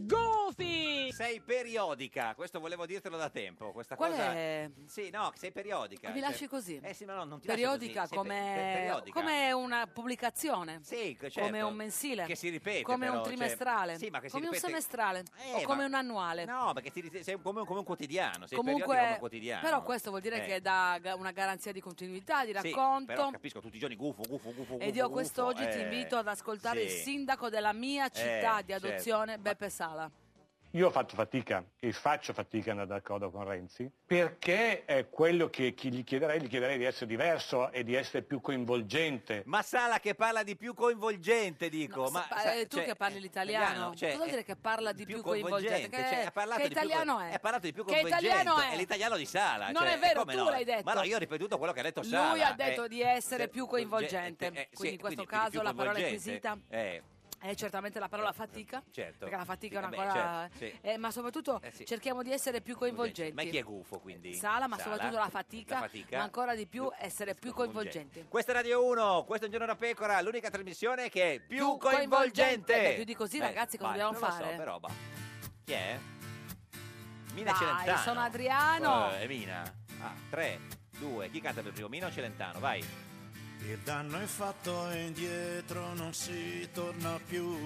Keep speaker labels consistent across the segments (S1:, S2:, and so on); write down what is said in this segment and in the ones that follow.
S1: Goofy!
S2: Sei periodica, questo volevo dirtelo da tempo. Questa
S1: Qual
S2: cosa...
S1: è?
S2: Sì, no, che sei periodica.
S1: Ma mi
S2: Cioè-
S1: lasci così?
S2: Eh sì, ma no, non ti lascio
S1: Periodica
S2: così, sei per- per-
S1: come,
S2: periodica.
S1: come una pubblicazione,
S2: Sì, certo.
S1: come un mensile,
S2: Che si ripete,
S1: come
S2: però,
S1: un
S2: cioè-
S1: trimestrale,
S2: Sì, ma che si
S1: come
S2: ripete- Eh,
S1: un semestrale o
S2: ma-
S1: come un annuale.
S2: No, perché ti rit- sei come, un- come un quotidiano, sei periodica come un quotidiano.
S1: però questo vuol dire
S2: Eh.
S1: che dà ga- una garanzia di continuità, di
S2: Sì,
S1: racconto.
S2: però capisco tutti i giorni gufo, gufo, gufo. gufo,
S1: ed io
S2: gufo,
S1: quest'oggi ti
S2: eh.
S1: invito ad ascoltare il
S2: sì. Eh,
S1: sindaco della mia città di
S3: certo.
S1: adozione, Beppe Sala.
S3: Io ho fatto fatica e faccio fatica ad andare d'accordo con Renzi perché è quello che chi gli chiederei, gli chiederei di essere diverso e di essere più coinvolgente.
S2: Ma Sala che parla di più coinvolgente, dico.
S3: No,
S2: ma,
S1: Pa-
S2: sa-
S1: eh, tu
S2: cioè,
S1: che parli l'italiano,
S2: italiano, cioè,
S1: cosa vuol dire che parla di più, coinvolgente?
S2: cioè, ha
S1: Che,
S2: parlato
S1: che
S2: di più
S1: italiano
S2: coin-
S1: è?
S2: ha parlato di più
S1: che
S2: coinvolgente.
S1: italiano è?
S2: l'italiano di Sala.
S1: Non
S2: cioè,
S1: è vero,
S2: come
S1: tu
S2: no?
S1: l'hai detto.
S2: Ma no, io ho ripetuto quello che ha detto Sala.
S1: Lui ha
S2: eh.
S1: detto di essere più coinvolgente,
S2: Eh, sì,
S1: quindi in questo
S2: quindi più
S1: caso la parola
S2: coinvolgente.
S1: acquisita
S2: Eh,
S1: è certamente la parola fatica,
S2: certo.
S1: perché la fatica è una
S2: Sì, vabbè,
S1: cosa...
S2: certo, sì.
S1: eh, ma soprattutto
S2: Eh, sì.
S1: cerchiamo di essere più coinvolgenti.
S2: Ma chi è gufo quindi?
S1: Sala, ma soprattutto la fatica,
S2: la fatica.
S1: ma ancora di più essere più coinvolgenti.
S2: Questa è Radio 1, questo è un giorno da pecora, l'unica trasmissione che è più,
S1: Più
S2: coinvolgente. Eh,
S1: coinvolgente. Beh, più di così, ragazzi, cosa
S2: vai,
S1: dobbiamo
S2: non lo so,
S1: fare?
S2: però, va. Chi è? Mina
S1: Dai,
S2: Celentano.
S1: sono Adriano.
S2: Eh, Mina. Ah, 3, 2, chi canta per primo? Mina o Celentano? Vai.
S4: Il danno è fatto e indietro non si torna più.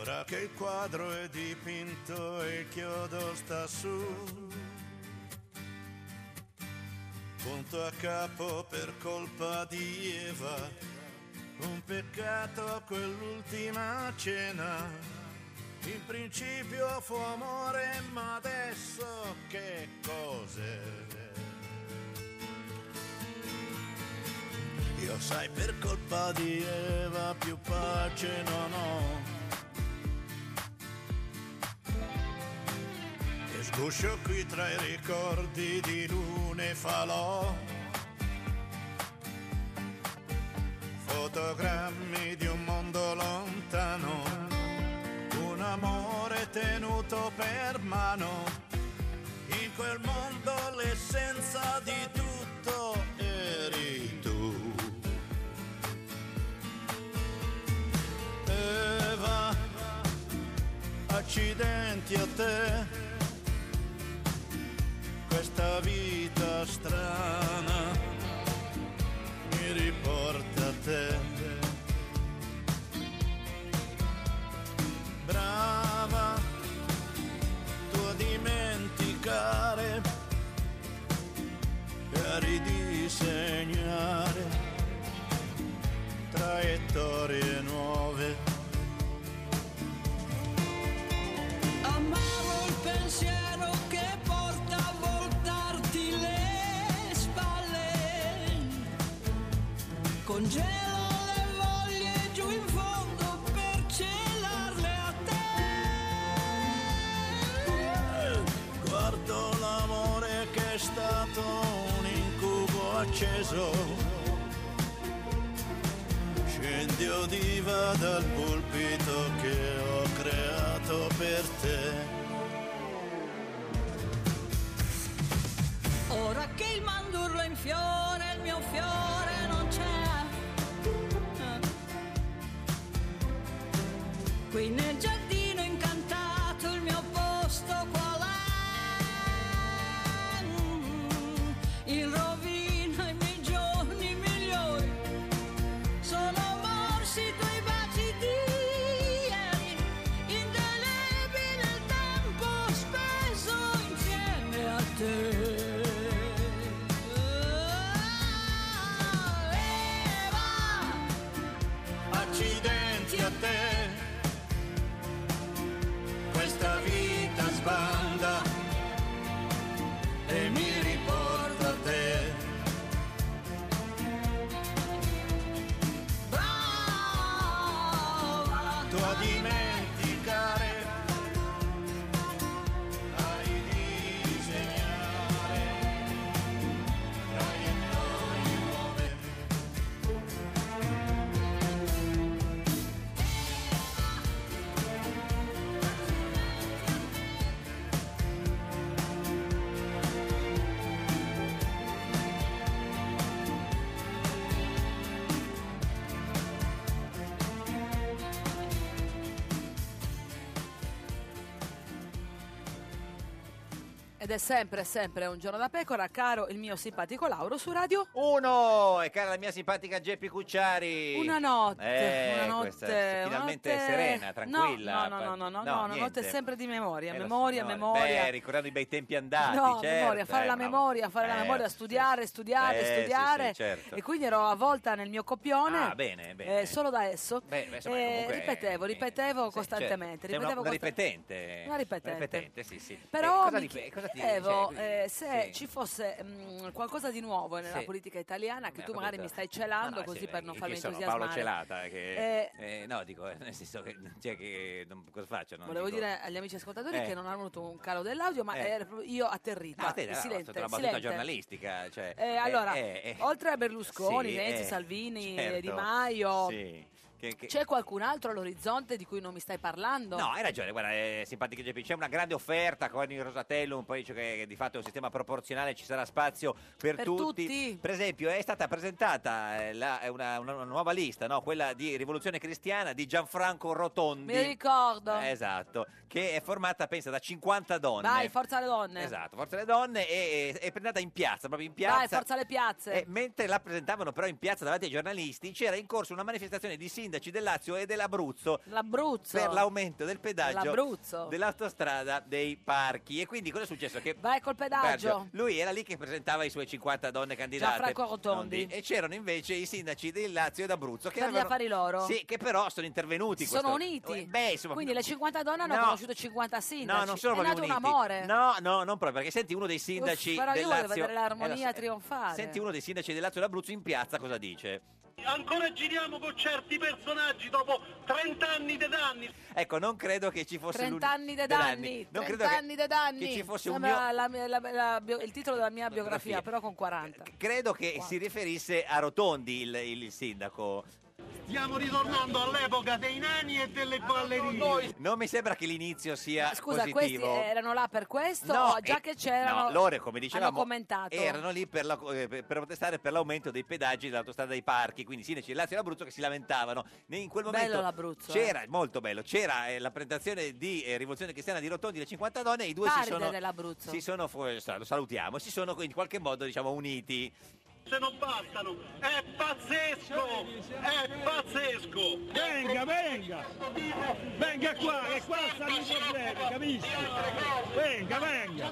S4: Ora che il quadro è dipinto e il chiodo sta su, conto a capo per colpa di Eva, un peccato a quell'ultima cena. In principio fu amore, ma adesso che cos'è? Io sai per colpa di Eva più pace non ho. E sguscio qui tra i ricordi di lune falò. Fotogrammi di un mondo lontano un amore tenuto per mano. In quel mondo l'essenza di tutto eri tu. Eva, accidenti a te. Questa vita strana mi riporta a te. brava tu a dimenticare e a ridisegnare traiettorie nuove.
S5: Amavo il pensiero che porta a voltarti le spalle. Congelo le voglie giù in fondo per celarle a te.
S4: Guardo l'amore che è stato un incubo acceso. Scendio diva dal pulpito che ho creato per te.
S5: Ora che il mandurlo è in fiore, il mio fiore non c'è. Qui nel giardino incantato il mio posto qual è? In rovina Mm, i miei giorni migliori sono morsi i tuoi baci di ieri, indelebile il tempo speso insieme a te. Eva,
S4: accidenti a te. Questa vita sbanda e mi riporta a te.
S5: brava,
S4: Tu a dimenticare, a ridisegnare,
S1: ed è sempre, sempre un giorno da pecora, caro il mio simpatico Lauro su Radio.
S2: Uno, e cara la mia simpatica Geppi Cucciari.
S1: Una notte,
S2: Eh,
S1: una notte,
S2: questa
S1: una
S2: è finalmente
S1: notte-
S2: serena, tranquilla.
S1: No, no, no, no, no, no,
S2: No,
S1: una notte
S2: niente.
S1: sempre di memoria,
S2: Eh, lo so,
S1: memoria,
S2: no,
S1: memoria.
S2: Beh, ricordando i bei tempi andati,
S1: no,
S2: certo,
S1: memoria, fare
S2: eh,
S1: la
S2: bravo.
S1: memoria, fare
S2: Eh,
S1: la memoria, studiare, studiare,
S2: Eh, sì,
S1: studiare.
S2: sì, certo.
S1: E quindi ero avvolta nel mio copione.
S2: Ah, bene, bene.
S1: eh, solo da esso.
S2: Beh, beh, insomma,
S1: Eh,
S2: comunque,
S1: ripetevo, ripetevo costantemente.
S2: Cioè,
S1: ripetevo
S2: una, una
S1: costa-
S2: ripetente.
S1: Una ripetente.
S2: sì, sì.
S1: Però
S2: Eh, cosa
S1: mi
S2: ripe- cosa ti-
S1: chiedevo
S2: cioè,
S1: eh, se
S2: sì.
S1: ci fosse mm, qualcosa di nuovo nella
S2: Sì.
S1: politica italiana che
S2: Eh,
S1: tu
S2: ho
S1: magari
S2: capito.
S1: mi stai
S2: No,
S1: celando
S2: no,
S1: così
S2: sì, eh,
S1: per non
S2: chi
S1: farmi
S2: sono?
S1: entusiasmare.
S2: Paolo Celata, che...
S1: Eh,
S2: eh, no, dico, nel senso che... Cioè che non- cosa faccio? Non
S1: Volevo
S2: dico-
S1: dire agli amici ascoltatori
S2: Eh.
S1: che non hanno avuto un calo dell'audio, ma
S2: Eh.
S1: ero proprio io atterrita.
S2: No, a te
S1: Il
S2: era
S1: silente,
S2: stata una
S1: il
S2: battuta
S1: silente.
S2: giornalistica. Cioè,
S1: Eh, allora,
S2: eh, eh,
S1: oltre a Berlusconi,
S2: sì,
S1: Renzi,
S2: eh,
S1: Salvini,
S2: certo.
S1: Di Maio,
S2: Sì. Che- che-
S1: c'è qualcun altro all'orizzonte di cui non mi stai parlando?
S2: No, hai ragione, guarda, è simpatico GP. C'è una grande offerta con il Rosatellum, poi dice che di fatto è un sistema proporzionale, ci sarà spazio per,
S1: Per tutti.
S2: Per esempio, è stata presentata eh, la- una, una- una nuova lista, no? quella di Rivoluzione Cristiana di Gianfranco Rotondi.
S1: Mi ricordo.
S2: Eh, Esatto, che è formata, pensa, da 50 donne.
S1: Vai, forza le donne.
S2: Esatto, forza le donne e, e- è presentata in piazza, proprio in piazza. Eh,
S1: Vai, forza le piazze.
S2: E mentre la presentavano però in piazza davanti ai giornalisti c'era in corso una manifestazione di sindaci del Lazio e dell'Abruzzo
S1: L'Abruzzo.
S2: per l'aumento del pedaggio
S1: L'Abruzzo.
S2: dell'autostrada dei parchi e quindi cosa è successo? Che
S1: Vai col pedaggio.
S2: lui era lì che presentava i suoi 50 donne candidate
S1: Gianfranco Rotondi.
S2: Non di- e c'erano invece i sindaci del Lazio e d'Abruzzo che
S1: Per gli
S2: avevano-
S1: affari loro.
S2: sì che però sono intervenuti
S1: Si sono
S2: questo-
S1: uniti.
S2: beh insomma
S1: Quindi le 50 donne hanno
S2: No.
S1: conosciuto 50 sindaci.
S2: No, non sono
S1: È
S2: proprio
S1: nato un
S2: uniti.
S1: amore.
S2: No, no, non proprio, perché senti uno dei sindaci
S1: Uff, però
S2: del
S1: io voglio
S2: Lazio...
S1: vedere l'armonia
S2: Eh, lo so, eh,
S1: trionfare.
S2: Senti uno dei sindaci del Lazio e dell'Abruzzo in piazza cosa dice.
S6: Ancora giriamo con certi personaggi dopo 30 anni di danni.
S2: Ecco, non credo che ci fosse
S1: 30
S2: l'uni-
S1: anni dei
S2: dei
S1: danni, 30
S2: Non credo che-
S1: anni dei danni.
S2: che ci fosse un
S1: Sembra
S2: mio-
S1: la mia- la- la bio- il titolo della mia biografia,
S2: Biografia.
S1: però con 40.
S2: Credo che si riferisse a Rotondi il, il sindaco.
S6: Stiamo ritornando all'epoca dei nani e
S1: Ah,
S6: delle ballerine.
S2: Non mi sembra che l'inizio sia
S1: Scusa,
S2: positivo.
S1: questi erano là per questo
S2: No,
S1: o già
S2: eh,
S1: che c'erano
S2: no, loro, come
S1: hanno
S2: dicevamo,
S1: commentato?
S2: erano lì per, la- eh, per- per protestare per l'aumento dei pedaggi dell'autostrada dei parchi, quindi sindaci del Lazio e Abruzzo che si lamentavano. Ne- In quel momento
S1: Bello l'Abruzzo, eh.
S2: c'era, molto bello, c'era eh, la presentazione di eh, Rivoluzione Cristiana di Rotondi, le 50 donne, e i due si
S1: Paride
S2: sono,
S1: dell'Abruzzo.
S2: si sono fu- sa- lo salutiamo, si sono in qualche modo diciamo uniti.
S6: Se non bastano, è pazzesco! È pazzesco!
S7: Venga, venga! Venga qua, che qua stanno i problemi, capisci? Venga, venga!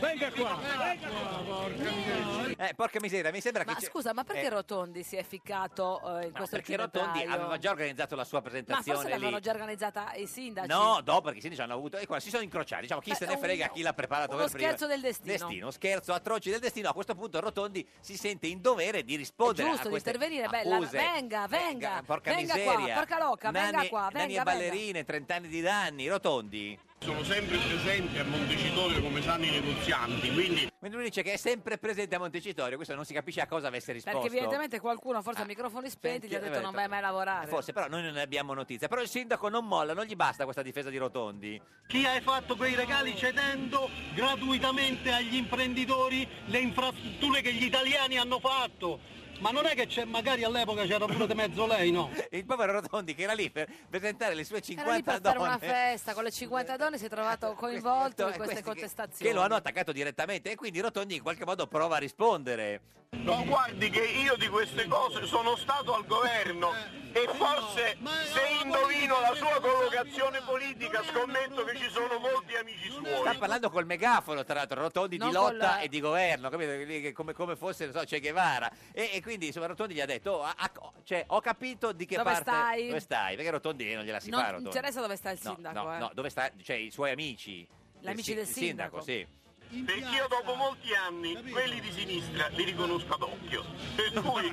S7: Venga qua, venga qua!
S2: Eh, porca miseria, mi sembra
S1: Ma
S2: che... c'è-
S1: scusa, ma perché
S2: eh,
S1: Rotondi si è ficcato eh, in
S2: no,
S1: questo
S2: perché Rotondi
S1: ginocchiaio?
S2: aveva già organizzato la sua
S1: oh. Ma
S2: presentazione
S1: forse l'avevano
S2: lì.
S1: già organizzata i sindaci.
S2: No, dopo perché i sindaci hanno avuto. E qua si sono incrociati. Diciamo, chi
S1: Beh,
S2: se ne
S1: Eh, un-
S2: frega, chi l'ha preparato
S1: uno
S2: per prima.
S1: scherzo del destino.
S2: Destino, scherzo atroce del destino. A questo punto Rotondi si sente in dovere di rispondere
S1: Giusto,
S2: a
S1: di
S2: queste
S1: intervenire, beh, la-
S2: accuse.
S1: venga, venga,
S2: Eh, porca
S1: Ah, venga qua,
S2: miseria.
S1: porca loca, venga
S2: Nani-
S1: qua,
S2: Nani
S1: venga,
S2: e
S1: venga.
S2: ballerine, 30 anni di danni, Rotondi.
S6: Sono sempre presenti a Montecitorio come sanno i negozianti, quindi
S2: Mentre lui dice che è sempre presente a Montecitorio, questo non si capisce a cosa avesse risposto. Ah, eh,
S1: Perché evidentemente qualcuno, forse a microfoni spenti, gli ha detto non vai mai a lavorare.
S2: Forse, però noi non ne abbiamo notizia. Però il sindaco non molla, non gli basta questa difesa di Rotondi.
S6: chi ha fatto quei regali cedendo gratuitamente agli imprenditori le infrastrutture che gli italiani hanno fatto? Ma non è che c'è magari all'epoca c'era pure di mezzo lei, no?
S2: Il povero Rotondi che era lì per presentare le sue 50
S1: Era lì per fare
S2: donne.
S1: una festa con le 50 donne, si è trovato coinvolto in queste
S2: Questi che-
S1: contestazioni.
S2: Che lo hanno attaccato direttamente e quindi Rotondi in qualche modo prova a rispondere.
S8: No, Oh, guardi che io di queste cose sono stato al governo e forse se indovino la sua collocazione politica scommetto che ci sono molti amici
S2: Sta
S8: suoi.
S2: parlando col megafono, tra l'altro, Rotondi
S1: Non
S2: di lotta
S1: col-
S2: e di governo, capito? Lì che- Come, come fosse, non so, Che Guevara. E, e quindi, insomma, Rotondi gli ha detto, "Oh, ah, ah, oh, cioè, ho capito di che
S1: Dove
S2: parte...
S1: stai?"
S2: Dove stai? Perché Rotondi non gliela si
S1: Non
S2: fa, Rotondi.
S1: interessa dove sta il
S2: No,
S1: sindaco,
S2: No,
S1: eh.
S2: no, dove sta, cioè, i suoi amici.
S1: Gli amici
S2: Il
S1: del
S2: si- il sindaco,
S1: sindaco.
S2: sì.
S8: Perché io dopo molti anni quelli di sinistra li riconosco ad occhio. Per cui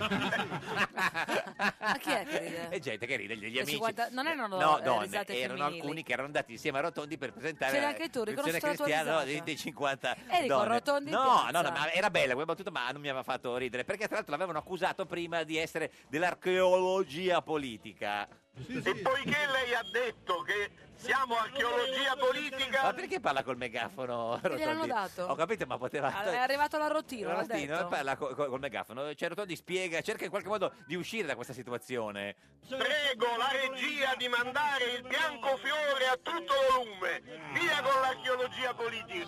S1: Ma chi è che ride?
S2: È gente che ride, gli
S1: Le
S2: amici.
S1: 50 non erano,
S2: no,
S1: eh,
S2: donne,
S1: risate
S2: erano
S1: femminili.
S2: alcuni che erano andati insieme a Rotondi per presentare
S1: C'eri
S2: la
S1: anche tu, riconosco
S2: rivoluzione
S1: la tua
S2: cristiana no,
S1: risata.
S2: dei, dei 50
S1: Eri con
S2: donne.
S1: Rotondi in
S2: no,
S1: piazza.
S2: no, no, ma era bella quella battuta, ma non mi aveva fatto ridere, perché tra l'altro l'avevano accusato prima di essere dell'archeologia politica.
S6: E poiché lei ha detto che siamo archeologia politica,
S2: Ma perché parla col megafono?
S1: gliel'hanno
S2: Rotondi?
S1: dato.
S2: Ho capito, ma poteva.
S1: Allora, è arrivato la rotina, l'ha
S2: Rotino,
S1: detto.
S2: parla co- co- col, megafono. Cioè, Rotondi spiega, cerca in qualche modo di uscire da questa situazione.
S6: prego la regia di mandare il bianco fiore a tutto volume. Via con l'archeologia politica.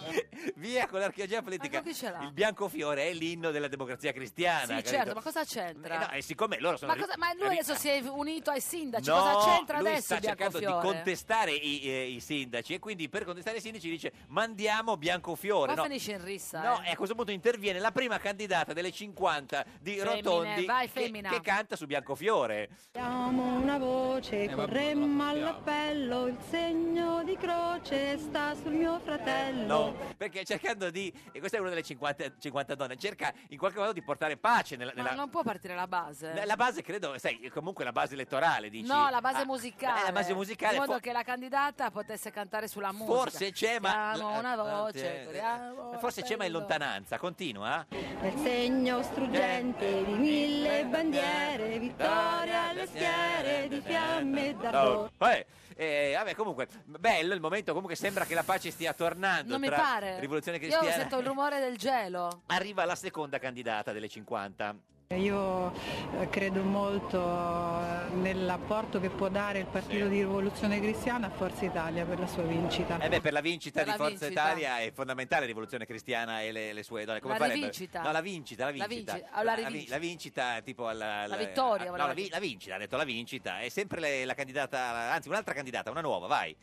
S2: Via con l'archeologia politica. Il Biancofiore è l'inno della democrazia
S1: Sì,
S2: cristiana. capito?
S1: certo, ma cosa
S2: Eh,
S1: c'entra?
S2: no, e siccome loro sono
S1: ma, cosa- ma lui
S2: ri- eh,
S1: adesso si è unito ai sindaci,
S2: No,
S1: cosa c'entra
S2: lui
S1: adesso
S2: sta
S1: il
S2: cercando di
S1: Biancofiore?
S2: contestare i, eh, i sindaci e quindi per contestare i sindaci dice mandiamo Biancofiore.
S1: Qua
S2: No,
S1: finisce in rissa.
S2: no,
S1: eh.
S2: e a questo punto interviene la prima candidata delle 50 di
S1: Femmine,
S2: Rotondi
S1: vai,
S2: che,
S1: femmina.
S2: che canta su Biancofiore.
S9: Siamo una voce,
S2: Eh, vabbè,
S9: corremmo
S2: però,
S9: all'appello, il segno di croce sta sul mio fratello.
S2: No,
S1: Mm.
S2: perché cercando di, e questa è una delle 50, 50 donne, cerca in qualche modo di portare pace nella,
S1: Ma
S2: nella-
S1: non può partire la base.
S2: la base credo, sai, comunque la base elettorale, dici.
S1: No, la base
S2: Ah,
S1: musicale.
S2: eh, la base musicale,
S1: In modo
S2: fo-
S1: che la candidata potesse cantare sulla musica.
S2: forse c'è, ma...
S1: Siamo una voce,
S2: eh,
S1: corriamo
S2: Forse c'è, ma in
S1: l'appello.
S2: lontananza, continua. eh?
S9: Nel segno struggente di mille bandiere, vittoria alle schiere di fiamme e d'ardore.
S2: No, eh, eh, vabbè, comunque, bello il momento, comunque sembra che la pace stia tornando
S1: Non mi
S2: tra
S1: pare.
S2: rivoluzione cristiana.
S1: Io sento il rumore del gelo.
S2: Arriva la seconda candidata delle 50.
S10: Io eh, credo molto eh, nell'apporto che può dare il Partito di Rivoluzione Cristiana a Forza Italia per la sua vincita.
S2: Eh beh, per la vincita
S10: Per la
S2: di Forza
S10: vincita.
S2: Italia è fondamentale la rivoluzione cristiana e le, le sue donne. Come
S1: La
S2: farebbe?
S1: rivincita.
S2: No, la vincita, la
S1: La
S2: vincita.
S1: vinci- ah, la
S2: vi-
S1: rivincita.
S2: la vincita, tipo alla... alla-
S1: vittoria,
S2: No,
S1: voleva
S2: la, vi-
S1: dire.
S2: la vincita, ha detto la vincita. È sempre le- la candidata, anzi un'altra candidata, una nuova, vai.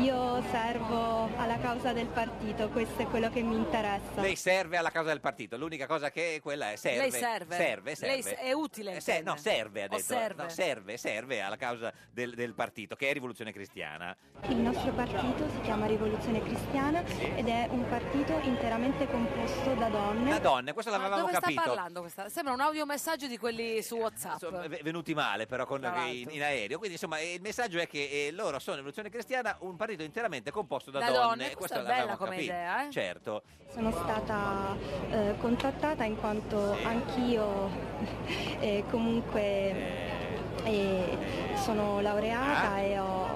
S9: Io servo alla causa del partito, questo è quello che mi interessa.
S2: Lei serve alla causa del partito, l'unica cosa che è quella è serve.
S1: Lei serve.
S2: Serve, serve.
S1: Lei s- è utile.
S2: Eh, se-
S1: intende.
S2: no, serve ha
S1: O
S2: detto.
S1: Oh, serve.
S2: No, serve, serve alla causa del, del partito, che è Rivoluzione Cristiana.
S9: Il nostro partito si chiama Rivoluzione Cristiana ed è un partito interamente composto da donne.
S2: Da donne, questo
S1: Ma
S2: l'avevamo
S1: dove
S2: capito.
S1: sta parlando questa? Sembra un audiomessaggio di quelli su WhatsApp.
S2: Insomma, v- venuti male però con-
S1: Tra l'altro.
S2: in, in aereo quindi insomma eh, il messaggio è che eh, loro sono Rivoluzione Cristiana un partito interamente composto da,
S9: Da donne, questa
S2: questo
S9: è bella
S2: l'avevamo
S9: come
S2: capito.
S9: idea, eh?
S2: certo
S9: Sono stata eh, contattata in quanto anch'io eh, comunque eh, sono
S2: Ah.
S9: laureata e ho-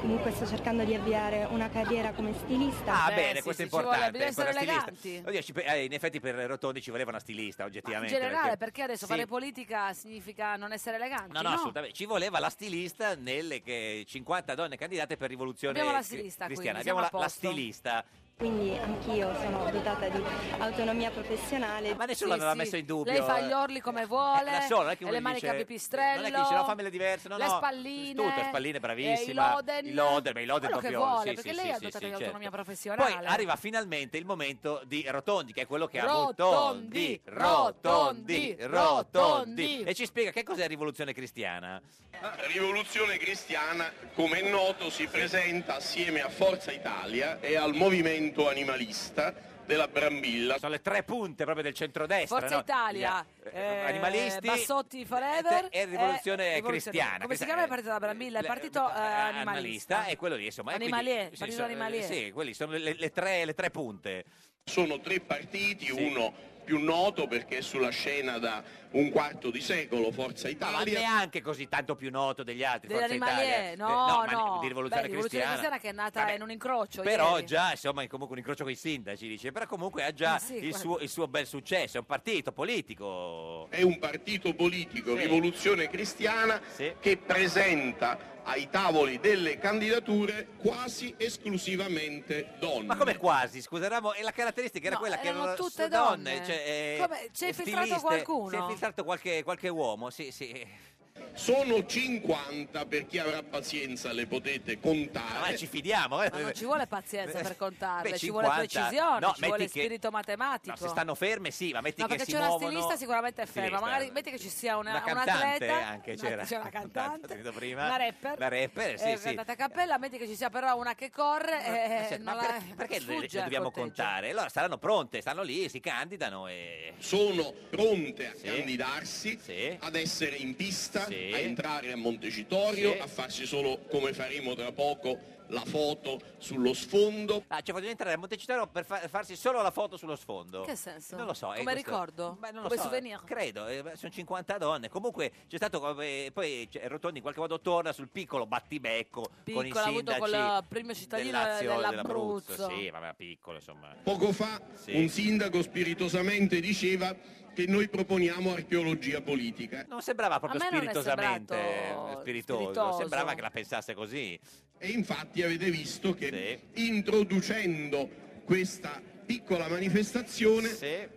S9: comunque sto cercando di avviare una carriera come stilista.
S2: Ah, bene, questo è importante. ecco, una stilista.
S1: eleganti.
S2: Oddio, ci pe- eh, in effetti per Rotondi ci voleva una stilista,
S1: In
S2: oggettivamente.
S1: generale, perché, adesso
S2: Sì.
S1: fare politica significa non essere eleganti?
S2: No, no, assolutamente. Ci voleva la stilista nelle che- 50 donne candidate per rivoluzione
S1: Abbiamo la
S2: cri-
S1: stilista,
S2: cristiana.
S1: quindi, siamo
S2: Abbiamo
S1: a
S2: la, la
S1: posto.
S2: stilista.
S9: Quindi anch'io sono dotata di autonomia professionale. Ma
S2: nessuno l'aveva messo in dubbio. eh.
S1: Lei fa gli orli come vuole,
S2: da sola, non è che
S1: e
S2: uno
S1: le
S2: gli
S1: maniche
S2: dice-
S1: a pipistrello,
S2: non è che dice, no, fammele diverse, no,
S1: le
S2: no,
S1: spalline,
S2: tutto, spalline,
S1: eh,
S2: bravissima.
S1: i loden,
S2: I loden, ma i loden
S1: quello che
S2: proprio-
S1: vuole,
S2: sì,
S1: perché
S2: sì,
S1: lei
S2: sì,
S1: ha
S2: sì,
S1: dotato
S2: sì,
S1: di
S2: certo.
S1: autonomia
S2: Poi
S1: professionale.
S2: arriva finalmente il momento di Rotondi, che è quello che ha
S1: Rotondi,
S2: Rotondi,
S1: Rotondi, Eh,
S2: Rotondi.
S1: Rotondi.
S2: E ci spiega che cos'è rivoluzione cristiana.
S8: La rivoluzione cristiana, come è noto, si presenta assieme a Forza Italia e al movimento animalista della Brambilla.
S2: Sono le tre punte proprio del centrodestra.
S1: Forza
S2: no?
S1: Italia,
S2: Gli- eh,
S1: eh,
S2: animalisti.
S1: Bassotti Forever eh,
S2: e rivoluzione cristiana,
S1: Come
S2: che
S1: si
S2: sa-
S1: chiama il partito della Brambilla? Il
S2: le-
S1: partito eh,
S2: animalista
S1: animalista.
S2: e quello lì insomma eh,
S1: Animalier,
S2: quindi-
S1: partito
S2: sono-
S1: animalier.
S2: sì, quelli sono le, le tre, le tre punte
S8: Sono tre partiti, uno più noto perché è sulla scena da un quarto di secolo, Forza
S2: No, ma
S8: Italia.
S2: neanche così tanto più noto degli altri
S1: Degli
S2: Forza Italia
S1: animalier,
S2: Eh,
S1: no,
S2: ma
S1: no.
S2: di rivoluzione
S1: Beh,
S2: cristiana
S1: che è nata in un incrocio.
S2: però
S1: ieri.
S2: già insomma è comunque un incrocio con i sindaci dice però comunque ha già
S1: Ma sì,
S2: il,
S1: guarda.
S2: suo, il suo bel successo è un partito politico
S8: È un partito politico, rivoluzione cristiana, che presenta ai tavoli delle candidature quasi esclusivamente donne.
S2: ma come quasi scuseranno e la caratteristica era
S8: No,
S2: quella che
S8: erano
S2: erano
S8: tutte
S2: donne,
S8: donne.
S2: cioè, eh,
S8: Come? C'è
S2: eh,
S8: infiltrato
S2: stiliste.
S8: qualcuno?
S2: si è infiltrato qualche, qualche uomo sì sì
S8: Sono 50 per chi avrà pazienza le potete contare.
S2: Ma ci fidiamo, eh.
S1: Ma non ci vuole pazienza per contarle,
S2: Beh,
S1: ci vuole
S2: 50.
S1: precisione,
S2: No,
S1: ci
S2: metti
S1: vuole
S2: che-
S1: spirito matematico.
S2: No, se stanno ferme sì, ma metti
S1: No,
S2: che
S1: perché
S2: si
S1: c'è una
S2: muovono...
S1: stilista sicuramente è ferma,
S2: Stilista,
S1: magari metti che ci sia una,
S2: una
S1: un
S2: cantante
S1: atleta,
S2: anche
S1: no,
S2: c'era.
S1: c'è una cantante,
S2: detto prima.
S1: una rapper,
S2: La rapper, sì,
S1: eh,
S2: sì.
S1: cantata a cappella, metti che ci sia però una che corre e
S2: Cioè, ma
S1: non
S2: per-
S1: la...
S2: perché le- le,
S1: sfugge al
S2: dobbiamo
S1: corteggio.
S2: contare? Allora saranno pronte, stanno lì, si candidano e...
S8: Sono pronte a candidarsi, ad essere in pista,
S2: Sì.
S8: a entrare a Montecitorio,
S2: Sì.
S8: a farsi solo, come faremo tra poco, la foto sullo sfondo.
S2: Ah, cioè voglio entrare a Montecitorio per fa- farsi solo la foto sullo sfondo.
S1: Che senso?
S2: Non lo so. eh,
S1: Come
S2: questo-
S1: ricordo?
S2: Beh, non lo
S1: Come
S2: so,
S1: souvenir?
S2: Credo, eh, beh, sono 50 donne. Comunque c'è stato, eh, poi eh, Rotondi in qualche modo torna sul piccolo battibecco con
S1: Piccolo,
S2: i
S1: ha avuto
S2: sindaci
S1: col premio
S2: del
S1: cittadino
S2: Lazio e
S1: dell'Abruzzo.
S2: Sì, vabbè, piccolo insomma.
S8: Poco fa
S2: Sì.
S8: un sindaco spiritosamente diceva che noi proponiamo archeologia politica.
S2: Non sembrava proprio
S8: A me non è
S2: spiritosamente
S8: sembrato
S2: eh, spiritoso.
S8: spiritoso.
S2: sembrava che la pensasse così.
S8: E infatti avete visto che introducendo questa piccola manifestazione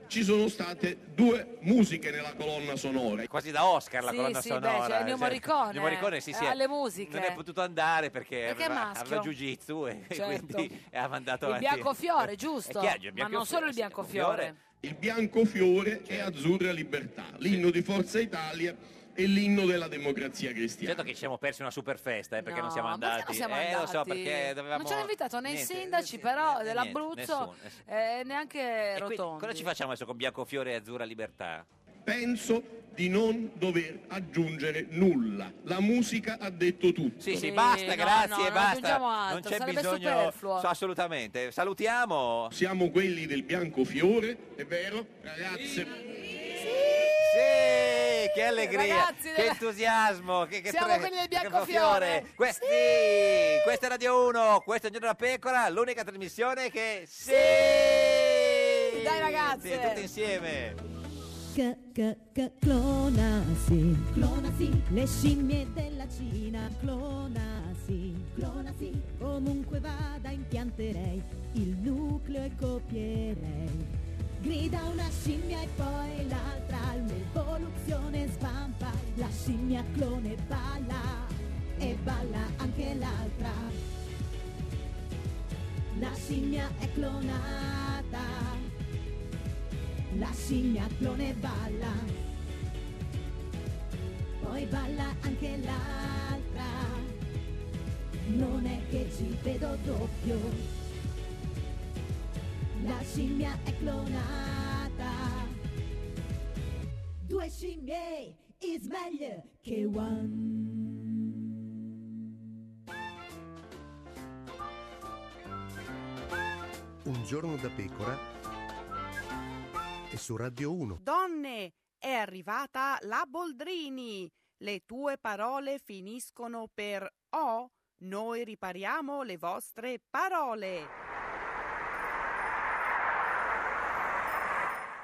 S8: ci sono state due musiche nella colonna sonora.
S2: Quasi da Oscar la
S1: Sì,
S2: colonna
S1: sì, beh,
S2: sonora.
S1: c'è Ennio
S2: Cioè,
S1: Morricone.
S2: Ennio Morricone, sì, sì,
S1: Eh,
S2: è-
S1: alle musiche.
S2: Non è potuto andare perché,
S1: Perché è
S2: aveva,
S1: maschio.
S2: aveva jiu-jitsu e
S1: Certo.
S2: quindi ha mandato
S1: Il
S2: avanti.
S1: biancofiore, giusto?
S2: Eh, È chiaro, il
S1: Ma non
S2: biancofiore,
S1: solo il
S2: sì, il
S1: biancofiore.
S8: Il Biancofiore e Azzurra Libertà, l'inno di Forza Italia e l'inno della democrazia cristiana.
S2: Certo che ci siamo persi una super festa, eh, perché non siamo
S8: No,
S2: andati.
S8: perché non siamo
S2: eh, lo so,
S8: andati?
S2: perché dovevamo...
S1: Non ci hanno invitato né
S2: Niente,
S1: i sindaci, però,
S2: niente,
S1: dell'Abruzzo,
S2: nessuno, nessuno.
S1: eh, neanche
S2: Quindi,
S1: Rotondi.
S2: cosa ci facciamo adesso con Biancofiore e Azzurra Libertà?
S8: Penso di non dover aggiungere nulla. La musica ha detto tutto.
S2: Sì, sì, basta, grazie,
S1: no, non
S2: basta.
S1: aggiungiamo altro,
S2: non c'è
S1: sarebbe
S2: bisogno.
S1: superfluo.
S2: so, assolutamente. Salutiamo.
S8: Siamo quelli del Biancofiore, è vero? Ragazze,
S2: Sì, che allegria,
S1: Ragazzi,
S2: che
S1: della-
S2: entusiasmo. Che, che
S1: Siamo
S2: tre-
S1: quelli del
S2: che
S1: Biancofiore.
S2: Biancofiore. Que- sì, questa è Radio 1, questo è Il Giorno della Pecora, l'unica trasmissione che... Sì! Dai
S1: ragazzi!
S2: Sì, tutti insieme.
S11: C- c- c- clonasi, clonasi, le scimmie della Cina, clonasi, clonasi, comunque vada impianterei, il nucleo e copierei. Grida una scimmia e poi l'altra, l'evoluzione svampa, la scimmia clone balla e balla anche l'altra. La scimmia è clonata. La scimmia clone balla, poi balla anche l'altra. Non è che ci vedo doppio. La scimmia è clonata. Due scimmie is meglio che one.
S12: Un giorno da pecora e su Radio 1.
S13: Donne, è arrivata la Boldrini. Le tue parole finiscono per O. Noi ripariamo le vostre parole.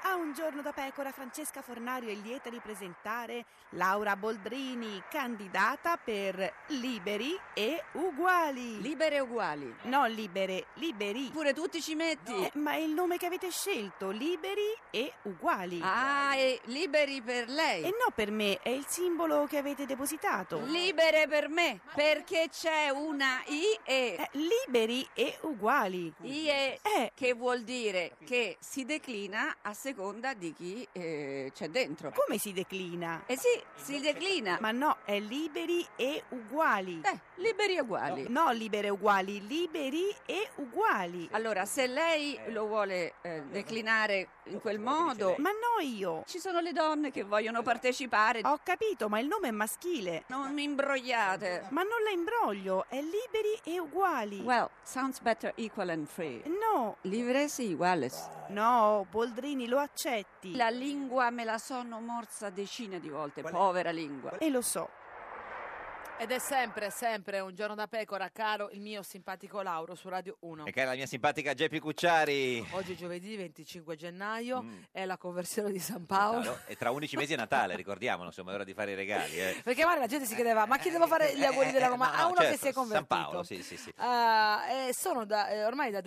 S13: A un giorno da pecora, Francesca Fornario è lieta di presentare Laura Boldrini, candidata per Liberi e Uguali. Libere e Uguali. No, libere, liberi. Pure tutti ci metti. ma è il nome che avete scelto, Liberi e Uguali.
S14: Ah, e liberi per lei.
S13: E no per me, è il simbolo che avete depositato.
S14: Libere per me, perché c'è una I e...
S13: Eh, liberi e uguali. Eh.
S14: I e che vuol dire che si declina a seconda di chi eh, c'è dentro.
S13: Come si declina?
S14: Eh sì, si declina.
S13: Ma no, è liberi e uguali.
S14: Eh, liberi e uguali.
S13: No, libere e uguali, liberi e uguali.
S14: Allora, se lei lo vuole eh, declinare in quel modo...
S13: Ma no io! Eh.
S14: Ci sono le donne che vogliono partecipare.
S13: Ho capito, ma il nome è maschile.
S14: Non mi imbrogliate.
S13: Ma non la imbroglio, è liberi e uguali.
S14: Well, sounds better equal and free.
S13: No.
S14: Libres e iguales.
S13: No, Boldrini, lo accetti.
S14: La lingua me la sono morsa decine di volte, povera lingua.
S13: E lo so.
S1: Ed è sempre, sempre un giorno da pecora, caro il mio simpatico Lauro su Radio 1.
S2: E cara la mia simpatica Geppi Cucciari.
S1: Oggi è giovedì 25 gennaio,
S2: Mm.
S1: è la conversione di San Paolo.
S2: E tra 11 mesi è Natale, ricordiamolo, insomma, è ora di fare i regali. eh.
S1: Perché magari la gente si chiedeva, ma chi devo fare gli auguri della Roma?
S2: No,
S1: A
S2: no,
S1: Ah, uno che
S2: certo,
S1: si è
S2: San
S1: convertito.
S2: Paolo, sì, sì, sì.
S1: Ah, eh, sono da, eh, ormai da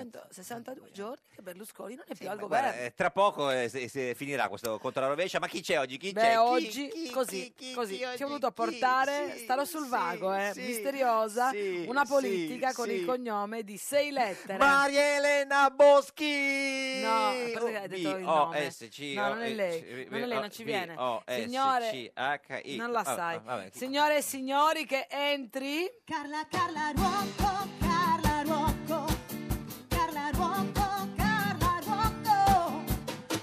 S1: 2262 giorni che Berlusconi non è più al governo.
S2: Guarda, eh, tra poco eh, se- se finirà questo contro la rovescia, ma chi c'è oggi? Chi
S1: Beh,
S2: c'è? Chi-
S1: oggi così, così ci è venuto a portare, starò sul vago, eh, misteriosa, una politica con
S2: sì.
S1: il cognome di sei lettere.
S2: Maria Elena Boschi! Oh,
S1: No, a parte che hai detto il nome.
S2: B-O-S-C-O-E-C-
S1: No, non è lei, non è lei, non ci viene.
S2: B-O-S-C-H-I.
S1: Signore, non la
S2: Ah,
S1: sai.
S2: ah, vabbè, chi-
S1: Signore e signori che entri...
S11: Carla, Carla Ruocco, Carla Ruocco, Carla Ruocco, Carla Ruocco,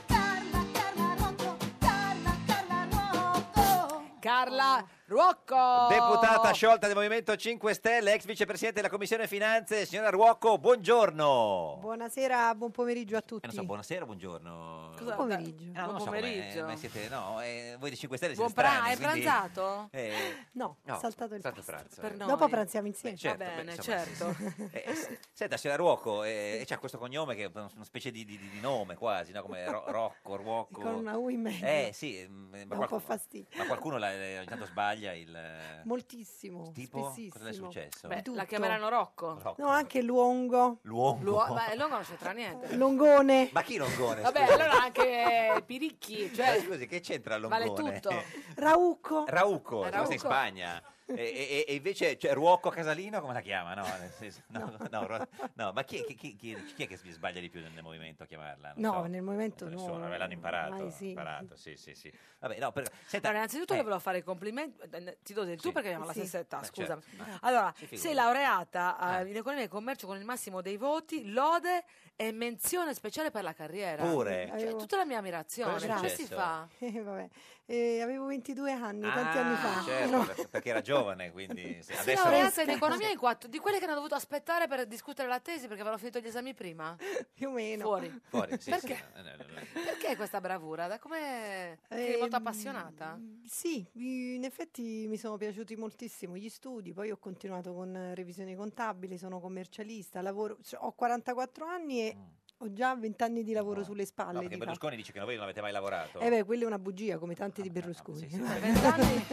S11: Carla, Carla Ruocco, Carla, Carla Ruocco.
S1: Carla,
S15: Ruocco!
S10: Oh.
S2: Deputata sciolta del Movimento 5 Stelle, ex vicepresidente della Commissione Finanze, signora Ruocco, buongiorno.
S10: Buonasera, buon pomeriggio a tutti.
S2: Eh, non so, buonasera, buongiorno.
S10: Buon pomeriggio.
S2: Eh, no, non
S10: Buon
S2: so come-
S10: pomeriggio.
S2: ma siete, no, eh, voi dei 5 Stelle siete
S10: Buon pranzo,
S2: strani,
S10: hai
S2: quindi-
S10: pranzato?
S2: Eh,
S10: No,
S2: no,
S10: saltato il
S2: saltato
S10: pranzo.
S2: il pranzo, eh.
S10: Dopo pranziamo insieme.
S2: Beh, certo, beh, insomma,
S10: certo.
S2: Eh, s- senta, signora Ruocco, eh, c'ha questo cognome che è una una specie di, di- di- di nome quasi, no? come Ro- Rocco, Ruocco.
S10: Con una U in mezzo.
S2: Eh sì, mm, ma,
S10: Dà un
S2: qual-
S10: po' fastidio.
S2: ma qualcuno la- la- ogni tanto sbaglia il...
S10: Moltissimo,
S2: Tipo? Cosa le è
S10: spessissimo.
S2: successo?
S10: Di
S2: Beh, la
S10: tutto.
S1: chiameranno Rocco.
S2: Rocco.
S10: No, anche Luongo.
S2: L'uomo.
S1: Luo- ma Longo non c'entra niente.
S10: Longone.
S2: Ma chi Longone?
S1: Vabbè,
S2: scusi?
S1: allora anche eh, Piricchi,
S2: Ma
S1: cioè
S2: scusi, che c'entra
S1: vale
S2: Longone?
S1: tutto.
S10: Raucco.
S2: Raucco,
S1: Eh,
S2: se questo è in
S1: Raucco.
S2: Spagna. E, e- e invece cioè, Ruocco Casalino come la chiama? No, nel senso- no, no, Ru- no, ma chi, chi- chi- chi- chi è che si sbaglia di più nel, nel movimento a chiamarla? Non
S10: No,
S2: so.
S10: nel momento no.
S2: Nessuno, vabbè, l'hanno imparato.
S10: ormai sì.
S2: imparato, sì, sì, sì. Vabbè, no, per- senta,
S1: Allora, innanzitutto
S2: eh,
S1: le volevo fare i complimenti, eh, ti do del tu perché abbiamo la
S10: Sì.
S1: stessa età,
S2: Ma
S1: scusami.
S2: certo, ma-
S1: Allora,
S2: si figuri.
S1: sei laureata eh, in economia e commercio con il massimo dei voti, lode e menzione speciale per la carriera.
S2: Pure.
S1: Cioè,
S10: Avevo-
S1: tutta la mia ammirazione,
S2: Cosa è
S1: come
S2: successo?
S1: si fa?
S10: Eh, vabbè. Eh, avevo 22 anni, tanti
S2: ah,
S10: anni fa.
S2: certo,
S10: No.
S2: per- perché era giovane, quindi se-
S1: Sei
S2: adesso...
S1: laureata in economia in quattro, di quelle che hanno dovuto aspettare per discutere la tesi perché avevano finito gli esami prima?
S10: Più o meno.
S1: Fuori.
S2: Fuori, sì,
S1: Perché?
S2: sì, no, no, no, no.
S1: Perché questa bravura? Da come sei molto appassionata?
S10: Sì, i- in effetti mi sono piaciuti moltissimo gli studi, poi ho continuato con eh, revisione contabile, sono commercialista, lavoro, cioè, ho 44 anni
S1: Mm.
S10: e ho già 20 anni di lavoro sulle
S2: No,
S10: spalle.
S2: perché
S10: dica.
S2: Berlusconi dice che voi non avete mai lavorato.
S10: Eh beh, quella è una bugia, come tanti di Berlusconi.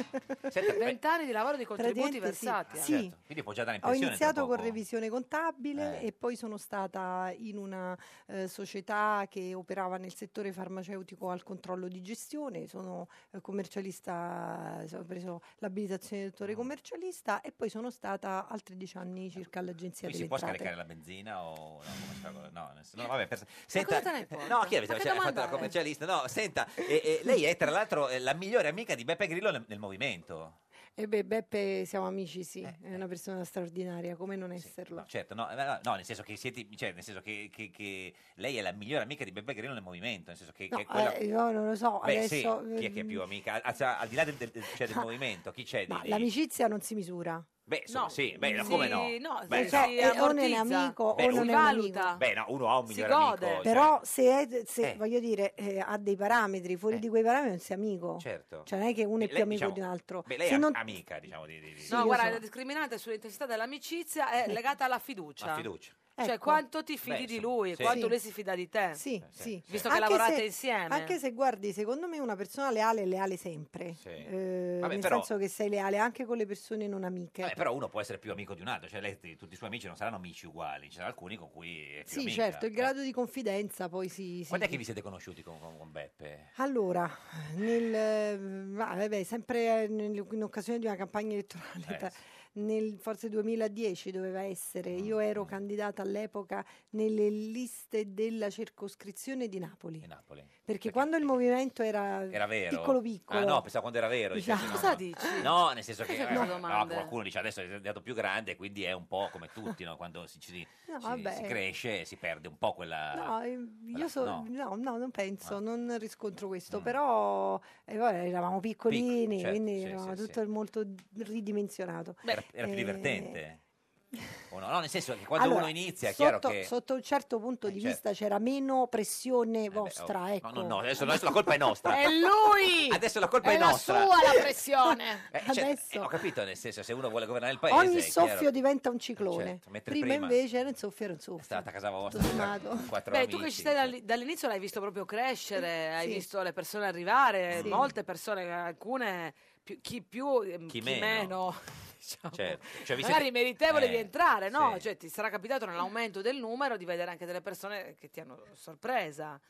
S1: Vent'anni di lavoro di contributi
S10: Praticamente sì.
S1: versati. eh.
S10: Sì.
S2: Certo, Quindi può già dare
S10: Ho
S2: impressione. tra
S10: iniziato con
S2: poco.
S10: revisione contabile
S2: Eh.
S10: e poi sono stata in una eh, società che operava nel settore farmaceutico al controllo di gestione, sono eh, commercialista, eh, so- ho preso l'abilitazione di
S2: Mm.
S10: dottore commercialista e poi sono stata altri dieci anni circa all'agenzia
S2: Qui
S10: delle
S2: Eh. si può
S10: entrate.
S2: scaricare la benzina o no? Come sta, no, nel senso- no, vabbè, per-
S10: cosa te ne importa?
S2: no, chi è?
S10: Ma che
S2: Cioè, ha fatto
S10: domanda
S2: la
S10: è?
S2: commercialista? No, senta, e- e lei è tra l'altro eh, la migliore amica di Beppe Grillo nel, nel movimento.
S10: E beh, Beppe siamo amici, sì,
S2: Eh,
S10: è una persona straordinaria, come non esserlo?
S2: No, certo, no, eh, no, no, nel senso che siete, cioè, nel senso che, che- che lei è la migliore amica di Beppe Grillo nel movimento, nel senso che,
S10: No,
S2: che quella-
S10: eh, io non lo so,
S2: Beh,
S10: adesso mm.
S2: sì, chi è che è più amica? Al, cioè, al di là del, del- cioè, del movimento, chi c'è? di-
S10: ma
S2: di-
S10: l'amicizia non si misura.
S2: Beh, insomma,
S10: No.
S2: sì, beh, no,
S10: Sì,
S2: come no?
S10: no,
S2: Beh,
S10: sì, cioè, eh, o non è
S1: ammortizza.
S10: amico
S2: Beh,
S10: o non
S2: si
S10: è un
S1: valuta.
S10: amico.
S2: Beh, no, uno ha un
S1: Si
S2: migliore
S1: gode.
S2: amico.
S10: Però
S2: cioè-
S10: se, è- se,
S2: Eh.
S10: voglio dire, eh, ha dei parametri, fuori di quei parametri non sei amico.
S2: Certo.
S10: Cioè non è che uno è
S2: Beh,
S10: più
S2: lei,
S10: amico
S2: diciamo-
S10: di un altro.
S2: Beh, lei
S10: Se
S2: è
S10: non-
S2: amica, diciamo, di... di- di-
S1: No,
S10: lo
S1: guarda,
S10: so.
S1: la discriminante sull'intensità dell'amicizia è legata alla fiducia.
S2: La fiducia.
S1: Cioè,
S10: Ecco.
S1: Eh. quanto ti fidi
S2: Beh,
S1: di
S2: insomma,
S1: lui,
S2: sì. Eh,
S1: quanto
S10: Sì.
S1: lui si fida di te.
S10: Sì, sì.
S1: Visto che
S10: Anche
S1: lavorate
S10: se-
S1: insieme.
S10: Anche se guardi, secondo me una persona leale è leale sempre. Eh,
S2: Vabbè,
S10: nel
S2: però-
S10: senso che sei leale anche con le persone non amiche.
S2: Vabbè, però uno può essere più amico di un altro, cioè lei, tutti i suoi amici non saranno amici uguali, ci saranno alcuni con cui è più
S10: sì,
S2: amica.
S10: certo, il grado di confidenza poi si... si-
S2: Quando è che vi siete conosciuti con, con- con Beppe?
S10: Allora, nel, eh, va- vabbè, sempre eh, nel- in occasione di una campagna elettorale,
S2: Eh,
S10: tra- nel, forse 2010 doveva essere,
S2: Mm,
S10: io ero candidata all'epoca nelle liste della circoscrizione di Napoli.
S2: Napoli.
S10: Perché quando il movimento era,
S2: Era vero?
S10: piccolo piccolo,
S2: Ah no, pensavo quando era vero.
S10: Diciamo-
S2: dicevo,
S10: Cosa
S2: no, no.
S10: dici?
S2: No, nel senso che
S10: Perché
S2: eh,
S10: no?
S2: no,
S10: Domande.
S2: qualcuno dice adesso è diventato più grande, quindi è un po' come tutti, no? quando si, ci si-
S10: No,
S2: si-
S10: vabbè.
S2: si cresce si perde un po' quella...
S10: No, eh, io so,
S2: no. Ah. Mm.
S10: no. no, non penso, non riscontro questo, però eh, vabbè, eravamo piccolini,
S2: certo,
S10: quindi
S2: sì,
S10: eravamo
S2: sì,
S10: tutto molto ridimensionato.
S2: Era, era più
S10: Eh,
S2: divertente? O no? no, nel senso che quando
S10: Allora,
S2: uno inizia è chiaro
S10: sotto,
S2: che...
S10: sotto un certo punto di
S2: certo.
S10: vista c'era meno pressione vostra,
S2: Oh,
S10: ecco.
S2: No, no, no, adesso, adesso la colpa è nostra.
S1: È lui!
S2: Adesso la colpa è,
S1: la
S2: nostra.
S1: sua la pressione.
S2: Eh, cioè, eh, ho capito, nel senso, se uno vuole governare il paese,
S10: Ogni
S2: eh, è
S10: soffio
S2: chiaro.
S10: diventa un ciclone.
S2: Certo, mentre
S10: prima,
S2: prima-
S10: invece era un soffio, era un soffio.
S2: È stata a casa vostra,
S10: Tutto
S2: tra-
S10: sommato.
S2: con quattro
S1: Beh,
S2: amici.
S1: tu che ci stai dall- dall'inizio l'hai visto proprio crescere, hai
S10: Sì.
S1: visto le persone arrivare,
S10: Sì.
S1: molte persone, alcune, più- chi più, ehm,
S2: Chi
S1: chi,
S2: meno.
S1: meno.
S2: Certo. Cioè, vi
S1: Magari
S2: siete-
S1: meritevole di
S2: Eh,
S1: entrare, no?
S2: sì.
S1: Cioè, ti sarà capitato nell'aumento del numero di vedere anche delle persone che ti hanno sorpresa.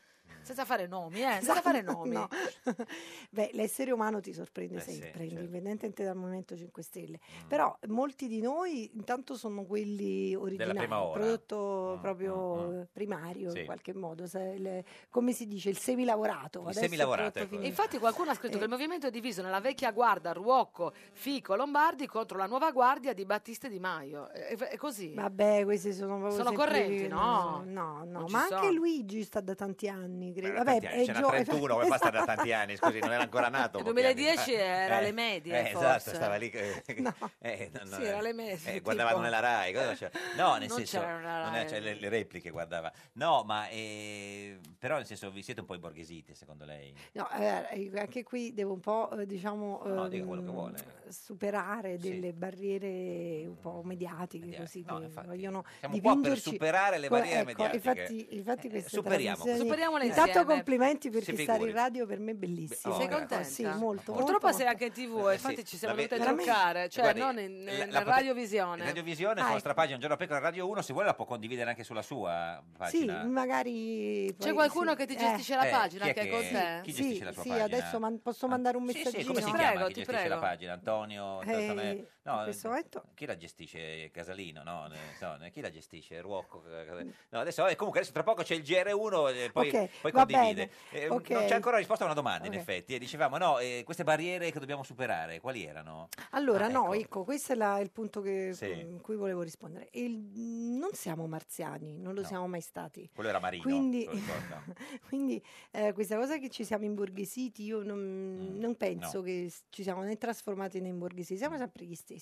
S1: Senza fare nomi, eh? Senza fare nomi.
S10: Esatto. No. Beh, l'essere umano ti sorprende
S1: Eh sì,
S10: sempre,
S2: certo.
S10: indipendentemente dal Movimento 5 Stelle.
S2: Mm.
S10: Però molti di noi intanto sono quelli originali,
S2: prima
S10: il
S2: ora. Mm,
S10: prodotto proprio eh, primario
S2: Sì.
S10: in qualche modo, se- il- come si dice, il semilavorato. Adesso è
S2: semilavorato,
S10: prodotto
S2: ecco.
S10: finito.
S1: Infatti qualcuno ha scritto che il movimento è diviso nella vecchia guardia Ruocco, Fico, Lombardi contro la nuova guardia di Battista e Di Maio. È, è così?
S10: Vabbè, questi sono proprio
S1: Sono
S10: sempre-
S1: corretti, no?
S10: No, no,
S1: Non ci
S10: ma anche
S1: sono.
S10: Luigi sta da tanti anni. anni, credo.
S2: Vabbè,
S10: Vabbè,
S2: tanti anni,
S10: è
S2: ce n'ha
S10: gio-
S2: 31, come fa a stare da tanti anni? Scusi, non era ancora nato.
S1: Eh, Nel
S2: pochi anni
S1: 2010
S2: fa.
S1: era
S2: Eh,
S1: alle medie,
S2: eh, esatto,
S1: forse.
S2: stava lì. eh, eh, no, no,
S1: Sì, era
S2: eh,
S1: alle medie,
S2: eh, guardavano
S1: tipo.
S2: nella Rai. cosa faceva? No, nel
S1: Non
S2: senso,
S1: c'era una
S2: non era-
S1: Rai.
S2: cioè, le, le repliche guardava. No, ma eh, però nel senso, vi siete un po' imborghesiti, secondo lei?
S10: No, eh, anche qui devo un po', eh, diciamo,
S2: No, dica quello che
S10: ehm,
S2: vuole.
S10: superare
S2: Sì.
S10: delle barriere un po' mediatiche, così che vogliono
S2: Siamo qua per
S10: dipingerci-
S2: superare le
S10: Come-
S2: barriere
S10: ecco,
S2: mediatiche. Eh,
S10: Infatti, infatti questa
S2: superiamo.
S10: trasmissione-
S1: Superiamole
S10: Intanto
S1: insieme.
S10: complimenti
S2: Si
S10: perché
S2: figuri.
S10: stare in radio per me è bellissimo.
S2: Beh, oh,
S10: Ecco,
S2: grazie.
S10: Sì, molto.
S1: Purtroppo
S10: molto,
S1: sei anche in tv, eh, infatti
S2: sì,
S1: ci siamo
S2: la ve-
S1: venute a
S2: veramente.
S1: giocare, cioè
S2: Guardi,
S1: non in,
S2: la-
S1: in
S2: la pote-
S1: radiovisione. Ah, ecco.
S2: Radiovisione, sulla nostra pagina, un giorno pecora Radio 1, se vuole la può condividere anche sulla sua
S10: Sì,
S2: pagina.
S10: magari...
S1: C'è qualcuno che ti gestisce la
S2: Eh,
S1: pagina
S2: chi è
S1: che è con
S2: che-
S1: te?
S2: chi gestisce la tua
S10: sì,
S2: pagina? Ah.
S10: adesso man- posso mandare un
S2: Sì,
S10: messaggino?
S2: sì, come si chiama chi gestisce la pagina? Antonio?
S10: Eh,
S2: Antonio-
S10: in questo momento-
S2: Chi la gestisce? Casalino, no? Ne- so, ne- chi la gestisce? Ruocco? No, adesso, eh, comunque adesso tra poco c'è il GR1 e eh, poi,
S10: Ok,
S2: poi
S10: va
S2: condivide.
S10: bene,
S2: Eh,
S10: ok.
S2: Non c'è ancora risposta a una domanda,
S10: Ok.
S2: in effetti. E dicevamo, no, eh, queste barriere che dobbiamo superare, quali erano?
S10: Allora,
S2: Ah,
S10: no, ecco, questo è la- il punto che,
S2: Sì.
S10: con cui volevo rispondere. Il- non siamo marziani, non lo
S2: No.
S10: siamo mai stati.
S2: Quello era Marino,
S10: Quindi-
S2: se lo ricorda.
S10: Quindi eh, questa cosa che ci siamo imborghesiti, io non, non penso
S2: Mm, no. Mm.
S10: che s- ci siamo né trasformati né imborghesiti, siamo sempre gli stessi.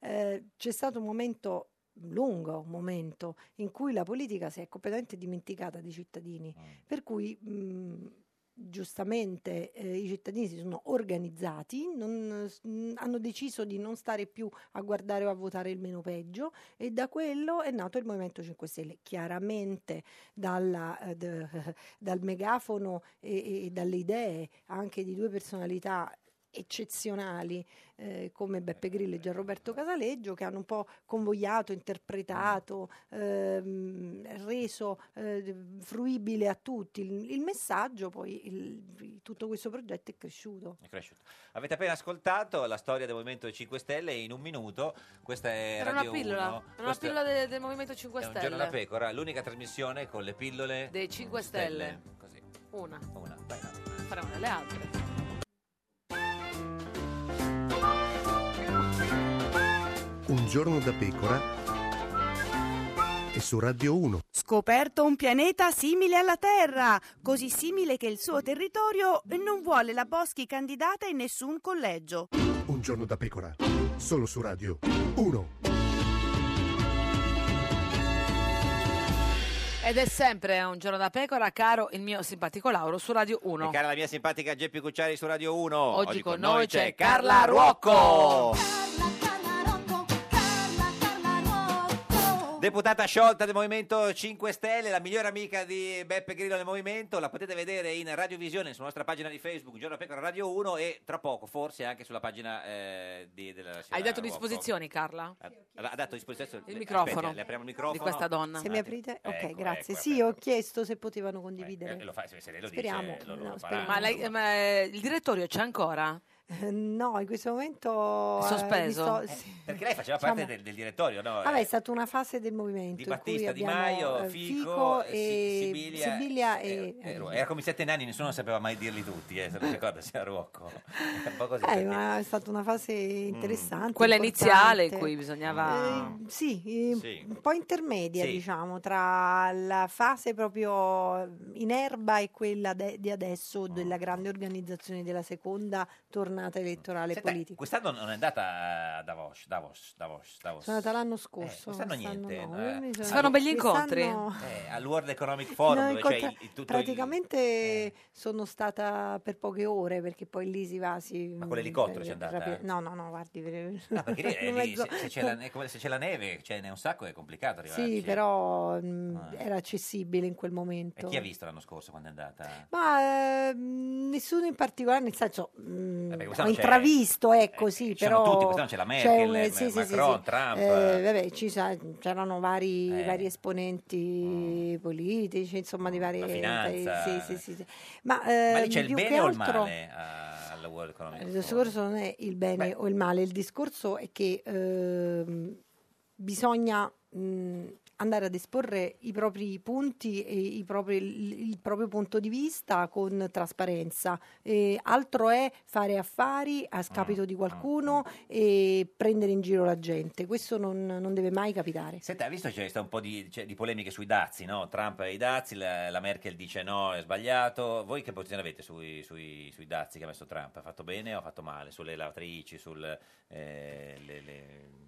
S10: Eh, c'è stato un momento un lungo momento in cui la politica si è completamente dimenticata dei cittadini,
S2: Mm.
S10: per cui mm, mh, giustamente eh, i cittadini si sono organizzati, non, mh, hanno deciso di non stare più a guardare o a votare il meno peggio e da quello è nato il Movimento 5 Stelle. Chiaramente dalla, eh, d- dal megafono e- e dalle idee anche di due personalità eccezionali eh, come Beppe Grillo e Gianroberto Casaleggio che hanno un po' convogliato, interpretato, ehm, reso eh, fruibile a tutti il, il messaggio, poi il- tutto questo progetto è cresciuto.
S2: È cresciuto. Avete appena ascoltato la storia del Movimento 5 Stelle in un minuto. Questa è
S1: Era una
S2: Radio
S1: pillola,
S2: 1.
S1: era una
S2: Questa
S1: pillola de- del Movimento 5
S2: è un giorno da
S1: Stelle.
S2: pecora, l'unica trasmissione con le pillole
S1: Dei 5 Stelle.
S2: Così,
S1: Una,
S2: una.
S1: faremo delle altre.
S12: Un giorno da pecora e su Radio 1.
S13: Scoperto un pianeta simile alla Terra, così simile che il suo territorio non vuole la Boschi candidata in nessun collegio.
S12: Un giorno da pecora. Solo su Radio 1.
S1: Ed è sempre un giorno da pecora, caro il mio simpatico Lauro su Radio 1.
S2: E cara la mia simpatica Geppi Cucciari su Radio 1. Oggi,
S1: con noi c'è Carla
S2: Ruocco. Deputata sciolta del Movimento 5 Stelle, la migliore amica di Beppe Grillo del Movimento, la potete vedere in radiovisione sulla nostra pagina di Facebook, Giorno da Pecora Radio 1 e tra poco forse anche sulla pagina eh, di, della signora
S1: Hai dato a
S2: Ruocco.
S1: disposizione Carla?
S2: Ha ha dato a disposizione
S1: Il microfono
S2: Eh, Aspetta, le apriamo il microfono
S1: di questa donna.
S10: Se mi aprite? Ok,
S2: Ecco,
S10: grazie.
S2: ecco,
S10: sì, ho chiesto se potevano
S2: Eh,
S10: condividere.
S2: lo fa, se se lei lo
S10: Speriamo,
S2: dice, lo, lo
S10: no,
S2: lo farà.
S10: speriamo.
S1: Ma, lei- eh, ma, eh, il direttorio c'è ancora?
S10: Eh, No, in questo momento...
S1: È
S10: eh,
S1: sospeso?
S10: mi sto- sì.
S2: Perché lei faceva
S10: Diciamo-
S2: parte del, del direttorio, no?
S10: Vabbè, è
S2: Eh,
S10: stata una fase del movimento.
S2: Di
S10: in cui
S2: Battista, Di
S10: abbiamo,
S2: Maio,
S10: eh,
S2: Fico,
S10: e
S2: Sibilia,
S10: Sibilia e... eh,
S2: Era ecco, era come i sette nani, nessuno sapeva mai dirli tutti, eh, se lo ricorda, signor Ruocco. È un po' così.
S10: Eh,
S2: perché- Mm.
S10: ma è stata una fase interessante.
S1: Quella iniziale in
S10: importante.
S1: cui bisognava...
S10: Eh, sì, eh,
S2: Sì.
S10: un po' intermedia,
S2: Sì.
S10: diciamo, tra la fase proprio in erba e quella de- di adesso
S2: Mm.
S10: della grande organizzazione della seconda tornata elettorale
S2: Senta,
S10: politica.
S2: quest'anno non è andata a Davos, Davos, Davos, Davos.
S10: Sono andata l'anno scorso.
S2: quest'anno niente, no, eh.
S10: io mi
S2: Si
S10: sono-
S1: fanno begli
S10: quest'anno-
S1: incontri?
S2: Eh, al World Economic Forum,
S10: No,
S2: dove c'è
S10: incontra-
S2: il, eh. il tutto
S10: praticamente sono stata per poche ore perché poi lì si va si,
S2: Ma con l'elicottero c'è andata?
S10: rapi- no no no guardi per-
S2: il... Ah, Perché lì, è
S10: in
S2: lì,
S10: mezzo-
S2: se, se c'è la, è come se c'è la neve, ce n'è un sacco, è complicato arrivarci.
S10: sì però mh,
S2: eh. Ah.
S10: era accessibile in quel
S2: E
S10: momento
S2: chi ha visto l'anno scorso quando è andata?
S10: ma ehm, nessuno in particolare nel senso mh,
S2: Vabbè,
S10: ho
S2: quest'anno c'è- eh,
S10: intravisto ecco sì
S2: ci sono
S10: però
S2: tutti, quest'anno c'è la Merkel,
S10: un-
S2: eh,
S10: sì, sì, sì,
S2: Macron,
S10: sì.
S2: Trump.
S10: Eh, vabbè, ci sa- c'erano vari,
S2: Eh. Mm.
S10: vari esponenti politici insomma di varie
S2: La finanza.
S10: sì, sì, sì, sì. ma,
S2: Ma
S10: ehm,
S2: lì c'è il
S10: più che
S2: bene o il
S10: altro- Eh,
S2: male a- al World Economic
S10: Il
S2: Forum?
S10: discorso non è il bene o il male, il discorso è che ehm, bisogna mh, andare ad esporre i propri punti e i propri- il, il proprio punto di vista con trasparenza. E altro è fare affari a scapito di qualcuno e prendere in giro la gente. Questo non, non deve mai capitare.
S2: Senta, ha visto che c'è sta un po' di, c'è di polemiche sui dazi, no? Trump e i dazi, la, la Merkel dice no, è sbagliato. Voi che posizione avete sui, sui- sui dazi che ha messo Trump? Ha fatto bene o ha fatto male? Sulle lavatrici, sul... eh, le- le-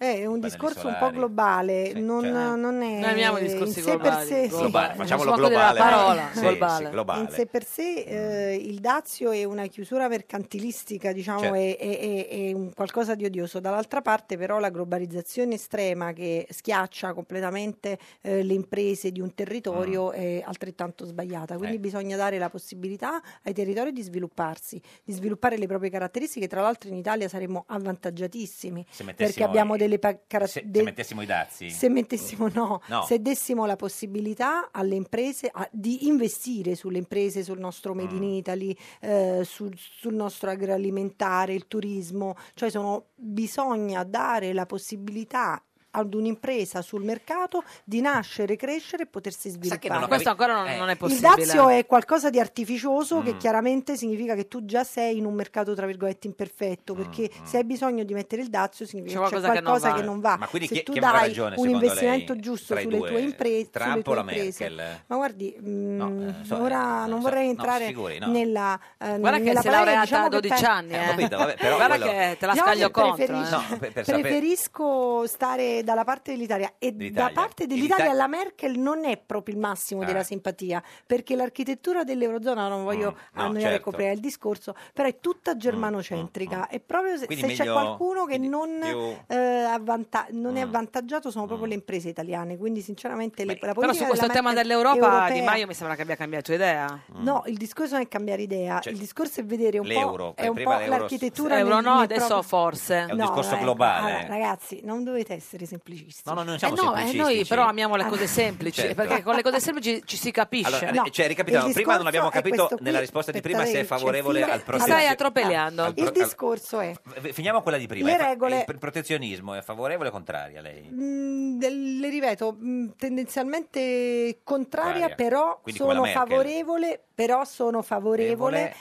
S10: È un
S2: Pannelli
S10: discorso un po'
S2: solari.
S10: globale, non,
S2: cioè-
S10: non è
S1: Noi amiamo i
S10: in
S1: discorsi
S10: sé per
S1: globali,
S10: sé, sì.
S2: Globale, facciamolo
S1: suono della
S2: globale.
S1: parola,
S2: Sì, sì,
S1: globale.
S2: globale.
S10: In sé per sé eh, il dazio è una chiusura mercantilistica, diciamo,
S2: Certo.
S10: è, è- è- è un qualcosa di odioso. Dall'altra parte però la globalizzazione estrema che schiaccia completamente eh, le imprese di un territorio
S2: Mm.
S10: è altrettanto sbagliata. Quindi
S16: Eh.
S10: bisogna dare la possibilità ai territori di svilupparsi, di sviluppare le proprie caratteristiche. Tra l'altro in Italia saremmo avvantaggiatissimi
S2: Se
S10: perché
S2: mettessimo
S10: abbiamo
S2: i-
S10: delle pa- cara-
S2: se, se
S10: de-
S2: mettessimo i dazi?
S10: se mettessimo no,
S2: No.
S10: se dessimo la possibilità alle imprese a- di investire sulle imprese, sul nostro Made
S2: Mm.
S10: in Italy, eh, sul, sul nostro agroalimentare, il turismo, cioè sono- bisogna dare la possibilità ad un'impresa sul mercato di nascere, crescere e potersi
S1: che
S10: sviluppare.
S1: non ho Questo capi- ancora non- eh. non è possibile.
S10: Il dazio è qualcosa di artificioso che
S1: Mm.
S10: chiaramente significa che tu già sei in un mercato tra virgolette imperfetto, perché
S2: Mm,
S10: se hai bisogno di mettere il dazio significa
S1: C'è
S10: che c'è
S1: qualcosa che non
S10: qualcosa
S1: va.
S10: che non va.
S2: Ma quindi
S10: se
S2: chi-
S10: tu
S2: chi avrà
S10: dai
S2: ragione,
S10: un
S2: secondo
S10: investimento
S2: lei,
S10: giusto
S2: tra i
S10: sulle
S2: due,
S10: tue imprese,
S2: Trump
S10: sulle
S2: o
S10: tue
S2: la
S10: imprese.
S2: Merkel? eh,
S10: Ma guardi, mm,
S2: so-
S10: ora non vorrei
S2: no,
S10: entrare
S2: si figuri, no.
S10: nella eh,
S1: Guarda che
S10: nella
S1: si
S10: polemica,
S1: è laureata
S10: diciamo
S1: a
S10: che
S1: 12
S10: pe-
S1: anni, eh.
S2: Capito, vabbè, però
S1: Guarda
S2: quello-
S1: che te la
S10: Diciamo
S1: scaglio
S10: che
S1: contro. eh.
S10: preferisco-
S2: No, per- per sapere-
S10: preferisco stare dalla parte dell'Italia e
S2: Dell'Italia.
S10: da parte
S2: Dell'Italia-
S10: dell'Italia la Merkel non è proprio il massimo
S2: Ah.
S10: della simpatia perché l'architettura dell'Eurozona non voglio
S2: no,
S10: annoiare e
S2: certo. Mm,
S10: coprire il discorso però è tutta germanocentrica e proprio se,
S2: Quindi
S10: se c'è
S2: meglio-
S10: qualcuno che non,
S2: più- Mm.
S10: eh, avvanta- non è avvantaggiato sono proprio le imprese italiane quindi sinceramente le- la politica
S1: Però su questo
S10: della
S1: tema
S10: Merkel
S1: dell'Europa Di
S10: europea-
S1: Maio mi sembra che abbia cambiato idea.
S2: Mm.
S10: No, il discorso non è cambiare idea,
S2: Cioè,
S10: il discorso è vedere un
S1: l'euro,
S10: po', è un
S1: prima
S10: po'
S1: l'euro-
S10: l'architettura.
S1: Euro
S10: nel-
S1: Eh, no,
S10: nel
S1: adesso
S10: proprio-
S1: forse. È un discorso
S10: ecco,
S1: globale.
S10: allora, ragazzi, non dovete essere semplicisti.
S2: No, no, non
S1: Eh
S2: siamo
S1: no, eh, noi
S2: semplicistici.
S1: però amiamo le
S10: Ah.
S1: cose semplici,
S2: Certo.
S1: perché
S10: eh,
S1: con le cose semplici ci si capisce.
S2: Allora, cioè, ricapitoliamo, prima non abbiamo capito nella risposta di prima se
S10: eh,
S2: è favorevole al
S1: Ti
S2: processo.
S1: stai atropellando.
S2: Al pro- al-
S10: discorso è
S2: F- Finiamo quella di prima.
S10: Le
S2: È fa-
S10: regole-
S2: Il protezionismo è favorevole o contraria lei?
S10: Mm, del- le ripeto, mm, tendenzialmente contraria,
S2: Contraria.
S10: però
S2: Quindi come
S10: sono
S2: la Merkel.
S10: favorevole, però sono favorevole
S2: Favorevole. Eh.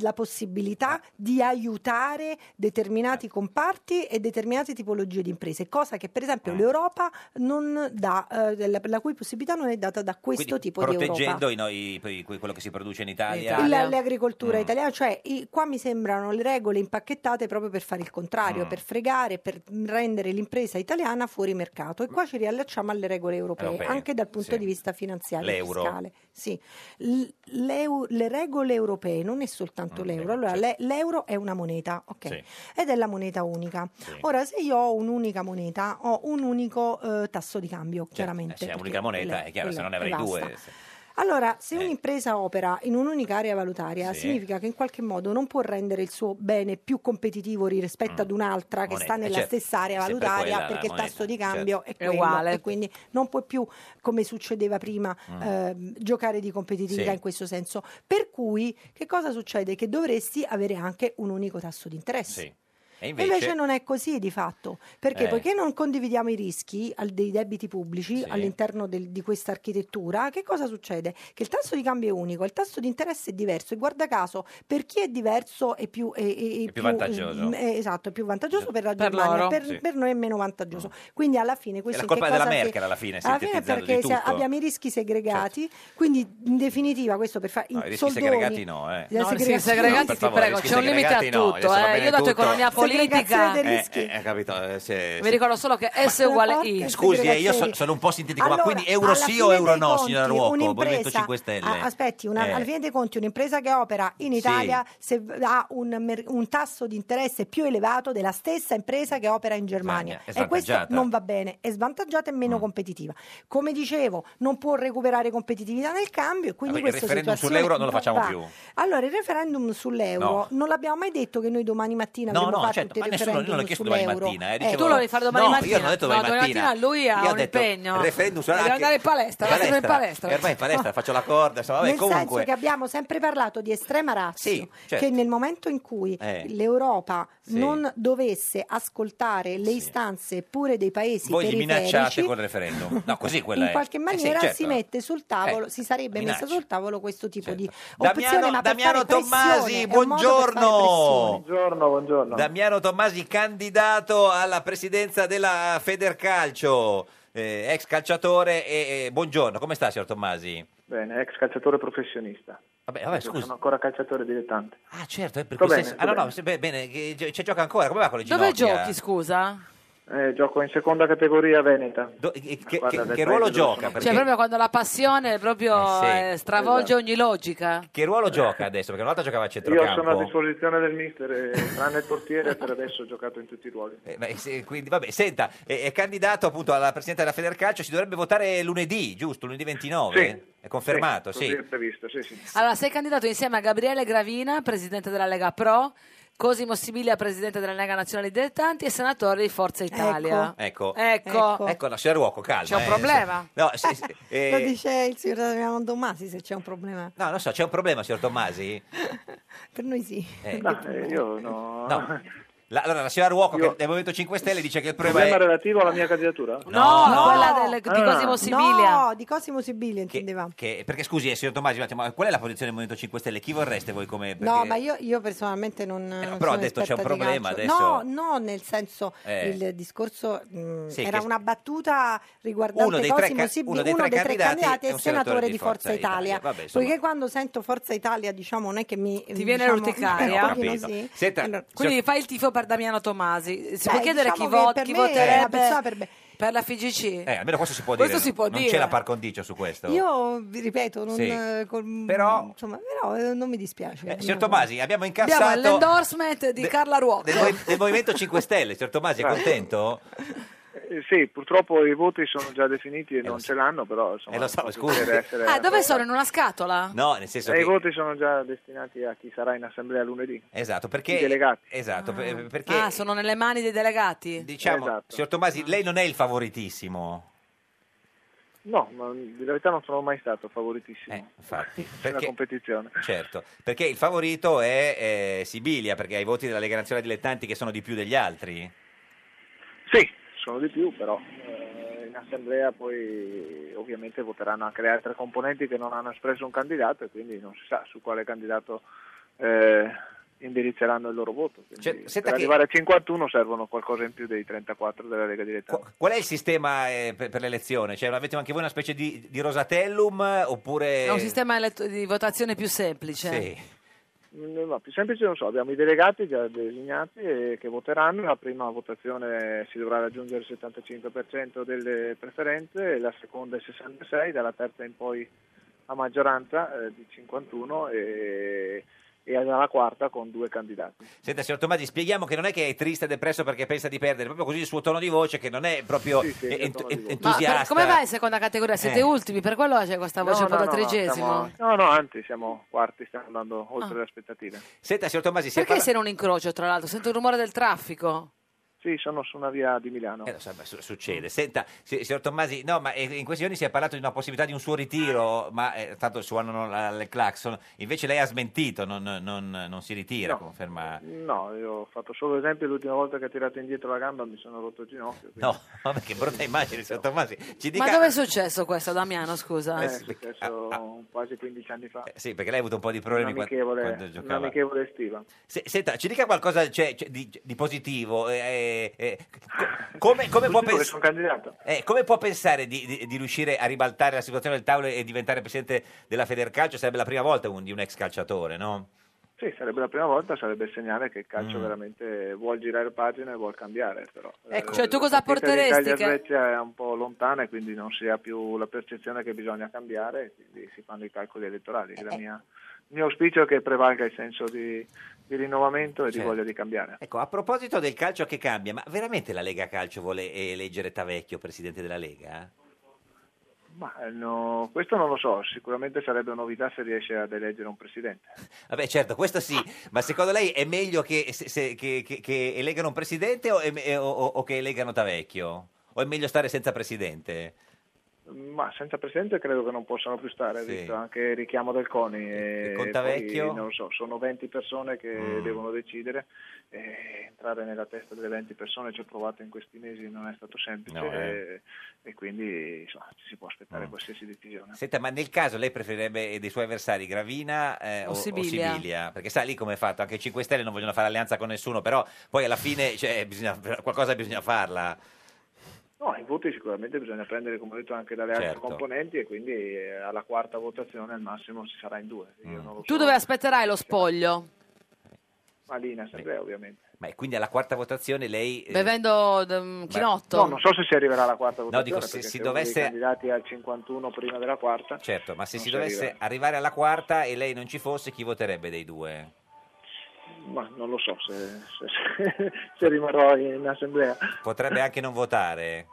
S10: alla possibilità di aiutare determinati comparti e determinate tipologie di imprese, cosa che per esempio
S2: Eh.
S10: l'Europa non dà, eh, della- la cui possibilità non è data da questo tipo di Europa.
S2: Proteggendo i no- i- i- quello che si produce in Italia.
S10: Il-
S16: Mm.
S10: l'agricoltura italiana, cioè i- qua mi sembrano le regole impacchettate proprio per fare il contrario,
S16: Mm.
S10: per fregare, per rendere l'impresa italiana fuori mercato e qua ci riallacciamo alle regole europee,
S16: Europee,
S10: anche dal punto
S16: sì.
S10: di vista finanziario e
S16: L'euro.
S10: fiscale. Sì. L- l'eu- le regole europee non è soltanto l'euro, allora le- l'euro è una moneta, ok?
S16: Mm, Sì.
S10: Ed è la moneta unica. Ora se io ho un'unica moneta, ho un unico eh, tasso di cambio,
S16: eh,
S10: chiaramente.
S2: Se è
S10: perché
S2: unica Cioè, moneta,
S10: quello-
S2: è chiaro, se
S10: quello
S2: non ne avrei
S10: e basta.
S2: due. se-
S10: Allora, se un'impresa opera in un'unica area valutaria,
S2: Eh. Sì.
S10: significa che in qualche modo non può rendere il suo bene più competitivo ri- rispetto ad un'altra che
S2: Mm. Moneta,
S10: sta nella
S2: eh, certo,
S10: stessa area
S2: è sempre
S10: valutaria
S2: quella la
S10: perché il
S2: moneta,
S10: tasso di
S2: certo.
S10: cambio
S2: È
S10: è quello
S2: uguale.
S10: e quindi non può più, come succedeva prima,
S2: Mm.
S10: ehm, giocare di competitività
S2: Sì.
S10: in questo senso. Per cui, che cosa succede? Che dovresti avere anche un unico tasso di interesse.
S2: Sì.
S10: Eh
S2: E
S10: Invece, non è così di fatto, perché
S2: Eh.
S10: poiché non condividiamo i rischi al- dei debiti pubblici all'interno del- di questa architettura, che cosa succede? Che il tasso di cambio è unico, il tasso di interesse è diverso e guarda caso per chi è diverso è più, è- è- è
S2: più vantaggioso.
S10: mm, è- esatto, è più vantaggioso per la
S2: Per
S10: Germania,
S2: loro.
S10: per,
S2: Sì. Mm.
S10: per noi è meno vantaggioso. Quindi alla fine questo
S2: colpa
S10: che
S2: della
S10: cosa
S2: Merkel,
S10: che-
S2: alla fine,
S10: alla fine è
S2: sintetizzando di
S10: perché se
S2: tutto. Certo.
S10: abbiamo i rischi segregati, quindi in definitiva questo per fare
S2: No, i rischi segregati no, eh.
S10: La
S2: No,
S1: i rischi
S10: segregazione-
S1: segregati
S2: per
S1: ti
S2: favore,
S1: prego,
S2: rischi
S1: c'è un limite a
S2: segregati no,
S1: tutto,
S2: adesso va
S1: eh.
S2: bene
S1: Io ho dato
S2: tutto.
S1: economia politica.
S10: Segregazione dei
S2: Eh,
S10: rischi.
S2: eh, eh, capito, eh, se-
S1: Mi ricordo solo che S uguale I.
S2: Scusi, eh, io so- sono un po' sintetico, ma
S10: Allora,
S2: quindi euro
S10: alla
S2: sì
S10: fine
S2: o euro
S10: dei
S2: no,
S10: conti,
S2: signora Ruocco?
S10: un'impresa-
S2: Movimento 5 Stelle.
S10: Ah, aspetti, una-
S2: Eh.
S10: alla fine dei conti, un'impresa che opera in
S2: Sì.
S10: Italia se ha un, mer- un tasso di interesse più elevato della stessa impresa che opera in Germania.
S2: Germania, è
S10: E questo
S2: svantaggiata. Mm.
S10: non va bene, è svantaggiata e meno competitiva. Come dicevo, non può recuperare competitività nel cambio e quindi
S2: Vabbè, il
S10: questa
S2: referendum
S10: situazione
S2: sull'euro non lo facciamo
S10: va.
S2: più.
S10: Allora, il referendum sull'euro
S2: No.
S10: non l'abbiamo mai detto che noi domani mattina
S2: No,
S10: avremmo
S2: no,
S10: fatto
S2: Certo,
S10: tutte
S2: ma
S10: il
S2: nessuno- io non l'ho
S10: referendum
S2: chiesto domani
S10: sull'euro.
S2: mattina, eh, dicevo-
S1: tu lo devi fare domani
S2: No,
S1: mattina.
S2: io non ho detto domani
S1: No, domani
S2: mattina.
S1: lui ha
S2: Io ho
S1: un
S2: detto,
S1: impegno.
S2: il referendum sarà
S1: Deve
S2: anche-
S1: andare in
S2: Eh,
S1: palestra, va sempre in palestra.
S2: E ormai in palestra faccio la corda, insomma, vabbè,
S10: Nel senso
S2: comunque.
S10: che abbiamo sempre parlato di estrema razza,
S2: certo.
S10: che nel momento in cui
S2: Eh.
S10: l'Europa
S2: Sì.
S10: non dovesse ascoltare le istanze pure dei paesi
S2: Voi li minacciate
S10: periferici,
S2: col referendum. No, così quella
S10: in
S2: è.
S10: qualche
S2: Eh sì,
S10: maniera
S2: certo. Eh,
S10: si mette sul tavolo, si sarebbe
S2: minaccia. Certo.
S10: messa sul tavolo questo tipo di opzione.
S2: Damiano,
S10: ma per
S2: Damiano
S10: fare pressione, è
S2: Tommasi,
S10: un modo per fare
S2: buongiorno.
S16: Buongiorno, buongiorno.
S2: Damiano Tommasi, candidato alla presidenza della Federcalcio, eh, ex calciatore. E, e buongiorno, come sta, signor Tommasi?
S16: Bene, ex calciatore professionista.
S2: Vabbè, vabbè, scusi.
S16: Sono ancora calciatore dilettante.
S2: Ah, certo, per
S16: Sto
S2: cui
S16: bene,
S2: sei-
S16: sto
S2: ah, no, no,
S16: bene.
S2: se- beh, bene, che gi- c'è gioca ancora, come va con le
S1: Dove
S2: ginocchia?
S1: giochi, scusa? Cioè,
S16: Eh, gioco in seconda categoria veneta.
S2: che, che ruolo gioca?
S1: Cioè,
S2: Perché-
S1: proprio quando la passione proprio
S2: Eh, sì.
S1: eh, stravolge
S16: Esatto.
S1: ogni logica.
S2: Che ruolo gioca adesso? Perché una volta giocava a
S16: Io sono a
S2: centrocampo.
S16: disposizione del mister, eh, tranne il portiere, per adesso ho giocato in tutti i ruoli.
S2: Eh, ma- se- quindi, vabbè, senta, è, è candidato appunto alla presidenza della Federcalcio, si dovrebbe votare lunedì, giusto? Lunedì 29? eh? È confermato,
S16: Sì,
S2: sì.
S16: così è previsto, sì, sì.
S1: Allora, sei candidato insieme a Gabriele Gravina, presidente della Lega Pro, Cosimo Similia, presidente della Lega Nazionale dei Dilettanti e senatore di Forza Italia.
S2: Ecco.
S1: Ecco.
S2: Ecco. Ecco, la signora Ruoco, calma.
S1: C'è un
S2: eh.
S1: problema?
S2: No, sì, sì, eh,
S10: Lo dice il signor Damiano Tommasi se c'è un problema.
S2: no, non so, c'è un problema, signor Tommasi?
S10: Per noi sì.
S2: Eh.
S16: No, eh, io no.
S2: No. La- allora, la signora Ruoco, che del Movimento 5 Stelle, dice che il
S16: Problema,
S2: problema è...
S16: relativo alla mia candidatura? Ah,
S2: No, no.
S10: quella
S1: del-
S16: di Cosimo
S1: Sibilia.
S10: No, di Cosimo Sibilia intendevamo.
S2: Che- perché scusi, eh, signor Tommasi, un attimo, ma qual è la posizione del Movimento 5 Stelle? Chi vorreste voi come...
S10: No,
S2: perché- Eh,
S10: ma io, io personalmente non. non sono
S2: però ha detto c'è un
S10: esperta di
S2: problema
S10: calcio. No,
S2: adesso.
S10: no, nel senso
S2: Eh.
S10: il discorso mh,
S2: Sì,
S10: era
S2: che-
S10: una battuta riguardante
S2: Uno dei tre
S10: Cosimo
S2: ca-
S10: Sibi-
S2: uno dei tre candidati
S10: candidati
S2: è
S10: e
S2: un
S10: senatore,
S2: senatore
S10: di Forza, Italia.
S2: Vabbè, insomma.
S10: Poiché quando sento Forza Italia, diciamo, non è che mi.
S1: Ti viene
S10: diciamo,
S1: l'urticaria?
S10: un pochino
S2: Capito.
S10: sì.
S2: Ah, Senta,
S1: Quindi
S2: signor-
S1: fai il tifo per Damiano Tommasi. Si
S10: Beh,
S1: può chiedere
S10: diciamo
S1: chi,
S10: che
S1: vot-
S10: per
S1: chi
S10: me è una
S1: voterebbe
S10: persona
S1: per, la FIGC?
S2: Eh, almeno questo si può
S1: Questo
S2: dire.
S1: si può
S2: non
S1: dire.
S2: c'è la par condicio su questo.
S10: Io vi ripeto, non,
S2: Sì.
S10: eh, col-
S2: Però-
S10: insomma, però, eh, non mi dispiace.
S2: Eh, signor Tomasi, abbiamo incassato...
S1: Abbiamo l'endorsement di Carla Ruocco.
S2: Del, mov- del Movimento 5 Stelle, signor Tomasi, è contento?
S16: Ah. Eh, sì, purtroppo i voti sono già
S2: Eh,
S16: definiti e non ce l'hanno, però insomma...
S2: lo so,
S16: proprio
S2: scusi.
S16: per essere-
S1: Ah, dove sono? In una scatola?
S2: No, nel senso
S16: Eh, I
S2: che...
S16: voti sono già destinati a chi sarà in assemblea lunedì.
S2: Esatto, perché...
S16: I delegati.
S2: Esatto, per- perché...
S1: Ah, sono nelle mani dei delegati?
S2: Diciamo,
S10: Esatto.
S16: Esatto.
S2: signor Tomasi,
S16: Ah.
S2: lei non è il favoritissimo,
S16: No, ma in verità non sono mai stato favoritissimo
S2: Eh, infatti,
S16: nella
S2: perché,
S16: competizione.
S2: certo, perché il favorito è eh, Sibilia, perché ha i voti della Lega Nazionale Dilettanti che sono di più degli altri.
S16: Sì, sono di più, però eh, in assemblea poi ovviamente voteranno anche le altre componenti che non hanno espresso un candidato e quindi non si sa su quale candidato eh, indirizzeranno il loro voto. Quindi
S2: Cioè, senta
S16: per
S2: che-
S16: arrivare a 51 servono qualcosa in più dei 34 della Lega Diretta.
S2: Qual è il sistema eh, per, per l'elezione? Cioè, avete anche voi una specie di, di rosatellum eh, oppure...
S1: È un sistema eletto- di votazione più semplice.
S2: Sì.
S16: Mm, No, più semplice non so, abbiamo i delegati già designati eh, che voteranno, la prima votazione si dovrà raggiungere il 75% delle preferenze, la seconda il 66, dalla terza in poi a maggioranza eh, di 51 e, e alla quarta con due candidati.
S2: Senta, signor Tomasi, spieghiamo che non è che è triste e depresso perché pensa di perdere, proprio così il suo tono di voce che non è proprio eh, ent- ent-
S1: Ma per-
S2: entusiasta.
S1: come va in seconda categoria? Siete
S2: Eh.
S1: ultimi, per quello c'è questa voce un po' da tredicesimo.
S16: siamo- no, no, anzi siamo quarti, stiamo andando oltre le aspettative.
S2: Ah. Senta, signor Tomasi, si è
S1: Perché
S2: parla-
S1: sei in un incrocio, tra l'altro? Sento il rumore del traffico.
S16: Sì, sono su una via di Milano.
S2: Eh, lo so, ma su- succede. Senta, si- signor Tommasi, no, ma eh, in questi giorni si è parlato di una possibilità di un suo ritiro, ma eh, tanto suonano la- le clacson. Invece lei ha smentito, non, non- non si ritira,
S16: No. Eh,
S2: conferma.
S16: No, io ho fatto solo esempio, l'ultima volta che ho tirato indietro la gamba mi sono rotto il ginocchio. quindi-
S2: No, vabbè, che brutta immagine, signor Tommasi. Ci dica... ah,
S1: Ma dove è successo questo, Damiano? Scusa.
S16: Eh, è successo quasi 15 anni fa.
S2: Sì, perché lei ha avuto un po' di Eh, problemi qua-
S16: Un'amichevole-
S2: quando giocava.
S16: un'amichevole estiva.
S2: Se- senta, ci dica qualcosa cioè, cioè, di, di positivo. eh, eh, co- come, come può pens- Eh, come può pensare di, di- di riuscire a ribaltare la situazione del tavolo e diventare presidente della Federcalcio? Sarebbe la prima volta un- di un ex calciatore, no?
S16: Sì, sarebbe la prima volta, sarebbe il segnale che il
S2: Mm.
S16: calcio veramente vuol girare pagina e vuol cambiare. Però.
S1: Ecco,
S16: Eh,
S1: cioè, tu
S16: la
S1: cosa
S16: partita di
S1: porteresti che-
S16: Italia-Svezia è un po' lontana e quindi non si ha più la percezione che bisogna cambiare, quindi si fanno i calcoli elettorali.
S1: Eh.
S16: La mia- il mio auspicio è che prevalga il senso di, di rinnovamento e di
S2: Certo.
S16: voglia di cambiare.
S2: Ecco, a proposito del calcio che cambia, ma veramente la Lega Calcio vuole eh, eleggere Tavecchio presidente della Lega?
S16: Ma eh, no, questo non lo so, sicuramente sarebbe una novità se riesce ad eleggere un presidente.
S2: Vabbè, certo, questo sì, ma secondo lei è meglio che, se- se- che- che- che eleggano un presidente o, è me- o- o- o che eleggano Tavecchio? O è meglio stare senza presidente?
S16: Ma senza presidente credo che non possano più stare,
S2: Sì.
S16: visto anche il richiamo del CONI. E
S2: con
S16: poi,
S2: Tavecchio?
S16: non lo so, sono 20 persone che
S2: Mm.
S16: devono decidere e entrare nella testa delle 20 persone ci ho provato in questi mesi, non è stato semplice
S2: No, eh. Mm.
S16: e, e quindi insomma, ci si può aspettare qualsiasi decisione.
S2: Senta, ma nel caso lei preferirebbe eh, dei suoi avversari Gravina eh,
S16: O
S2: o, o
S16: Sibilia?
S2: Sibilia? Perché sa lì come è fatto, anche i 5 Stelle non vogliono fare alleanza con nessuno, però poi alla fine cioè, bisogna- qualcosa bisogna farla.
S16: No, i voti sicuramente bisogna prendere, come ho detto, anche dalle altre
S2: Certo.
S16: componenti e quindi eh, alla quarta votazione al massimo si sarà in due. Io non lo
S1: Tu
S16: so.
S1: dove aspetterai lo spoglio?
S16: Ma lì in assemblea ovviamente.
S2: Ma quindi alla quarta votazione lei... eh,
S1: Bevendo mm, chinotto?
S16: No, non so se si arriverà alla quarta
S2: No,
S16: votazione.
S2: dico, se
S16: perché
S2: si
S16: uno dei
S2: dovesse-
S16: candidati al 51 prima della quarta.
S2: Certo, ma se
S16: Non
S2: si
S16: si
S2: dovesse
S16: arriva.
S2: arrivare alla quarta e lei non ci fosse, chi voterebbe dei due?
S16: Ma non lo so se, se- se rimarrò in assemblea.
S1: Cioè,
S2: Potrebbe anche non votare.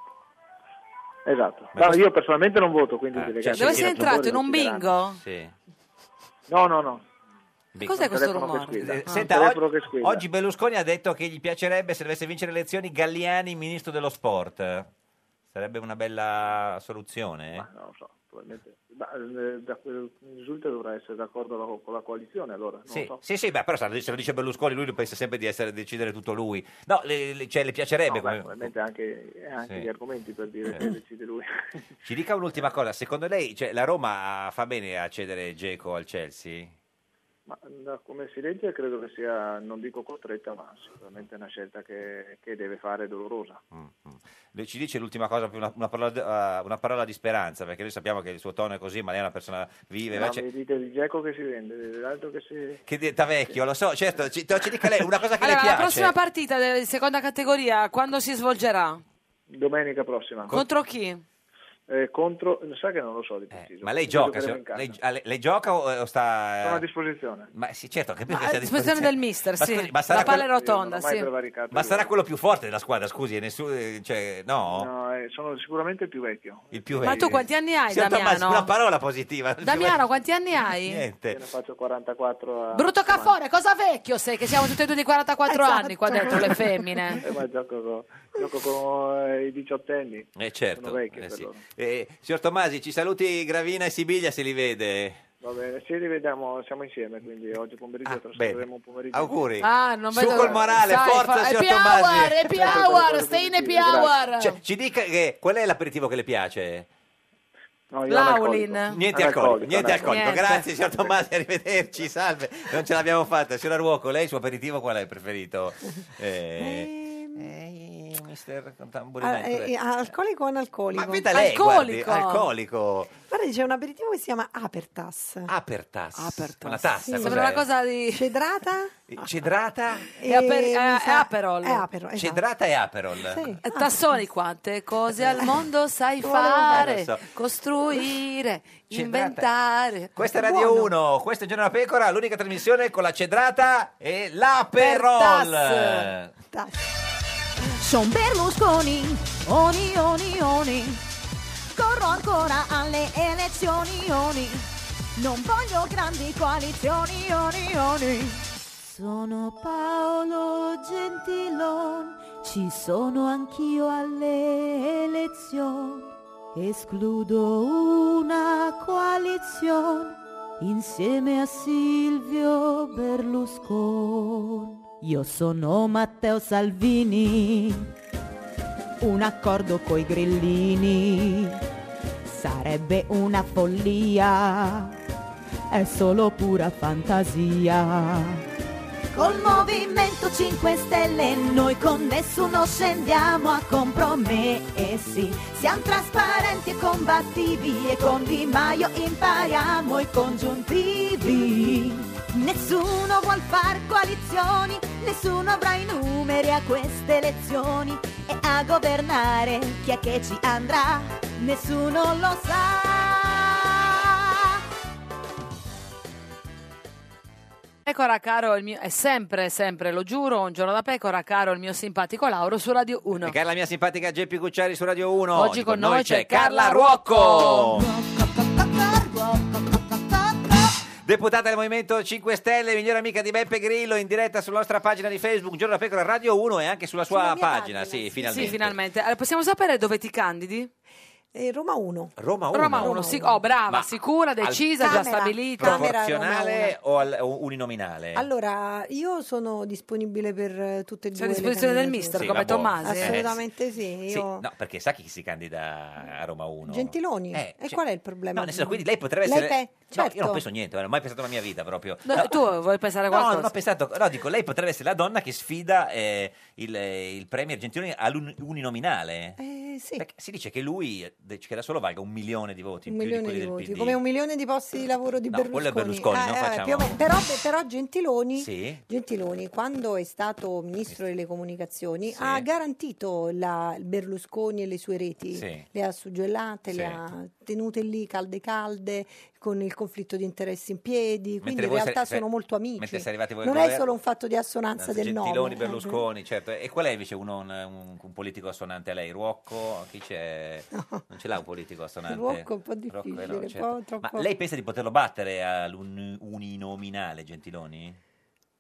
S16: Esatto.
S2: Ma
S16: No,
S2: questo-
S16: io personalmente non voto, quindi
S2: Ah,
S16: i delegati del
S2: cioè,
S1: Dove sei
S16: senatore
S1: entrato? In un
S16: voteranno.
S1: bingo?
S2: Sì.
S16: No, no, no.
S1: Cos'è questo rumore?
S2: Eh,
S16: Ah.
S2: Senta,
S16: Il telefono
S2: oggi-
S16: che squilla.
S2: oggi Berlusconi ha detto che gli piacerebbe, se dovesse vincere le elezioni, Galliani ministro dello sport. Sarebbe una bella soluzione?
S16: non lo so, probabilmente. Ma, eh, da quel mi risulta dovrà essere d'accordo la- con la coalizione, allora. Non
S2: Sì,
S16: so.
S2: sì, sì, beh, però se lo dice- se lo dice Berlusconi, lui pensa sempre di essere, decidere tutto lui. No, le, le- cioè, le
S16: No, beh,
S2: piacerebbe. come-
S16: probabilmente anche, eh, anche
S2: Sì.
S16: gli argomenti per dire
S2: Eh.
S16: che decide lui.
S2: Ci dica un'ultima cosa, secondo lei cioè, la Roma fa bene a cedere Geco al Chelsea?
S16: Ma da come si legge credo che sia, non dico costretta, ma sicuramente una scelta che, che deve fare dolorosa.
S2: Lei Ci dice l'ultima cosa, una, una parola, eh, una parola di speranza, perché noi sappiamo che il suo tono è così, ma lei è una persona viva.
S16: No,
S2: vivace.
S16: mi dite di Dzeko che si vende, l'altro che si...
S2: Che detta vecchio, lo so, certo, ci, to- ci dica lei una cosa che
S1: Allora,
S2: le
S1: la
S2: piace.
S1: prossima partita della seconda categoria, quando si svolgerà?
S16: Domenica prossima.
S1: Contro chi?
S16: Eh, contro... Sa che non lo so di preciso.
S2: Eh, Ma lei
S16: Noi
S2: gioca,
S16: giocheremo
S2: se-
S16: in casa.
S2: lei, ah, lei- lei gioca o, o sta...
S16: Sono a disposizione.
S2: Ma sì, certo, ho
S1: Ma
S2: capito che
S1: a
S2: sia
S1: Eh, disposizione del mister,
S2: Ma
S1: sì.
S2: scusi, ma sarà
S1: la palla è
S2: quel-
S1: rotonda,
S16: non ho mai
S1: sì.
S16: prevaricato.
S2: Ma sarà quello più forte della squadra, scusi, e nessuno, eh, cioè, no?
S16: No, eh, sono sicuramente il più vecchio.
S2: Il più
S1: Ma
S2: vecchio.
S1: tu quanti anni hai,
S2: Signor Tomasi, una
S1: Damiano?
S2: parola positiva. non ci
S1: Damiano, quanti anni
S2: vuole
S1: hai?
S2: Niente. Eh,
S16: Ne faccio 44 a...
S1: Brutto caffone, cosa vecchio sei? Che siamo tutti e due di 44
S2: Esatto.
S1: anni qua dentro le femmine.
S16: Eh, ma gioco con, gioco con eh, i diciottenni.
S2: Eh certo,
S16: Sono vecchio
S2: eh,
S16: per
S2: sì.
S16: loro.
S2: Eh, signor Tomasi, ci saluti Gravina e Sibiglia se li vede.
S16: Va bene, ci rivediamo, siamo insieme, quindi oggi pomeriggio
S2: Ah, bene.
S16: trascorreremo un pomeriggio.
S2: Auguri.
S1: Ah, non
S2: Su
S1: vedo
S2: col morale,
S1: Sai,
S2: forza,
S1: fa-
S2: signor
S1: Happy hour,
S2: Tomasi.
S1: happy hour, stay in happy hour.
S2: Cioè, ci dica che, qual è l'aperitivo che le piace?
S16: No, io
S1: Laulin.
S16: analcolico.
S2: Niente
S16: Analcolico,
S2: alcolico, niente
S16: analcolico.
S2: alcolico.
S1: Niente.
S2: Grazie signor Tomasi, arrivederci, salve. Non ce l'abbiamo fatta. Signora Ruoco, lei il suo aperitivo qual è preferito? Eh, eh, mister
S10: Ah,
S2: Tamburinetto.
S10: eh, eh, alcolico o analcolico?
S2: Ma veda lei, guardi, alcolico.
S10: Guarda, c'è un aperitivo che si chiama Apertas.
S2: Apertas. Una tassa,
S10: Sì.
S2: cos'è? Eh.
S1: di
S10: cedrata
S2: Cedrata?
S1: È
S2: eh,
S1: aper-
S10: mi
S1: è-
S10: sa-
S1: è Aperol.
S10: È Aperol, esatto.
S2: Cedrata e Aperol.
S1: Eh, Tassoni, quante cose al mondo sai
S10: Volevo-
S1: fare,
S2: Eh, lo so.
S1: costruire,
S2: Cedrata.
S1: inventare.
S2: Questa è Radio
S1: Buono.
S2: 1, questa è Giorno della Pecora, l'unica trasmissione con la cedrata e l'Aperol.
S11: Son Berlusconi, oni, oni, oni. Corro ancora alle elezioni, oni. Non voglio grandi coalizioni, oni, oni. Sono Paolo Gentilon, ci sono anch'io alle elezioni. Escludo una coalizione insieme a Silvio Berlusconi. Io sono Matteo Salvini, un accordo coi grillini sarebbe una follia, è solo pura fantasia. Col Movimento 5 Stelle noi con nessuno scendiamo a compromessi. Siamo trasparenti e combattivi e con Di Maio impariamo i congiuntivi. Nessuno vuol far coalizioni, nessuno avrà i numeri a queste elezioni e a governare chi è che ci andrà, nessuno lo sa.
S1: pecora, caro il mio. È sempre, sempre, lo giuro, un giorno da pecora, caro il mio simpatico Lauro su Radio 1.
S2: E cara la mia simpatica Geppi Cucciari su Radio 1.
S1: Oggi con noi c'è Carla
S2: Ruocco. Deputata del Movimento 5 Stelle, migliore amica di Beppe Grillo, in diretta sulla nostra pagina di Facebook, Giorno da Pecora Radio 1 e anche sulla sua pagina, sì, finalmente.
S1: Sì, finalmente. Allora, possiamo sapere dove ti candidi?
S10: Roma 1.
S2: Eh, Roma 1.
S1: Roma 1, sì. Oh, brava, sicura, decisa, già stabilita.
S2: Proporzionale o, al- o uninominale?
S10: Allora, io sono disponibile per eh, tutte e due.
S1: a disposizione
S10: le
S1: del
S10: candidature.
S1: mister,
S2: Sì, come vabbò. Tomasi?
S10: Assolutamente sì.
S2: Sì,
S10: io-
S2: no, perché sa chi si candida a Roma 1?
S10: Gentiloni.
S2: Eh,
S10: e
S2: sì.
S10: qual è il problema?
S2: No, nel senso, quindi lei potrebbe essere...
S10: Lei pe-
S2: No,
S10: certo.
S2: io non penso niente, non ho mai pensato alla mia vita proprio.
S1: No, Tu vuoi pensare a
S2: No,
S1: qualcosa?
S2: non ho pensato, no, dico, lei potrebbe essere la donna che sfida eh, il, eh, il premier Gentiloni all'uninominale.
S10: Eh, sì.
S2: Si dice che lui, eh, che da solo valga un milione di voti,
S10: Un
S2: in più di
S10: milione
S2: quelli
S10: di
S2: del
S10: voti,
S2: PD.
S10: come un milione di posti di lavoro di
S2: No, quello
S10: Berlusconi.
S2: è Berlusconi, no? Facciamo-
S10: più o meno. però, però Gentiloni,
S2: Sì.
S10: Gentiloni, quando è stato ministro delle comunicazioni,
S2: Sì.
S10: ha garantito la Berlusconi e le sue reti,
S2: Sì.
S10: le ha suggellate,
S2: Sì.
S10: le ha tenute lì calde calde, con il conflitto di interessi in piedi, quindi
S2: Mentre
S10: in
S2: voi
S10: realtà
S2: sarete-
S10: sono molto amici.
S2: mentre siete arrivati voi al
S10: non è
S2: governo-
S10: solo un fatto di assonanza del Eh,
S2: Gentiloni,
S10: nome.
S2: Berlusconi, certo. E qual è invece uno, un, un- un politico assonante a lei? Ruocco? Chi c'è? Non ce l'ha un politico assonante?
S10: Ruocco è un po'
S2: Ruocco, eh, no,
S10: difficile, un
S2: certo.
S10: po' troppo-
S2: Ma lei pensa di poterlo battere all'uninominale, Gentiloni?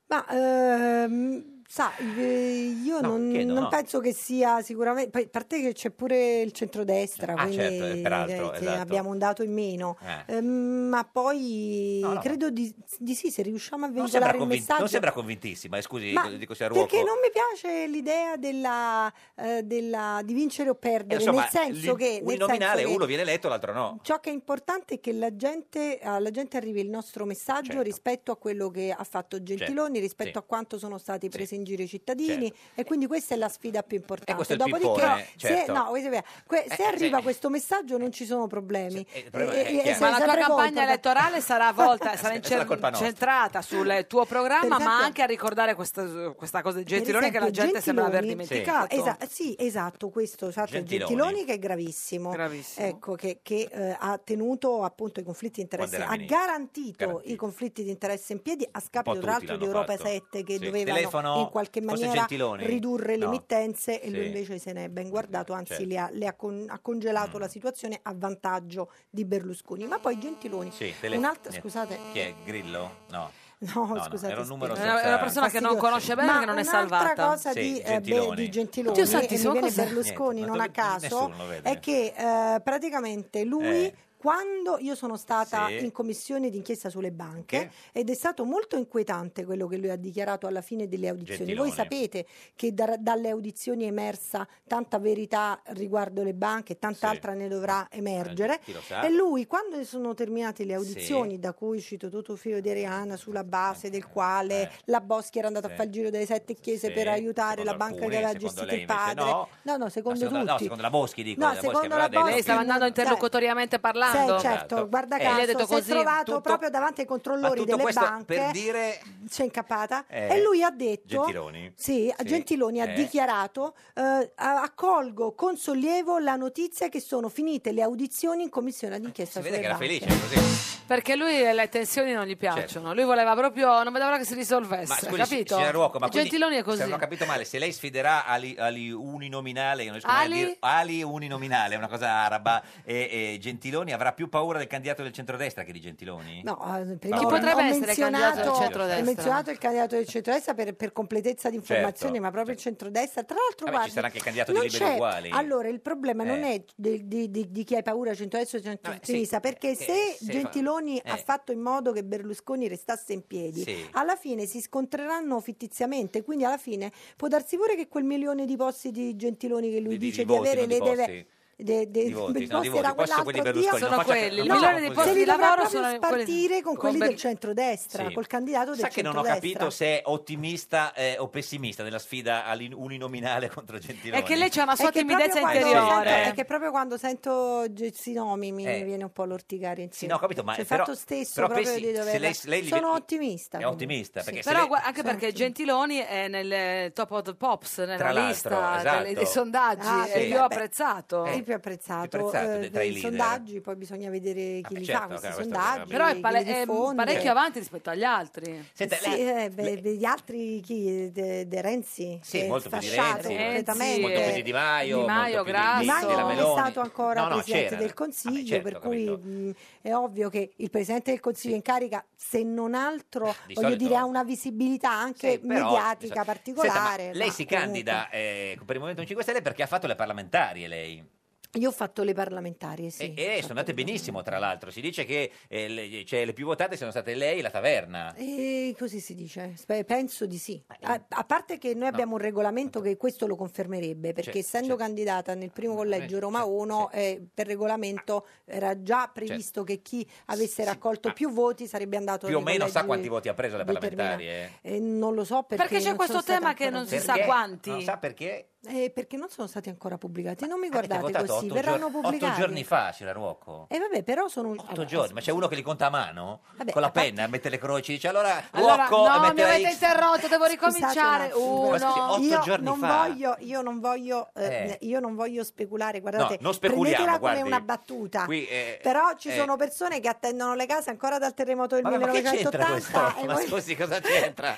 S10: Ma ehm, sa, eh, io
S2: No,
S10: non,
S2: chiedo,
S10: non
S2: no.
S10: penso che sia sicuramente. Poi, a parte che c'è pure il centrodestra,
S2: Ah,
S10: quindi
S2: certo, eh, peraltro,
S10: che
S2: esatto.
S10: abbiamo un dato in meno.
S2: Eh.
S10: Ehm, ma poi
S2: No, no,
S10: credo di, di sì, se riusciamo a
S2: Non sembra,
S10: veicolare il
S2: convin-
S10: messaggio.
S2: non sembra convintissima, eh, scusi,
S10: Ma
S2: dico sia Ruocco.
S10: Perché non mi piace l'idea della, eh, della- di vincere o
S2: Eh,
S10: perdere,
S2: insomma,
S10: nel senso
S2: l'in-
S10: che. nel
S2: uninominale
S10: senso che-
S2: uno viene eletto, l'altro no.
S10: Ciò che è importante è che la gente, alla gente arrivi il nostro messaggio rispetto a quello che ha fatto Gentiloni,
S2: Certo,
S10: rispetto
S2: sì. Certo.
S10: a quanto sono stati presi in giro i cittadini e quindi questa è la sfida più importante.
S2: questo è il
S10: Dopodiché,
S2: pippone,
S10: se,
S2: certo.
S10: no, questo è- que- se
S2: Eh,
S10: arriva
S2: sì. eh,
S10: questo messaggio non ci sono problemi.
S2: il problema è chiaro.
S10: sei
S1: Ma la tua
S10: sempre
S1: campagna
S10: contro.
S1: elettorale sarà volta, sarà
S2: questa è la colpa nostra.
S1: incentrata sul tuo programma,
S10: Per
S1: ma
S10: esempio-
S1: anche a ricordare questa, questa cosa di
S10: Per
S1: Gentiloni che la
S10: esempio,
S1: gente sembra aver
S10: Gentiloni-
S1: dimenticato.
S10: Esa- sì, esatto, questo esatto,
S1: Gentiloni.
S10: Gentiloni. che è gravissimo, Ecco, che, che, eh, ha tenuto appunto i conflitti di interesse,
S2: Quando
S10: ha
S2: era ministro.
S10: garantito, i conflitti di interesse in piedi a
S2: Un
S10: scapito
S2: po'
S10: tra
S2: tutti
S10: l'altro di
S2: l'hanno
S10: Europa
S2: fatto.
S10: 7 che
S2: Sì.
S10: dovevano
S2: Telefono-
S10: in qualche
S2: forse
S10: maniera
S2: Gentiloni?
S10: ridurre le
S2: No.
S10: emittenze e lui
S2: Sì.
S10: invece se ne è ben guardato, anzi
S2: Certo.
S10: le ha, le ha con- ha
S2: Mm.
S10: congelato la situazione a vantaggio di Berlusconi. Ma poi Gentiloni,
S2: Sì, tele-
S10: un'altra,
S2: niente.
S10: Mm. scusate,
S2: Chi è? Grillo? No.
S10: No, scusate,
S2: era un numero
S10: scusa.
S2: senza...
S1: È una persona che non
S10: Fastidioso.
S1: conosce bene
S10: Ma
S1: perché non è
S10: Un'altra
S1: salvata.
S10: cosa
S2: Sì,
S10: di, eh,
S2: Gentiloni.
S10: beh, di Gentiloni
S1: Oddio, santi,
S10: e mi
S1: sono
S10: viene
S1: cose-
S10: Berlusconi
S2: Niente, ma
S10: non a
S2: dove-
S10: caso
S2: nessuno, vede.
S10: è che eh, praticamente lui
S2: Eh.
S10: quando io sono stata
S2: Sì.
S10: in commissione d'inchiesta sulle banche ed è stato molto inquietante quello che lui ha dichiarato alla fine delle audizioni.
S17: Gentiloni.
S10: Voi sapete che da- dalle audizioni è emersa tanta verità riguardo le banche, tant'altra ne dovrà
S2: Eh,
S10: emergere.
S17: chi lo sa.
S10: E lui quando sono terminate le audizioni
S17: Sì.
S10: da cui cito Toto Fio di Ariana sulla base del quale la Boschi era andata
S2: Eh. Sì.
S10: a fare il giro delle sette chiese
S2: Sì,
S10: per aiutare
S2: secondo
S10: la banca
S2: alcuni,
S10: che aveva
S2: secondo
S10: gestito
S2: lei
S10: il
S2: invece
S10: padre.
S2: no.
S10: no, secondo
S2: secondo,
S10: tutti.
S2: no, secondo la Boschi, dico.
S10: No,
S2: la Boschi
S10: secondo
S2: aveva
S10: la
S2: detto
S10: Boschi-
S1: Lei stava
S2: che-
S1: andando interlocutoriamente parlando.
S10: Sì, certo,
S2: Esatto.
S10: guarda
S2: Eh,
S10: caso,
S1: lei ha detto
S10: si è
S1: così,
S10: trovato
S1: tutto-
S10: proprio davanti ai
S2: Ma
S10: controllori
S2: tutto
S10: delle
S2: questo
S10: banche.
S2: per dire-
S10: Si è incappata.
S2: Eh,
S10: e lui ha detto...
S2: Gentiloni.
S10: Sì,
S2: Sì.
S10: Gentiloni ha
S2: Eh.
S10: dichiarato eh, accolgo con sollievo la notizia che sono finite le audizioni in commissione d'inchiesta
S2: Si
S10: sulle
S2: vede che era
S10: banche.
S2: felice così.
S1: Perché lui eh, le tensioni non gli piacciono. Lui voleva proprio, non vedeva l'ora che si risolvesse.
S2: Certo. Ma scusi, si-
S1: capito?
S2: signora Ruocco, ma quindi,
S1: Gentiloni è
S2: Se
S1: così.
S2: non ho capito male, se lei sfiderà Ali, Ali uninominale, io non riesco mai a
S1: Ali?
S2: dire- Ali uninominale, è una cosa araba, e, e Gentiloni avrà più paura del candidato del centrodestra che di Gentiloni?
S10: No, eh, prima
S2: Chi
S10: ho-
S2: potrebbe
S10: ho
S1: essere
S10: menzionato-
S1: candidato del centrodestra?
S10: Ho menzionato il candidato del centrodestra per, per completezza di informazioni,
S2: Certo,
S10: ma proprio il centrodestra. Tra l'altro,
S2: Vabbè,
S10: guardi,
S2: ci sarà anche il candidato di
S10: non
S2: Liberi
S10: c'è-
S2: Uguali.
S10: Allora, il problema non
S2: Eh.
S10: è di, di- di- di chi hai paura centrodestra o centrosinistra, perché
S2: sì,
S10: se
S2: sì,
S10: Gentiloni
S2: fa- eh.
S10: ha fatto in modo che Berlusconi restasse in piedi,
S2: Sì.
S10: alla fine si scontreranno fittiziamente. Quindi, alla fine può darsi pure che quel milione di posti di Gentiloni che lui
S2: Di- di-
S10: dice
S2: di
S10: di,
S2: voti,
S10: avere
S2: non di
S10: le deve.
S2: posti.
S10: de- de-
S2: Di voti,
S10: i
S2: no, di
S10: posti era
S2: voti, posti sono quelli di
S10: quell'altro,
S2: Berlusconi,
S10: Dio.
S2: non Sono faccia- quelli, non il faccia milione
S10: Se
S2: di confusione.
S10: li
S2: posti di
S10: dovrà
S1: lavoro
S10: proprio
S1: sono quelli-
S10: spartire con
S1: con
S10: quelli
S1: Ber-
S10: del centrodestra,
S2: Sì.
S10: col candidato del
S2: Sa che non ho
S10: centrodestra.
S2: capito se è ottimista eh, o pessimista nella sfida all'uninominale contro Gentiloni.
S1: È che lei c'ha una sua
S10: È che
S1: timidezza
S10: proprio quando
S1: interiore.
S10: sento- è che proprio quando sento questi nomi mi
S2: Eh.
S10: viene un po' l'orticaria
S2: Sì,
S10: insieme.
S2: no, ho capito, ma
S10: Cioè, il
S2: però-
S10: fatto stesso
S2: però
S10: proprio
S2: pensi-
S10: di
S2: se
S10: dover...
S2: lei- lei li-
S10: Sono ottimista.
S2: È
S10: comunque.
S2: ottimista, Cioè, perché se
S1: Però
S2: lei-
S1: gua- anche perché Gentiloni è nel eh, top of the pops,
S2: Tra
S1: nella
S2: l'altro,
S1: lista delle-
S2: esatto.
S1: dei sondaggi
S2: Ah,
S1: e
S2: sì.
S1: io ho
S2: Beh,
S1: apprezzato.
S2: Eh,
S10: Il il più apprezzato,
S2: Più apprezzato
S10: Eh,
S2: dei- tra i
S10: dei
S2: leader.
S10: sondaggi, poi bisogna vedere chi li fa
S2: certo,
S10: questi
S2: chiaro, questo
S10: sondaggi.
S1: diciamo, Però è, pale-
S10: chi li
S1: è
S10: diffonde.
S2: Eh.
S1: parecchio avanti rispetto agli altri.
S10: sì, eh, beh, gli altri chi? De, De Renzi? Eh,
S2: Sì,
S10: Che è
S2: molto più di
S10: sfasciato
S2: Renzi.
S10: completamente.
S2: Molto più di Di Maio, Di Maio, molto più di- Grasso.
S10: Di Maio
S2: della
S10: non
S2: Meloni.
S10: è stato ancora
S2: No, no,
S10: presidente
S2: c'era.
S10: del Consiglio,
S2: Ah, beh, certo,
S10: per cui mh, è ovvio che il presidente del Consiglio in carica, se non altro,
S2: Di
S10: voglio
S2: solito-
S10: dire, ha una visibilità anche
S2: Però-
S10: mediatica
S2: Senta,
S10: particolare.
S2: ma lei
S10: ma comunque-
S2: si candida eh, per il Movimento 5 Stelle perché ha fatto le parlamentarie lei.
S10: Io ho fatto le parlamentari, sì.
S2: E, e sono andate benissimo, tra l'altro. Si dice che eh, le, cioè, le più votate siano state lei e la
S10: Eh,
S2: taverna.
S10: E così si dice, Spe- penso di sì.
S2: Eh,
S10: A, a parte che noi abbiamo un regolamento che questo lo confermerebbe, perché
S2: Certo,
S10: essendo candidata nel primo collegio
S2: eh,
S10: Roma 1, eh, per
S2: Ah,
S10: regolamento era
S2: certo.
S10: già previsto che chi avesse raccolto più voti sarebbe andato
S2: Più o
S10: nei
S2: meno sa
S10: collegi-
S2: quanti voti ha preso le parlamentarie. eh?
S10: Eh, non lo so perché
S1: Perché c'è
S10: non
S1: questo
S10: sono stata
S1: tema che
S10: ancora
S1: non si
S10: pubblicata.
S1: sa quanti. Non
S2: sa perché?
S10: Eh, perché non sono stati ancora pubblicati. Non mi
S2: Avete
S10: guardate
S2: votato
S10: così,
S2: otto
S10: verranno
S2: giorni-
S10: pubblicati.
S2: Otto giorni fa, c'era Ruocco.
S10: E vabbè, però sono
S2: Otto giorni, ma c'è uno che li conta a mano
S10: Vabbè,
S2: con la
S10: a parte-
S2: penna, mette le croci, dice allora
S1: Allora,
S2: Ruocco e
S1: no,
S2: mette
S1: mi
S2: la
S1: avete
S2: X.
S1: interrotto, devo
S10: Scusate
S1: ricominciare.
S10: un attimo.
S1: Uno.
S2: Sì, otto
S10: io
S2: giorni
S10: non
S2: fa.
S10: voglio, io non voglio, eh, io non voglio speculare, guardate,
S2: No, non speculiamo,
S10: prendetela
S2: guardi.
S10: come una battuta.
S2: Qui, eh,
S10: Però ci
S2: eh.
S10: sono persone che attendono le case ancora dal terremoto del
S2: Vabbè, ma che c'entra
S10: 1980
S2: questo?
S10: e
S2: Ma
S10: voi-
S2: scusi, cosa c'entra?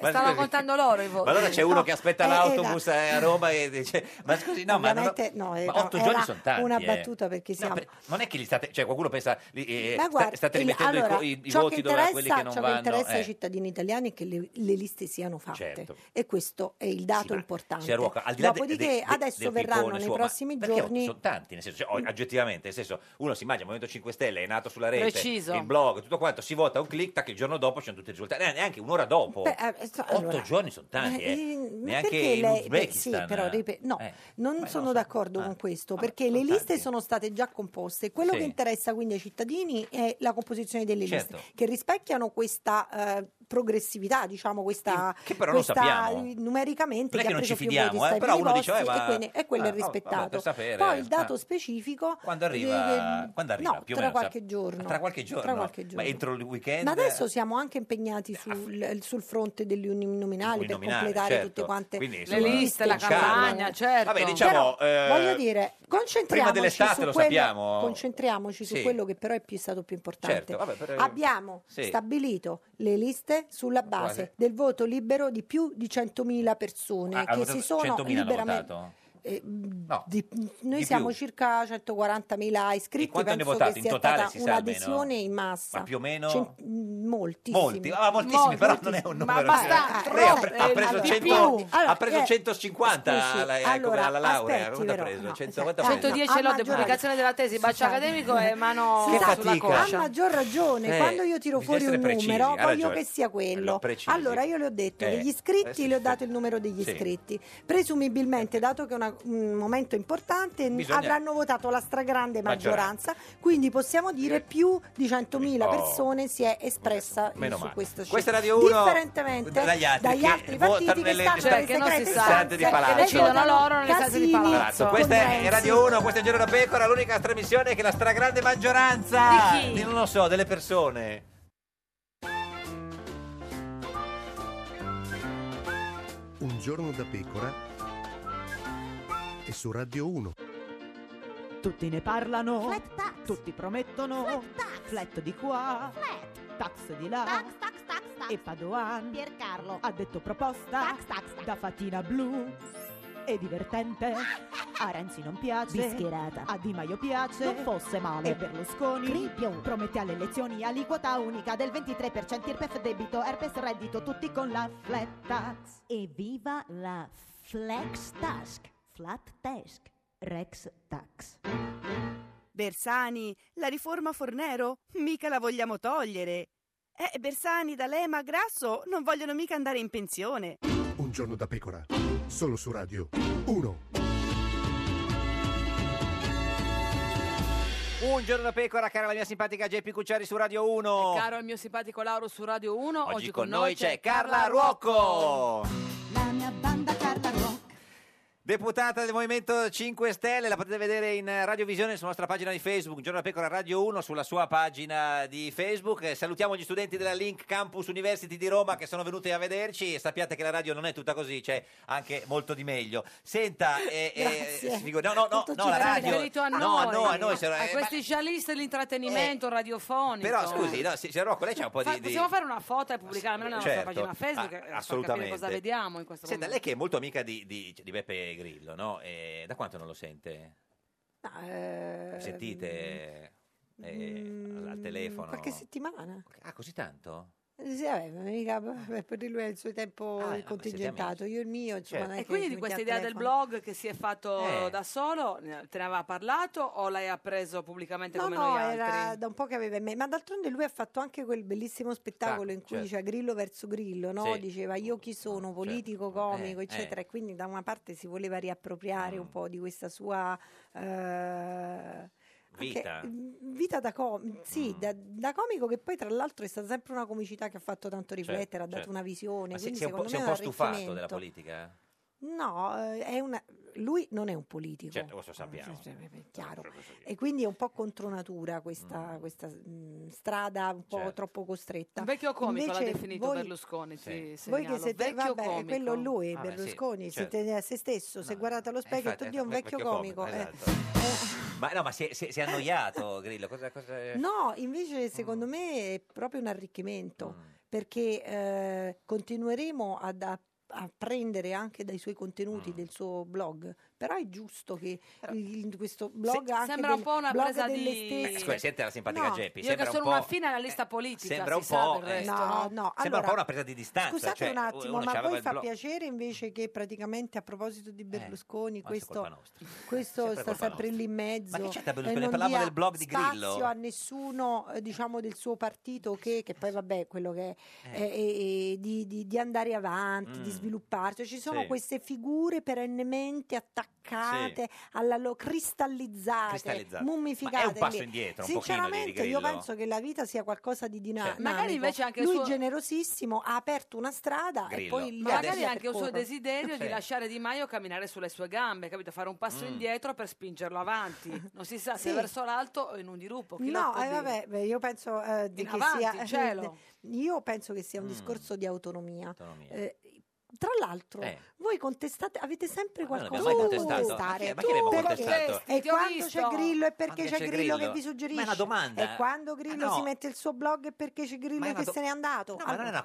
S2: Ma
S1: Stavano
S2: scusi.
S1: contando loro i voti.
S2: Ma allora c'è uno che aspetta
S10: eh,
S2: l'autobus eh, a Roma e dice: Ma scusi, no, ma, non ho-
S10: Ovviamente no, eh,
S2: ma
S10: no,
S2: otto
S10: era
S2: giorni sono tanti.
S10: una
S2: eh.
S10: battuta perché siamo
S2: Non è che li state, cioè qualcuno pensa, li- eh,
S10: Ma
S2: sta-
S10: guarda,
S2: state
S10: il-
S2: rimettendo i
S10: allora,
S2: co- i, i
S10: ciò che
S2: voti dove a quelli
S10: interessa-
S2: che non
S10: ciò
S2: vanno.
S10: che interessa ai
S2: eh.
S10: cittadini italiani è che le, le liste siano fatte
S2: Certo.
S10: e questo è il dato
S2: ma,
S10: importante.
S2: signora Ruoca, al di là de-
S10: Dopodiché
S2: de- de-
S10: adesso
S2: del
S10: verranno
S2: pippone
S10: nei
S2: suo, ma
S10: prossimi
S2: perché otto?
S10: giorni
S2: sono tanti nel senso cioè, o- oggettivamente nel senso uno si immagina il Movimento 5 Stelle è nato sulla rete
S10: Preciso.
S2: il blog tutto quanto si vota un click tac il giorno dopo ci sono tutti i risultati eh, neanche un'ora dopo
S10: Beh, eh, so-
S2: otto
S10: allora,
S2: giorni sono tanti eh.
S10: eh, ma
S2: neanche
S10: perché lei-
S2: in
S10: beh,
S2: Uzbekistan
S10: sì, però,
S2: eh.
S10: ripe- no,
S2: Eh.
S10: non sono d'accordo
S2: Ah,
S10: con questo perché le liste sono state già composte. Quello
S2: Sì.
S10: che interessa quindi ai cittadini è la composizione delle
S2: Certo.
S10: liste che rispecchiano questa eh, progressività, diciamo, questa,
S2: Che però non
S10: questa,
S2: sappiamo.
S10: eh, numericamente
S2: Non è
S10: che
S2: che
S10: ha
S2: non
S10: preso
S2: ci
S10: più
S2: fidiamo,
S10: voti
S2: eh,
S10: sta ai
S2: però
S10: primi
S2: uno dice,
S10: posti
S2: eh, ma-
S10: e, quelle- e quello
S2: ah,
S10: è
S2: oh, vabbè, per
S10: rispettato.
S2: sapere,
S10: Poi il dato
S2: ah.
S10: specifico
S2: quando arriva,
S10: eh,
S2: quando arriva
S10: no,
S2: più o
S10: tra
S2: meno, sa-
S10: qualche giorno.
S2: tra qualche giorno
S10: Tra qualche giorno.
S2: ma entro il weekend
S10: Ma adesso siamo anche impegnati sul, sul fronte degli uninominali per
S2: Eh, Uninominali,
S10: completare
S2: certo.
S10: tutte quante
S2: Quindi,
S10: le
S2: insomma,
S10: liste,
S2: con
S10: la
S2: calma.
S10: campagna, certo.
S2: Vabbè, diciamo,
S10: Però,
S2: eh,
S10: voglio dire, concentriamoci
S2: dell'estate
S10: su
S2: lo
S10: quello,
S2: sappiamo.
S10: Concentriamoci su
S2: Sì.
S10: quello che però è più stato più importante.
S2: Certo, vabbè, però-
S10: Abbiamo
S2: sì.
S10: stabilito le liste sulla base
S2: Quasi.
S10: del voto libero di più di 100.000 persone
S2: Ah,
S10: Eh, che
S2: hanno
S10: si
S2: votato-
S10: sono
S2: 100.000 hanno
S10: liberamente
S2: votato?
S10: eh, mh,
S2: No.
S10: di- noi
S2: di
S10: siamo
S2: più.
S10: circa 140.000 iscritti,
S2: quanto ne
S10: penso
S2: votate?
S10: che
S2: In
S10: sia
S2: totale
S10: stata
S2: si sa
S10: un'adesione
S2: almeno?
S10: in massa.
S2: Ma più o meno?
S10: Cen- mh, moltissimi.
S2: Molti, ah, moltissimi, però non è un numero.
S10: ma
S2: sì.
S10: basta,
S2: Lei ha, pre-
S10: troppo,
S2: ha
S10: eh,
S2: preso,
S10: di
S2: 100
S10: più. Allora,
S2: ha preso
S10: eh,
S2: 150
S10: scusi,
S2: alla, eh, come
S10: allora,
S2: alla laurea.
S10: aspetti,
S2: Quanto ha
S10: però,
S2: preso?
S10: no,
S2: 150
S10: aspetta.
S2: preso?
S1: 110
S10: A
S1: lotte,
S10: maggior-
S1: pubblicazione della tesi, bacio
S10: Scusate.
S1: accademico e mano
S10: Che
S1: sulla
S2: fatica.
S1: coscia.
S10: Ha maggior ragione,
S2: Eh,
S10: quando io tiro
S2: bisogna
S10: fuori un
S2: essere precisi,
S10: numero
S2: ha
S10: voglio
S2: ragione.
S10: che sia quello.
S2: Allora, precisi.
S10: Allora io le ho detto,
S2: Eh,
S10: degli
S2: eh sì.
S10: iscritti le ho dato il numero degli
S2: Sì. Ecco.
S10: iscritti. Presumibilmente, dato che è una- un momento importante, n-
S2: Bisogna-
S10: avranno votato la stragrande
S2: Maggioranza.
S10: maggioranza, quindi possiamo dire più di 100.000
S2: Oh.
S10: persone si è espressa
S2: Meno
S10: su
S2: male.
S10: questa scelta.
S2: Questa è Radio 1
S10: Differentemente
S2: dagli altri che votano
S10: partiti che
S2: nelle
S10: stanno
S2: Cioè,
S10: nelle
S2: che non si
S10: segrete
S2: sa.
S10: stanze
S2: Di palazzo.
S10: e
S2: Decidono
S1: loro nelle stanze di
S10: Casini
S2: Palazzo.
S10: con
S2: Questa è
S10: Renzi.
S2: Radio 1, questo è Giro da Pecora, l'unica trasmissione che la stragrande maggioranza
S1: Di chi?
S2: non lo so, delle persone.
S12: Un giorno da pecora e su Radio 1.
S17: Tutti ne parlano, tutti promettono, flat, di qua, tax di là, e Padoan, Piercarlo, ha detto proposta, da fatina blu, è divertente, a Renzi non piace,
S18: Bischerata.
S17: a Di Maio piace,
S18: Non fosse male.
S17: e Berlusconi, promette alle elezioni aliquota unica del 23%, IRPEF debito, herpes reddito, tutti con la flat tax.
S18: Evviva la Flex Task, Flat Task, Rex Tax.
S13: Bersani, la riforma Fornero? Mica la vogliamo togliere. Eh, Bersani, D'Alema, Grasso non vogliono mica andare in pensione.
S12: Un giorno da pecora, solo su Radio 1.
S2: Un giorno da Pecora, cara la mia simpatica JP Cucciari su Radio 1.
S1: Caro il mio simpatico Lauro su Radio 1, oggi,
S2: Oggi con noi c'è Carla Ruocco.
S1: La mia banda Carla Ruocco.
S2: Deputata del Movimento 5 Stelle, la potete vedere in eh, radiovisione sulla nostra pagina di Facebook, Giorno da Pecora Radio 1, sulla sua pagina di Facebook. Eh, Salutiamo gli studenti della Link Campus University di Roma che sono venuti a vederci e sappiate che la radio non è tutta così, c'è anche molto di meglio. Senta, eh, eh,
S19: Grazie.
S2: si figura- no, no, no, no, la
S19: Era
S2: radio.
S19: riferito a
S2: no, a
S19: noi,
S2: noi, a noi, se-
S19: a
S2: eh,
S19: questi giallisti dell'intrattenimento radiofonico.
S2: Però scusi, no, si- signor Rocco, lei c'ha un po'
S19: Fa-
S2: di... di-
S19: possiamo fare una foto e pubblicarla almeno nella
S2: Certo.
S19: nostra pagina Facebook
S2: Ah,
S19: eh, per capire
S2: assolutamente.
S19: cosa vediamo in questo
S2: Senta, lei
S19: momento.
S2: che è molto amica di, di- di Beppe Grillo, no? Eh, da quanto non lo sente?
S10: Eh,
S2: Sentite eh,
S10: mm,
S2: al- al telefono?
S10: Qualche settimana.
S2: Ah, così tanto?
S10: Eh, Sì, vabbè, ma mica per per lui è il suo tempo
S2: Ah, vabbè,
S10: contingentato, io il mio, insomma, non è
S19: Certo. E
S10: che
S19: quindi
S10: ci
S19: di questa idea
S10: mettiamo
S19: del
S10: al telefono.
S19: blog che si è fatto
S10: Eh.
S19: da solo, ne- te ne aveva parlato o l'hai appreso pubblicamente come
S10: No, no,
S19: noi
S10: era
S19: altri?
S10: da un po' che aveva in me, ma d'altronde lui ha fatto anche quel bellissimo spettacolo in cui
S19: certo.
S10: diceva Grillo verso Grillo, no?
S19: Sì.
S10: diceva io chi
S2: certo.
S10: sono, politico, comico,
S19: eh.
S10: eccetera, e quindi da una parte si voleva riappropriare
S2: Mm.
S10: un po' di questa sua... eh, anche-
S2: Vita. Mm.
S10: mm, vita da, com- sì, da, da comico che poi tra l'altro è stata sempre una comicità che ha fatto tanto riflettere, ha dato
S2: certo.
S10: una visione.
S2: Ma si,
S10: quindi
S2: si è un
S10: secondo
S2: po', si è
S10: me
S2: un po'
S10: un
S2: stufato della
S10: arricchimento.
S2: politica?
S10: No, eh, è una- lui non è un politico.
S2: Certo, questo sappiamo.
S10: chiaro. E quindi è un po' contro natura questa, questa, mh, strada un po'
S19: Certo.
S10: troppo costretta.
S19: Un vecchio comico l'ha
S10: Invece
S19: definito
S10: voi-
S19: Berlusconi, ti
S10: Voi
S19: segnalo.
S10: che siete,
S19: vecchio
S10: vabbè,
S19: comico.
S10: quello è
S1: Ah,
S2: Ah,
S10: lui,
S19: Vabbè, sì,
S10: Berlusconi, si
S2: certo.
S10: teneva a se stesso, se guardate allo specchio,
S2: Infatti,
S10: e oddio, è un vecchio, comico. eh.
S2: esatto. Ma no, ma si è, si è- si è annoiato Grillo? Cosa,
S19: eh.
S2: cosa...
S10: No, invece
S19: Mm.
S10: secondo me è proprio un arricchimento, perché eh, continueremo ad app- a prendere anche dai suoi contenuti
S19: Mm.
S10: del suo blog, però è giusto che il- il- questo blog anche
S19: sembra
S10: del-
S19: un po' una
S10: blog
S19: presa
S10: delle
S19: di-
S10: stesse-
S2: Eh, scusi, senta la simpatica
S10: No,
S2: Geppi.
S19: Io
S2: Sembra
S19: che
S2: un
S19: sono
S2: po'... eh,
S19: una fine analista politica,
S2: sembra
S19: si
S2: un
S19: sa
S2: po',
S19: del
S2: eh,
S19: resto,
S10: No,
S19: no?
S10: no,
S2: Sembra un
S10: allora,
S2: po' una presa di distanza.
S10: Scusate
S2: cioè,
S10: un attimo,
S2: uno
S10: ma
S2: c'aveva
S10: voi
S2: il
S10: fa
S2: blog.
S10: piacere invece che praticamente a proposito di Berlusconi
S2: ma questa è
S10: questo,
S2: colpa nostra.
S10: questo
S2: Sempre
S10: sta
S2: colpa
S10: sempre lì in mezzo
S2: Ma che c'è da
S10: eh,
S2: Berlusconi?
S10: non
S2: Parlavamo
S10: dia
S2: del blog di Grillo.
S10: spazio a nessuno eh, diciamo del suo partito che, che poi vabbè quello che è
S2: Eh.
S10: eh, eh, di, di- di andare avanti, di
S2: Mm.
S10: svilupparsi ci sono
S2: Sì.
S10: queste figure perennemente attaccate alla lo- cristallizzate,
S2: Cristallizzate.
S10: mummificate
S2: Ma è un passo
S10: lì.
S2: indietro, un pochino, di
S10: sinceramente io
S2: Grillo.
S10: penso che la vita sia qualcosa di dinamico
S19: Magari invece anche il
S10: lui
S19: suo-
S10: generosissimo ha aperto una strada e
S2: Grillo.
S10: poi
S2: Ma
S10: la
S19: magari
S10: la
S19: anche un suo
S10: percorrono.
S19: desiderio
S2: Sì.
S19: di lasciare Di Maio camminare sulle sue gambe, capito? Fare un passo
S2: Mm.
S19: indietro per spingerlo avanti. Non si sa se
S10: Sì.
S19: verso l'alto o in un diruppo. chi lo
S10: No,
S19: può
S10: eh,
S19: dire?
S10: vabbè, beh, io penso eh, di
S19: In
S10: che
S19: avanti,
S10: sia.
S19: cielo.
S10: Io penso che sia un
S2: Mm.
S10: discorso di autonomia. Eh, tra l'altro,
S2: Eh.
S10: voi contestate, avete sempre
S2: Ma noi non
S10: qualcosa
S2: abbiamo
S10: da
S2: mai contestato.
S10: contestare.
S2: Eh, Ma chi- ma chi abbiamo
S10: Perché?
S2: contestato?
S10: E
S19: Ti ho
S10: quando
S19: visto.
S10: c'è Grillo e perché
S2: Certo. Quando
S10: c'è
S2: c'è
S10: Grillo che
S2: Grillo?
S10: vi suggerisce?
S2: Ma è una domanda.
S10: E quando Grillo
S2: Ah, no.
S10: si mette il suo blog e perché c'è Grillo
S2: Ma è
S10: che
S2: una do-
S10: se n'è andato?
S2: No, ma non è una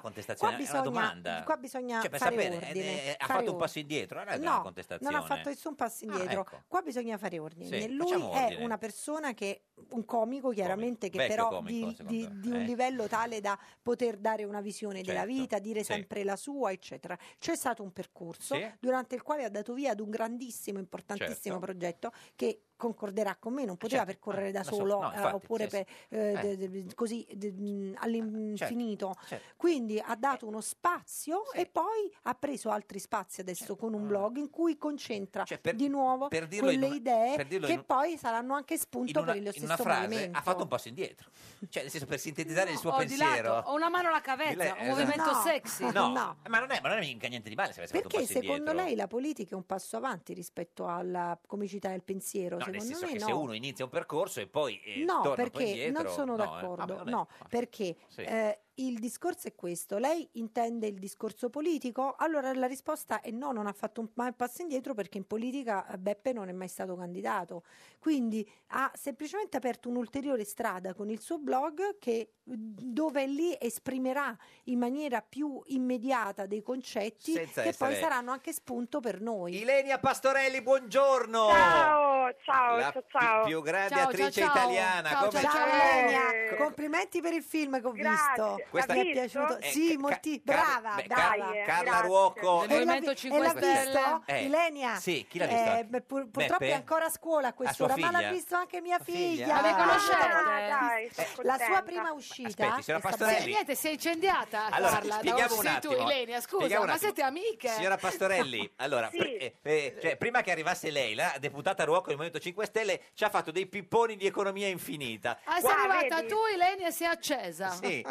S10: qua
S2: contestazione, è
S10: bisogna-
S2: una domanda.
S10: Qua bisogna
S2: Cioè, per
S10: fare
S2: sapere,
S10: ordine.
S2: eh, eh, ha
S10: fare
S2: fatto un
S10: ordine.
S2: passo indietro, non è una
S10: No,
S2: contestazione.
S10: non ha fatto nessun passo
S2: Ah,
S10: indietro.
S2: ecco.
S10: Qua bisogna fare ordine.
S2: Sì,
S10: Lui
S2: facciamo
S10: è
S2: ordine.
S10: una persona che, un comico chiaramente, che
S2: Vecchio
S10: però
S2: comico,
S10: di,
S2: secondo
S10: di-
S2: me.
S10: di un
S2: Eh.
S10: livello tale da poter dare una visione della
S2: Certo,
S10: vita, dire
S2: sì.
S10: sempre la sua, eccetera. C'è stato un percorso
S2: Sì.
S10: durante il quale ha dato via ad un grandissimo, importantissimo
S2: Certo.
S10: progetto che concorderà con me, non poteva
S2: certo.
S10: percorrere da
S2: da solo,
S10: solo
S2: no,
S10: eh,
S2: infatti,
S10: oppure
S2: sì, sì.
S10: per, eh,
S2: Eh.
S10: de- de- così de- mh, all'infinito.
S2: certo.
S10: Quindi ha dato uno spazio e poi ha preso altri spazi adesso con un blog in cui concentra di nuovo
S2: Certo. Ah. Cioè, per dirlo in
S10: quelle
S2: una-
S10: idee
S2: per dirlo
S10: che
S2: in un-
S10: poi saranno anche
S2: In
S10: spunto
S2: una,
S10: per lo
S2: in una
S10: stesso
S2: frase
S10: movimento.
S2: ha fatto un passo indietro. Cioè, nel senso, per sintetizzare il suo
S19: Ho di lato,
S2: pensiero.
S19: ho una mano alla cavezza,
S2: Lei-
S19: un
S2: esatto.
S19: movimento
S10: No.
S19: sexy.
S2: No,
S10: No.
S2: Ma, non è, ma non è mica niente di male se avesse fatto un
S10: Perché
S2: passo
S10: secondo
S2: indietro.
S10: lei la politica è un passo avanti rispetto alla comicità del pensiero?
S2: No, nel
S10: secondo
S2: senso
S10: me
S2: che
S10: no.
S2: se uno inizia un percorso e poi eh,
S10: No,
S2: torna
S10: perché
S2: poi indietro,
S10: non sono
S2: no, eh.
S10: d'accordo.
S2: Ah, beh, non è-
S10: no, perché
S2: Sì.
S10: eh, il discorso è questo. Lei intende il discorso politico? Allora la risposta è no, non ha fatto un mai passo indietro perché in politica eh, Beppe non è mai stato candidato. Quindi ha semplicemente aperto un'ulteriore strada con il suo blog che dove lì esprimerà in maniera più immediata dei concetti
S2: Senza
S10: che poi
S2: essere-
S10: saranno anche spunto per noi.
S2: Ilenia Pastorelli, buongiorno!
S10: Ciao, ciao,
S2: La
S10: ciao,
S2: pi-
S10: ciao.
S2: più grande
S10: Ciao,
S2: attrice
S10: ciao, ciao.
S2: italiana.
S10: Ciao,
S2: come
S10: ciao,
S2: c'è?
S10: ciao, Elenia. Complimenti per il film che ho visto. eh,
S2: Questa-
S10: Mi è
S2: visto?
S10: piaciuto.
S2: Eh,
S10: sì,
S2: ca-
S10: molti-
S2: Car-
S10: brava,
S2: beh, Car-
S10: brava.
S2: Carla Ruocco.
S10: E l'ha vi- e l'ha visto?
S2: Eh,
S10: Ilenia?
S2: Sì, chi l'ha visto?
S10: Eh, beh, pur- purtroppo
S2: Beppe?
S10: è ancora a scuola a quest'ora,
S2: A sua
S10: ma l'ha
S2: figlia?
S10: visto anche mia
S2: figlia?
S10: figlia. Eh,
S2: Ah,
S1: Certo, eh.
S2: Eh,
S20: dai, sono
S10: la
S20: contenta.
S10: sua prima uscita. è
S2: Aspetti, signora
S10: stata-
S2: Pastorelli.
S20: Sì, niente, sei incendiata,
S2: Allora,
S20: Carla. da
S2: spieghiamo
S20: oggi
S2: un
S20: sei tu,
S2: attimo.
S20: Ilenia, scusa,
S2: Spieghiamo un
S20: ma
S2: attimo.
S20: siete amiche?
S2: Signora Pastorelli, allora,
S20: Sì.
S2: pr- eh, eh, cioè, prima che arrivasse lei, la deputata Ruocco del Movimento 5 Stelle ci ha fatto dei pipponi di economia infinita.
S20: Ah, sei
S2: Guarda-
S20: arrivata tu, Ilenia, e sei accesa.
S2: Sì.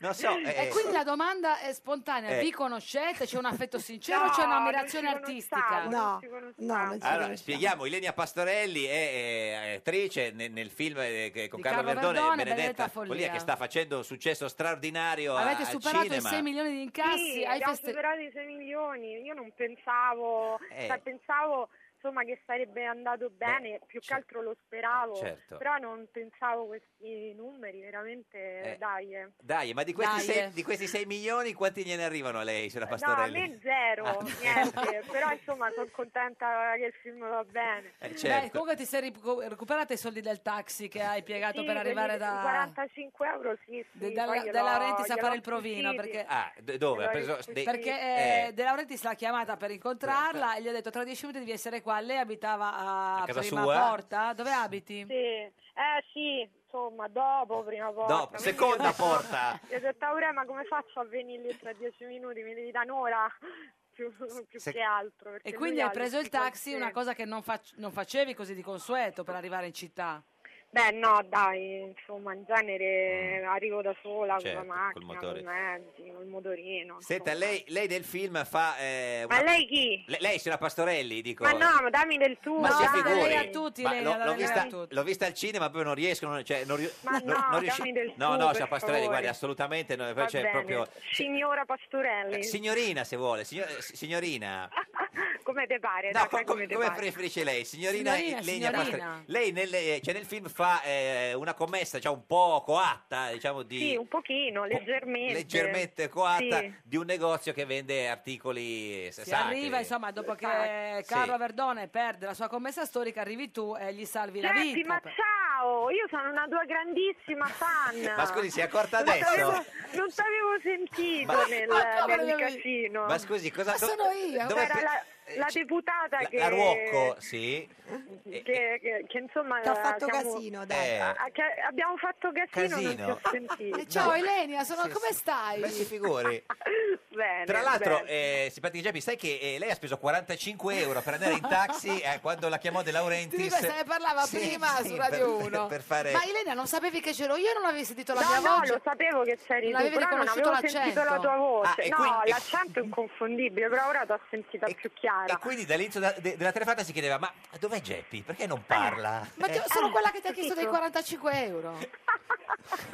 S2: Non so. eh,
S1: E quindi la domanda è spontanea,
S2: eh.
S1: vi conoscete? C'è un affetto sincero
S21: No,
S1: o c'è un'ammirazione
S21: non ci
S1: artistica?
S21: conosciamo,
S1: no, no,
S2: Allora, spieghiamo, Ilenia Pastorelli è eh, attrice ne- nel, film eh, che- con
S1: Di
S2: Carlo,
S1: Carlo
S2: Verdone,
S1: Verdone,
S2: Benedetta
S1: Benedetta
S2: Follia.
S1: Follia,
S2: che sta facendo un successo straordinario a-
S1: Avete
S2: al
S1: superato i
S2: cinema.
S1: 6 milioni di incassi?
S21: Sì,
S1: hai
S21: abbiamo
S1: feste-
S21: superato i 6 milioni. Io non pensavo,
S2: Eh.
S21: cioè, pensavo insomma che sarebbe andato bene, più che altro lo speravo,
S2: Certo.
S21: però non pensavo questi numeri, veramente
S2: Eh.
S21: dai. eh.
S2: Dai, ma di questi,
S21: Dai, eh.
S2: 6, di questi sei milioni quanti gliene arrivano a lei, signora
S21: No, a
S2: Pastorelli?
S21: me zero,
S2: Ah.
S21: niente, però insomma sono contenta che il film va bene.
S2: Eh,
S1: Beh,
S2: certo.
S1: comunque ti sei ricu- recuperato i soldi del taxi che hai piegato
S21: Sì,
S1: per arrivare
S21: quelli di
S1: da...
S21: 45 euro sì, sì
S1: De- dalla-
S21: poi gliel'ho-
S1: De Laurentiis a
S21: gliel'ho
S1: fare il provino,
S21: acquisiti.
S1: perché-
S2: Ah, d- dove? Ha preso dei-
S1: Perché eh, De Laurentiis l'ha chiamata per incontrarla e gli ha detto tra 10 minuti devi essere qua. Lei abitava a,
S2: A casa
S1: Prima
S2: sua?
S1: Porta. Dove abiti?
S21: Sì, eh sì, insomma, dopo, prima porta.
S2: Dopo, seconda porta.
S21: Io ho detto, Aurea, ma come faccio a venire lì tra dieci minuti? Mi devi da un'ora più, più
S2: Se-
S21: che altro. perché
S1: E
S21: lui
S1: quindi
S21: ha
S1: hai preso il taxi,
S21: 50.
S1: una cosa che non, fac- non facevi così di consueto per arrivare in città.
S21: Beh, no, dai, insomma, in genere arrivo da sola
S2: Mm. Certo,
S21: con la
S2: col
S21: macchina, con
S2: motore.
S21: i mezzi, col motorino.
S2: Senta,
S21: insomma.
S2: lei, lei del film fa... eh,
S21: Ma
S2: una-
S21: lei chi?
S2: Le- lei, signora Pastorelli, dico...
S21: Ma no, ma dammi del tuo.
S2: Ma si
S21: dai.
S2: figuri. Ma
S1: lei,
S2: l'ho-
S1: alla
S2: l'ho,
S1: lei a
S2: vista,
S1: tutti.
S2: l'ho vista al cinema, poi non riesco. Non, cioè, non, riu-
S21: Ma
S2: non-
S21: no,
S2: non riusci-
S21: dammi del tuo,
S2: No, no,
S21: per
S2: signora Pastorelli,
S21: favore.
S2: guardi, assolutamente. no,
S21: Va
S2: cioè,
S21: bene.
S2: proprio-
S21: Signora Pastorelli,
S2: signorina, se vuole. signor- eh, signorina.
S21: come te pare?
S2: No,
S21: dai,
S2: co-
S21: Ah, fai come
S2: come,
S21: te
S2: come
S21: pare.
S2: preferisce lei? Signorina,
S21: Signorina,
S2: Ilenia
S21: signorina.
S2: Pastorelli. Lei nel, eh, cioè, nel film fa eh, una commessa, cioè un po' coatta, diciamo di...
S21: Sì, un pochino, leggermente.
S2: leggermente coatta
S21: Sì.
S2: di un negozio che vende articoli eh,
S1: Si
S2: sacri.
S1: arriva, insomma, dopo che
S2: Sì.
S1: Carlo Verdone perde la sua commessa storica, arrivi tu e gli salvi la
S21: Senti,
S1: vita.
S21: ma ciao, io sono una tua grandissima fan.
S2: Ma scusi, si è accorta
S21: Non
S2: adesso?
S21: t'avevo- Non ti avevo sentito
S2: Ma-
S21: nel,
S1: Ma come
S21: nel
S1: non avevi-
S21: casino.
S2: Ma scusi, cosa- Ma
S21: sono
S2: io. dove- eh,
S21: Era la, la deputata
S2: La,
S21: che...
S2: la Ruocco, sì.
S21: Che, che- che, insomma
S10: Che ha fatto
S21: siamo-
S10: casino,
S2: dai. Eh.
S21: Ah, che abbiamo fatto casino,
S2: Casino.
S21: non ti ho sentito.
S1: Eh, ciao Elenia, sono-
S21: Sì,
S1: come stai?
S2: Ma si figuri.
S21: Bene,
S2: Tra l'altro,
S21: bene.
S2: eh, Simpatico Geppi, sai che eh, lei ha speso 45 euro per andare in taxi eh, quando la chiamò De
S1: Ti
S2: Laurentiis.
S1: ripeto, se ne parlava
S2: Sì,
S1: prima
S2: sì,
S1: su Radio
S2: per-
S1: 1.
S2: per fare-
S1: Ma Elena, non sapevi che c'ero io? Non avevi sentito la
S21: no,
S1: mia
S21: no,
S1: voce?
S21: lo sapevo che c'eri
S1: Non
S21: tu,
S1: avevi
S21: però non
S1: riconosciuto
S21: avevo sentito
S1: l'accento.
S21: la tua
S2: Ah,
S21: voce.
S2: e
S21: no,
S2: quindi-
S21: l'accento è inconfondibile, però ora l'ho sentita più chiara.
S2: E quindi dall'inizio da- de- della telefonata si chiedeva: Ma dov'è Geppi? Perché
S21: Ah,
S2: non parla?
S1: Ma ti-
S2: ah,
S1: sono quella che ti ha chiesto dei
S21: capito.
S1: 45
S2: Eh,
S1: euro.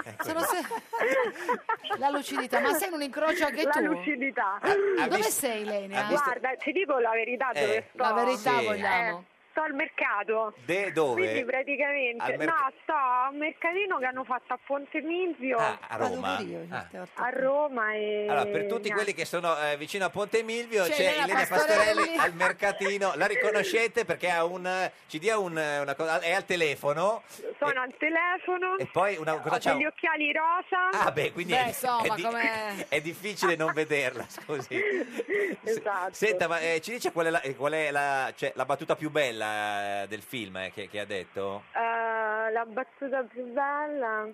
S1: Eh, Sono se- La lucidità, ma sei in un incrocio anche
S21: La
S1: tu?
S21: lucidità.
S1: ha Dove visto- sei, Elena? ha visto-
S21: Guarda, ti dico la verità
S2: Eh,
S21: dove sto.
S1: la verità Sì. vogliamo.
S21: Eh, sto al mercato.
S2: De- dove?
S21: Quindi praticamente...
S2: Al merc-
S21: no, sto a un mercatino che hanno fatto a Ponte Milvio.
S2: Ah, a Roma. Ah. Eh,
S21: A Roma Cioè, e...
S2: Allora, per tutti
S21: niente.
S2: quelli che sono eh, vicino a Ponte Milvio,
S21: C'è
S2: c'è,
S21: Elena
S2: Elena
S21: Pastorelli.
S2: Pastorelli, al mercatino. La riconoscete perché ha un, eh, ci dia un, eh, una cosa. È al telefono
S21: Sono al telefono,
S2: e poi una cosa
S21: ho
S2: c'ha
S21: degli
S2: un-
S21: occhiali rosa.
S2: Ah, beh, quindi
S21: Beh,
S2: è,
S21: insomma,
S2: è di-
S21: com'è?
S2: è difficile non vederla, scusi.
S21: Esatto.
S2: Senta, ma eh, ci dice qual è la, eh, qual è la- cioè, la battuta più bella eh, del film eh, che, che ha detto?
S21: Eh, la battuta più bella.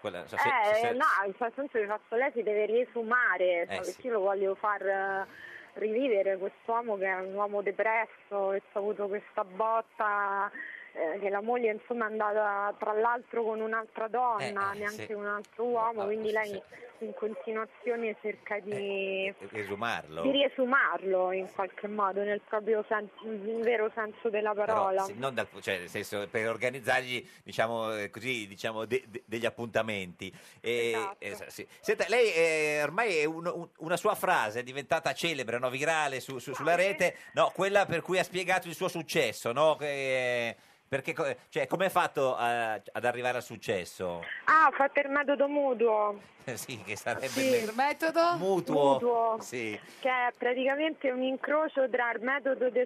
S2: Quella, non so se-
S21: eh,
S2: se- se-
S21: no, in quel senso di fatto lei si deve riesumare, so,
S2: Eh,
S21: perché
S2: sì.
S21: io lo voglio far eh, rivivere quest'uomo che è un uomo depresso, che ha avuto questa botta, eh, che la moglie insomma è andata tra l'altro con un'altra donna,
S2: Eh, eh,
S21: neanche
S2: sì.
S21: un altro uomo,
S2: Ah,
S21: quindi
S2: sì,
S21: lei
S2: sì. Eh,
S21: in continuazione cerca di...
S2: Riesumarlo.
S21: di riesumarlo in qualche modo nel proprio sen- nel vero senso della
S2: Però,
S21: parola.
S2: se- non dal- cioè, nel senso, per organizzargli diciamo, eh, così, diciamo, de- de- degli appuntamenti. E-
S10: Esatto.
S2: eh, sa- sì. Senta, lei eh, ormai è un- un- una sua frase è diventata celebre, no? virale su- su- sulla rete, no, quella per cui ha spiegato il suo successo, no? Che- perché, co- cioè, come ha fatto a- ad arrivare al successo?
S21: Ah, fratermetodo mutuo.
S2: sì, che sarebbe
S21: Sì.
S2: il
S1: metodo
S2: Eh, mutuo.
S21: Mutuo.
S2: Sì.
S21: che è praticamente un incrocio tra il metodo di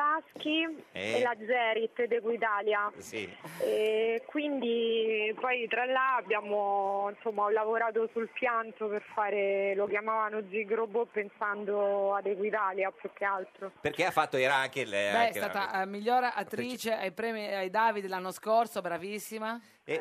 S21: Stanislavski
S2: Eh.
S21: e la Zerit di Guidalia.
S2: Sì.
S21: E quindi poi tra là abbiamo, insomma, ho lavorato sul pianto per fare, lo chiamavano Zig Robot pensando ad Equitalia più che altro.
S2: Perché ha fatto, era anche il...
S1: Beh, è
S20: eh,
S2: anche la-
S1: stata eh, miglior attrice ai premi ai Davide l'anno scorso, bravissima.
S2: E-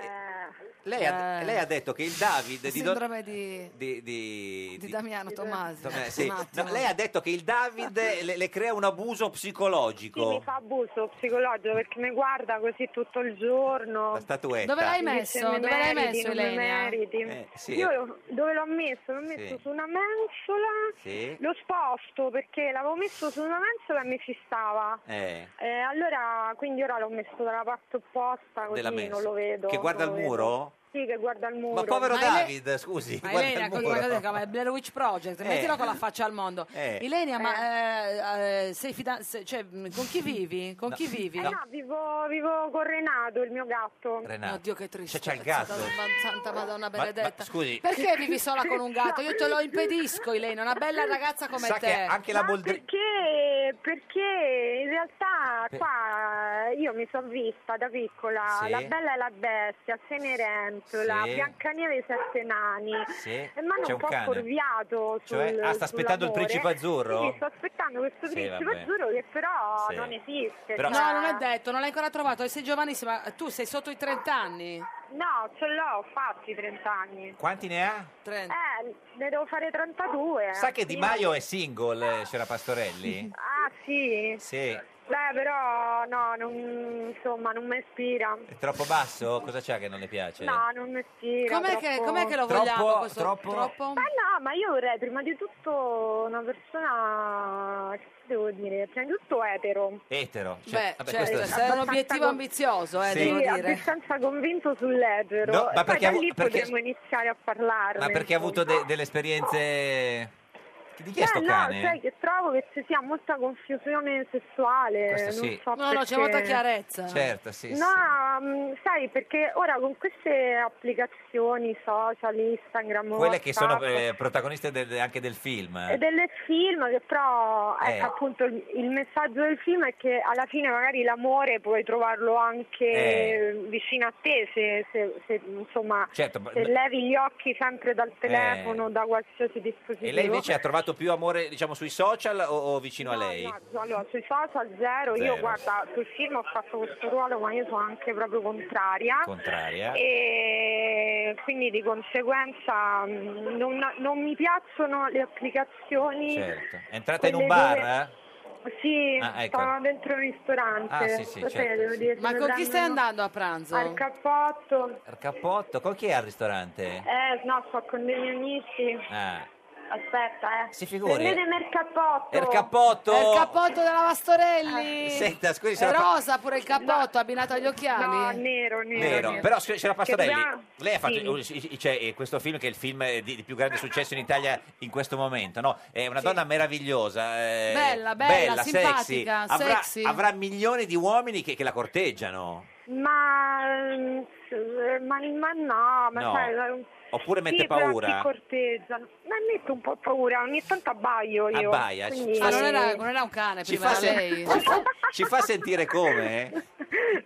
S2: lei, ha,
S20: Eh.
S2: lei ha detto che il David di, Don-
S20: Sindrome di,
S2: di- di-
S20: di Damiano Tomasi. Eh,
S2: Tommaso,
S20: Ecco, Un
S2: Eh, sì.
S20: attimo.
S2: No, lei ha detto che il David le, le crea un abuso
S21: Sì, mi
S2: psicologico.
S21: fa abuso psicologico perché mi guarda così tutto il giorno.
S2: La statuetta.
S20: Dove l'hai
S21: Mi dice,
S20: messo?
S21: "Mi
S20: Dove l'hai
S21: meriti,
S20: messo,
S21: non mi
S20: Elenia?"
S21: meriti.
S2: Eh, sì.
S21: Io lo- dove l'ho messo? L'ho
S2: Sì.
S21: messo su una mensola,
S2: Sì.
S21: lo sposto perché l'avevo messo su una mensola e mi ci stava.
S2: Eh,
S21: Eh, allora, quindi ora l'ho messo dalla parte opposta così
S2: Della mensola.
S21: non lo vedo.
S2: Che guarda
S21: non lo
S2: al
S21: vedo.
S2: muro?
S21: Sì, che guarda al muro.
S2: Ma povero David, scusi.
S20: Ma
S2: guarda
S20: Ilenia,
S2: il
S20: con
S2: muro.
S20: guarda, guarda, il Blair Witch Project,
S2: Eh.
S20: mettila con la faccia al mondo.
S2: Eh.
S20: Ilenia, ma eh, eh, sei fidanzata? Cioè, mh, con chi vivi? Con
S2: No.
S20: chi vivi?
S21: Eh no, vivo, vivo con Renato, il mio gatto.
S2: Renato.
S20: Oddio, che triste.
S2: Cioè, c'è il gatto.
S20: Santa Madonna
S2: Ma- ma
S20: benedetta.
S2: scusi.
S20: Perché vivi sola con un gatto? Io te lo impedisco, Ilenia, una bella ragazza come
S2: Sa
S20: te.
S2: che anche la
S21: Ma
S2: Boldrini...
S21: perché, perché in realtà
S2: Per-
S21: qua io mi sono vista da piccola
S2: Sì.
S21: La Bella e la Bestia, Cenerentola,
S2: Sì.
S21: Biancaneve e i Sette Nani
S2: Sì.
S21: e mi hanno un
S2: C'è un
S21: po'
S2: cane.
S21: fuorviato sul,
S2: Cioè, ah, sta aspettando il
S21: sull'amore.
S2: principe azzurro?
S21: Sì, sto aspettando questo
S2: Sì,
S21: principe
S2: vabbè.
S21: azzurro che però
S2: Sì.
S21: non esiste
S2: Però-
S21: cioè-
S20: No, non è detto, non l'hai ancora trovato, e sei giovanissima, tu sei sotto i 30 anni.
S21: No, ce l'ho fatti 30 anni
S2: Quanti ne ha?
S21: Eh, ne devo fare 32
S2: Sa che Di
S21: Sì,
S2: Maio
S21: ma-
S2: è single, eh, signora Pastorelli?
S21: Ah sì?
S2: Sì.
S21: Beh però no, non- insomma non mi ispira
S2: È troppo basso? Cosa c'è che non le piace?
S21: No, non mi ispira.
S20: Com'è che-
S21: troppo-
S20: com'è che lo
S2: Cioè. Troppo- vogliamo questo- troppo- troppo?
S21: Ma no, ma io vorrei prima di tutto una persona, che devo dire, prima di tutto etero.
S2: Etero.
S20: Beh,
S2: vabbè,
S20: cioè,
S2: questo-
S20: scusa, È un obiettivo ambizioso, eh,
S2: Sì.
S20: devo
S21: Sì,
S20: dire.
S21: abbastanza convinto sull'etero.
S2: No, ma
S21: E poi
S2: perché
S21: da
S2: avu-
S21: lì
S2: perché-
S21: potremmo iniziare a parlarne.
S2: Ma perché ha avuto
S21: insomma.
S2: de- delle esperienze... Di chi è
S21: Beh,
S2: sto
S21: Eh, no,
S2: cane?
S21: sai che trovo che ci sia molta confusione sessuale.
S2: Questo
S21: non
S2: sì.
S21: so
S20: No, no, c'è
S21: perché.
S20: molta chiarezza.
S2: Certo, sì,
S21: No, mh, sai perché ora con queste applicazioni social, Instagram,
S2: Quelle che sono
S21: WhatsApp,
S2: eh, protagoniste del- anche del film.
S21: e delle film che però
S2: Eh.
S21: ecco, appunto il, il messaggio del film è che alla fine magari l'amore puoi trovarlo anche
S2: Eh.
S21: vicino a te se, se- se, insomma
S2: Certo, ma- Eh.
S21: se levi gli occhi sempre dal telefono da qualsiasi dispositivo
S2: E lei invece ha trovato più amore, diciamo, sui social o, o vicino a lei?
S21: No, allora, sui social zero,
S2: Zero.
S21: io guarda, sul film ho fatto questo ruolo ma io sono anche proprio contraria.
S2: Contraria.
S21: E quindi di conseguenza mh, non, non mi piacciono le applicazioni.
S2: Certo. È entrata in un
S21: Quelle
S2: bar?
S21: due-
S2: eh?
S21: Sì,
S2: Ah, ecco.
S21: stavo dentro un ristorante.
S2: Ah, sì, sì,
S21: Lo sai,
S2: certo,
S21: devo
S2: sì.
S21: dire,
S20: Ma
S21: se
S20: con
S21: lo
S20: chi stai
S21: danno
S20: andando a pranzo?
S21: Al cappotto.
S2: eh? Al cappotto? Con chi è al ristorante?
S21: Eh, no, sto con dei miei amici.
S2: Ah.
S21: Aspetta, eh.
S2: Si figuri.
S21: Prendetemi il cappotto.
S2: Il cappotto! Eh,
S20: È il cappotto della Vastorelli.
S2: Senta, scusi,
S20: È
S2: signora-
S20: rosa pure il cappotto abbinato agli occhiali.
S21: No, nero, nero.
S2: Nero. Però, signora Pastorelli,
S20: Che già-
S2: lei ha fatto
S20: sì.
S2: eh, sì, sì, cioè, eh, questo film che è il film eh, di, di più grande successo in Italia in questo momento, no? È una donna meravigliosa. eh,
S20: Bella, bella,
S2: sexy.
S20: simpatica,
S2: Avrà,
S20: sexy.
S2: avrà milioni di uomini che, che la corteggiano.
S21: Ma, eh, ma, ma no, ma
S2: No.
S21: sai,
S2: Oppure mette
S21: sì, però
S2: paura?
S21: Ti corteggiano. Ma metto un po' paura, ogni tanto abbaio io.
S2: Abbaia, ci-
S21: quindi-
S20: Ah, non era, non era un cane
S2: Ci
S20: prima,
S2: fa,
S20: era
S2: se-
S20: lei.
S2: ci fa- ci fa sentire come? eh?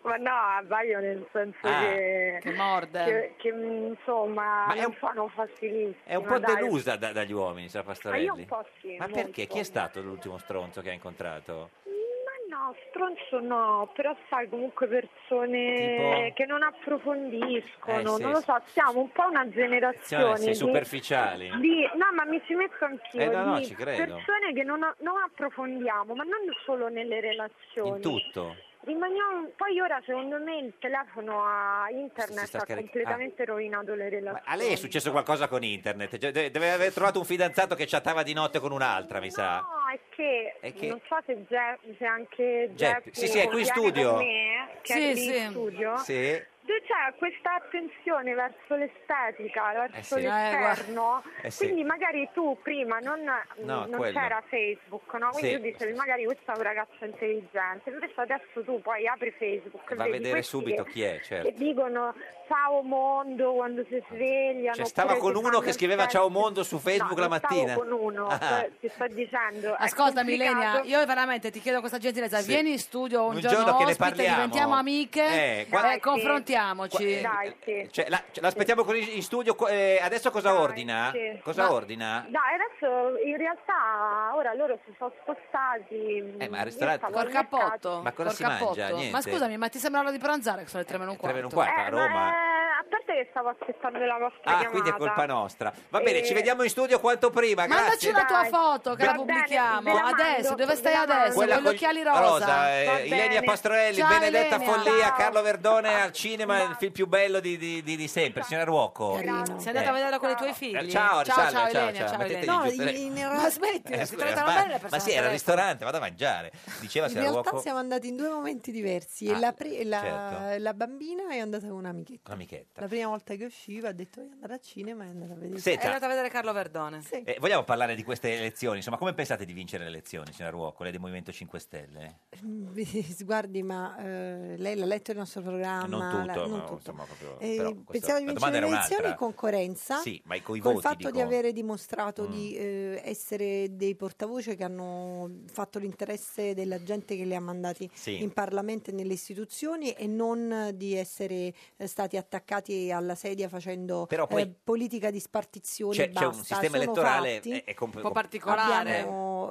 S21: Ma no, abbaio nel senso
S2: Ah.
S21: che...
S20: Che morde.
S21: Che, che, insomma,
S2: Ma è
S21: non sono facilissimo.
S2: È un po'
S21: dai.
S2: delusa da- dagli uomini, signora
S21: Ma
S2: Pastorelli.
S21: io un po' sì.
S2: Ma perché?
S21: molto.
S2: Chi è stato l'ultimo stronzo che ha incontrato?
S21: Ma Ah, no, stronzo no, però sai comunque persone
S2: Tipo?
S21: che non approfondiscono,
S2: Eh, sì,
S21: non lo so, siamo un po' una generazione
S2: Sì,
S21: di-
S2: superficiali.
S21: di- no, ma mi ci metto anch'io,
S2: Eh, no, no,
S21: di
S2: ci credo.
S21: persone che non, non approfondiamo, ma non solo nelle relazioni.
S2: In tutto.
S21: Rimaniamo, poi ora secondo me il telefono a
S2: Si
S21: internet
S2: sta ah.
S21: ha
S2: scaric-
S21: completamente rovinato le relazioni.
S2: A lei è successo qualcosa con internet? Cioè, de- Deve aver trovato un fidanzato che chattava di notte con un'altra, mi sa.
S21: No, è che,
S2: È che-
S21: non so se Ge- se anche Geppi
S2: Geppi- sì, sì, è qui in
S21: viene
S2: studio.
S21: con me, che
S20: Sì,
S21: è qui
S20: sì.
S21: in studio.
S2: Sì.
S21: Cioè, C'è questa attenzione verso l'estetica, verso
S20: sì. Eh,
S21: l'esterno,
S20: guarda- eh, sì.
S21: quindi magari tu prima non,
S20: No,
S21: non
S20: quello.
S21: c'era Facebook, no? quindi
S2: Sì.
S21: tu dicevi magari questa è un ragazzo intelligente, invece adesso tu poi apri Facebook e
S2: Va a
S21: vedi
S2: vedere
S21: questi
S2: subito
S21: che-
S2: chi è,
S21: Che
S2: certo.
S21: dicono ciao mondo quando si svegliano.
S2: Cioè, stava
S21: oppure
S2: con
S21: ti
S2: uno che
S21: fanno
S2: scriveva
S21: il
S2: ciao
S21: selfie.
S2: mondo su Facebook
S21: No,
S2: la
S21: non stavo
S2: mattina.
S21: con uno,
S2: Ah.
S21: eh, ti sto dicendo. è
S20: Ascolta
S21: complicato.
S20: Milenia, io veramente ti chiedo questa gentilezza,
S2: Sì.
S20: vieni in studio un,
S2: Un giorno che ne
S20: ospite,
S2: parliamo.
S20: diventiamo amiche
S2: Eh,
S20: e
S2: qua-
S20: confrontiamo
S1: Sentiamoci.
S21: Dai, sì.
S2: Cioè, la- ce- l'aspettiamo così in studio. co- eh, adesso cosa ordina?
S21: sì.
S2: eh, Cosa
S21: Ma-
S2: ordina?
S21: Dai, adesso in realtà ora loro si sono spostati.
S2: Eh, ma
S21: io
S2: al ristorante-
S21: stavo
S2: Col
S21: al mercato.
S2: cappotto? Ma cosa
S20: Col
S2: si mangia?
S20: cappotto. Ma
S2: Niente.
S20: scusami, ma ti sembrava di pranzare che sono le tre meno un
S2: tre
S20: quarto?
S2: meno un quarto, a
S20: Eh, ma-
S2: Roma.
S21: Eh, a parte che stavo aspettando la vostra
S2: Ah,
S21: chiamata.
S2: quindi è colpa nostra. Va bene,
S21: Eh,
S2: ci vediamo in studio quanto prima.
S20: Mandaci
S2: grazie.
S20: una tua
S21: Dai.
S20: foto che la
S21: Va bene,
S20: pubblichiamo
S21: ve la mando,
S20: adesso, dove
S21: ve
S20: stai
S21: la mando.
S20: adesso?
S2: Quella
S20: con gli
S2: con-
S20: occhiali rosa.
S2: eh,
S20: Va
S2: Ilenia
S20: bene.
S2: Pastorelli,
S20: Ciao,
S2: Benedetta
S20: Ilenia.
S2: Follia,
S20: Ciao.
S2: Carlo Verdone al cinema, il film più bello di, di- di- di sempre, signora Ruocco.
S1: Sei andata a vederlo con i tuoi figli?
S2: Eh, ciao,
S1: ciao, ciao,
S2: salve, ciao,
S1: Ilenia,
S2: ciao,
S1: ciao,
S2: mettete
S1: Ilenia.
S2: giù, No, tre- in-
S1: Ma smetti,
S2: Eh,
S1: si
S2: scusa,
S1: trattano
S2: ma-
S20: bene le persone
S2: Ma sì, era al
S20: tre.
S2: ristorante, vado a mangiare. Diceva
S10: In
S2: signora
S10: realtà
S2: Ruocco
S10: siamo andati in due momenti diversi e
S2: Ah,
S10: la, pri- la-
S2: certo.
S10: la bambina è andata con un'amichetta.
S2: con amichetta.
S10: La prima volta che usciva ha detto voglio andare al cinema e è andata a vedere.
S2: Senta. È andata
S10: a vedere Carlo Verdone.
S2: Eh, vogliamo parlare di queste elezioni? Insomma, come pensate di vincere le elezioni, signora Ruocco, lei del Movimento 5 Stelle?
S10: Sguardi, ma eh, lei l'ha letto il nostro programma?
S2: Eh, non tutto,
S10: Ah, la-
S2: ma
S10: non tutto.
S2: insomma, proprio-
S10: Eh,
S2: però questa-
S10: pensiamo di
S2: la
S10: vincere
S2: domanda
S10: le
S2: era
S10: elezioni
S2: un'altra.
S10: con coerenza.
S2: Sì, ma con i
S10: col
S2: voti,
S10: fatto
S2: dico.
S10: di avere dimostrato
S2: Mm.
S10: di eh, essere dei portavoce che hanno fatto l'interesse della gente che li ha mandati
S22: Sì.
S10: in Parlamento e nelle istituzioni e non eh, di essere eh, stati attaccati alla sedia facendo
S2: Però poi
S10: eh, politica di spartizione
S2: c'è-
S10: e
S2: c'è un
S10: basta.
S2: sistema
S10: Sono
S2: elettorale,
S10: fatti.
S2: è- è com- Un po'
S10: Abbiamo,
S2: particolare.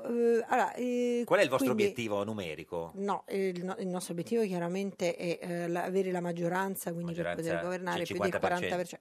S10: eh, allora, eh,
S2: Qual è il vostro
S10: quindi-
S2: obiettivo numerico?
S10: No, eh, il, no- il nostro obiettivo chiaramente è eh, la- avere la maggioranza, quindi
S2: Maggioranza,
S10: per poter governare
S2: sì,
S10: più del
S2: 40%.
S10: 40%.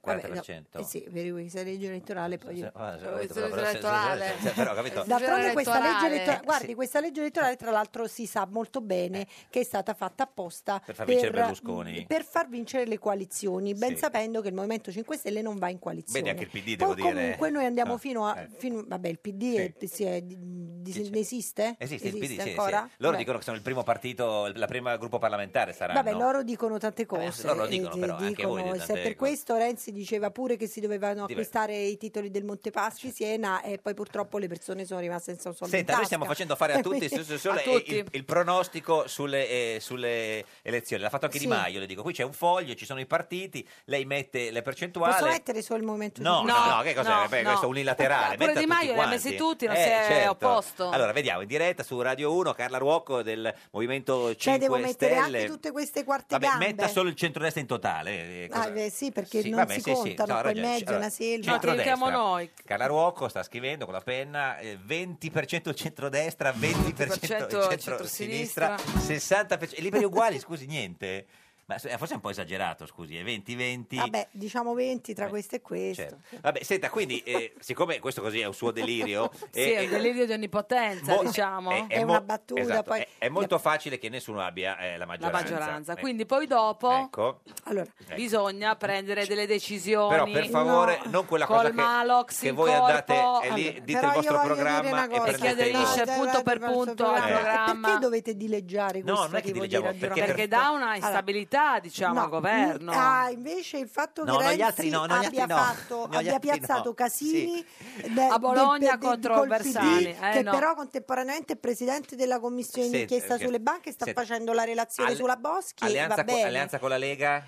S10: Vabbè, no,
S2: 40%.
S10: eh sì, per i questa legge elettorale poi...
S2: Se- ah, se-
S10: Eh,
S2: ho detto-
S10: se-
S2: però- se- se- se- se- Però, capito?
S10: D'altronde questa legge
S20: elettorale.
S10: elettorale, guardi, questa legge elettorale tra l'altro si sa molto bene che è stata fatta apposta
S2: Eh. Per far vincere Berlusconi.
S10: per far vincere le coalizioni, ben sapendo che il Movimento 5 Stelle non va in coalizione.
S2: Bene, anche il PD,
S10: Poi
S2: devo dire.
S10: comunque noi andiamo
S2: No,
S10: fino a...
S2: eh.
S10: fino- vabbè, il PD è- si è- dis- esiste?
S2: Esiste, il PD, sì, sì.
S10: ancora?
S2: Loro
S10: Beh.
S2: dicono che sono il primo partito, il- la prima gruppo parlamentare saranno.
S10: Vabbè, loro dicono tante cose.
S2: loro lo
S10: eh,
S2: dicono,
S10: eh,
S2: però, anche voi
S10: se
S2: dite tante
S10: per
S2: cose.
S10: questo Renzi diceva pure che si dovevano
S2: Diver-
S10: acquistare i titoli del Montepaschi Siena e poi purtroppo le persone sono rimaste senza un soldo. in
S2: Certo. Senta, noi
S10: tasca.
S2: stiamo facendo fare a tutti, su- su- sulle-
S10: A tutti.
S2: Il, il pronostico sulle, eh, sulle elezioni. L'ha fatto anche
S10: Sì.
S2: Di Maio, le dico. Qui c'è un foglio, ci sono i partiti, lei mette le percentuali.
S10: Posso mettere solo il momento
S2: No,
S10: di
S2: no, no, che cos'è? Beh, questo è unilaterale.
S1: Pure
S2: metta
S1: Di
S2: tutti
S1: Maio li ha
S2: quanti.
S1: messi tutti, non
S2: Eh,
S1: si è
S2: certo.
S1: opposto.
S2: Allora, vediamo, in diretta su Radio 1, Carla Ruocco del Movimento 5
S10: Cioè, devo mettere
S2: Stelle.
S10: anche tutte queste quarte
S2: Vabbè,
S10: gambe.
S2: metta solo il centrodestra in totale. eh, cosa-
S10: Ah, beh, sì, perché
S2: Sì,
S10: non
S2: vabbè,
S10: si
S2: sì, sì,
S10: contano,
S2: no,
S10: poi
S2: ragione,
S10: mezzo,
S2: allora,
S10: una selva.
S2: centrodestra. Carla Ruocco sta scrivendo con la penna eh, 20% il centrodestra, 20% il
S19: 20%
S2: centrosinistra, 60% e liberi uguali, scusi, niente. Ma eh, forse è un po' esagerato, scusi, è 20-20.
S10: Vabbè, diciamo 20 tra questo e questo.
S2: Certo. Vabbè, senta, quindi, eh, siccome questo così è un suo delirio,
S20: Sì,
S2: eh,
S20: è un delirio di onnipotenza,
S2: mo- eh,
S20: diciamo.
S2: mo- esatto, è, è molto facile che nessuno abbia eh,
S20: la
S2: la maggioranza.
S20: maggioranza.
S2: Eh,
S20: Quindi poi dopo
S2: ecco.
S10: Allora,
S2: Ecco.
S20: bisogna prendere delle decisioni.
S2: Però per favore, non quella
S20: Col
S2: cosa che,
S20: Malox
S2: che
S20: in
S2: voi
S20: corpo.
S2: andate e lì,
S20: Allora,
S2: dite
S20: però io
S2: il vostro
S20: voglio
S2: programma
S20: dire una
S2: e
S20: cosa.
S2: prendete Eh,
S20: E
S2: i
S20: chiaderisce
S2: voti.
S20: punto per punto al
S2: programma.
S20: programma.
S10: Perché dovete dileggiare
S2: No,
S10: questo?
S2: non è che
S10: tipo,
S2: dileggiamo,
S10: dire,
S2: diciamo, perché-
S10: giuramento?
S20: Perché dà una
S10: Allora,
S20: instabilità, diciamo, al governo.
S10: mm, Ah, invece il fatto
S20: No,
S10: che
S20: no,
S10: Renzi
S20: gli altri no, no, gli
S10: abbia,
S20: altri no.
S10: fatto,
S20: No, gli
S10: abbia
S20: altri no.
S10: piazzato Casini de-
S20: A
S10: de-
S20: Bologna
S10: de- de-
S20: contro
S10: col PD,
S20: Bersani, eh,
S10: che
S20: no.
S10: però contemporaneamente è presidente della commissione
S2: Senta,
S10: d'inchiesta
S2: perché-
S10: sulle banche sta
S2: senta.
S10: facendo la relazione
S2: Alle-
S10: sulla Boschi. va
S2: Alleanza, co-
S10: bene.
S2: alleanza con la Lega?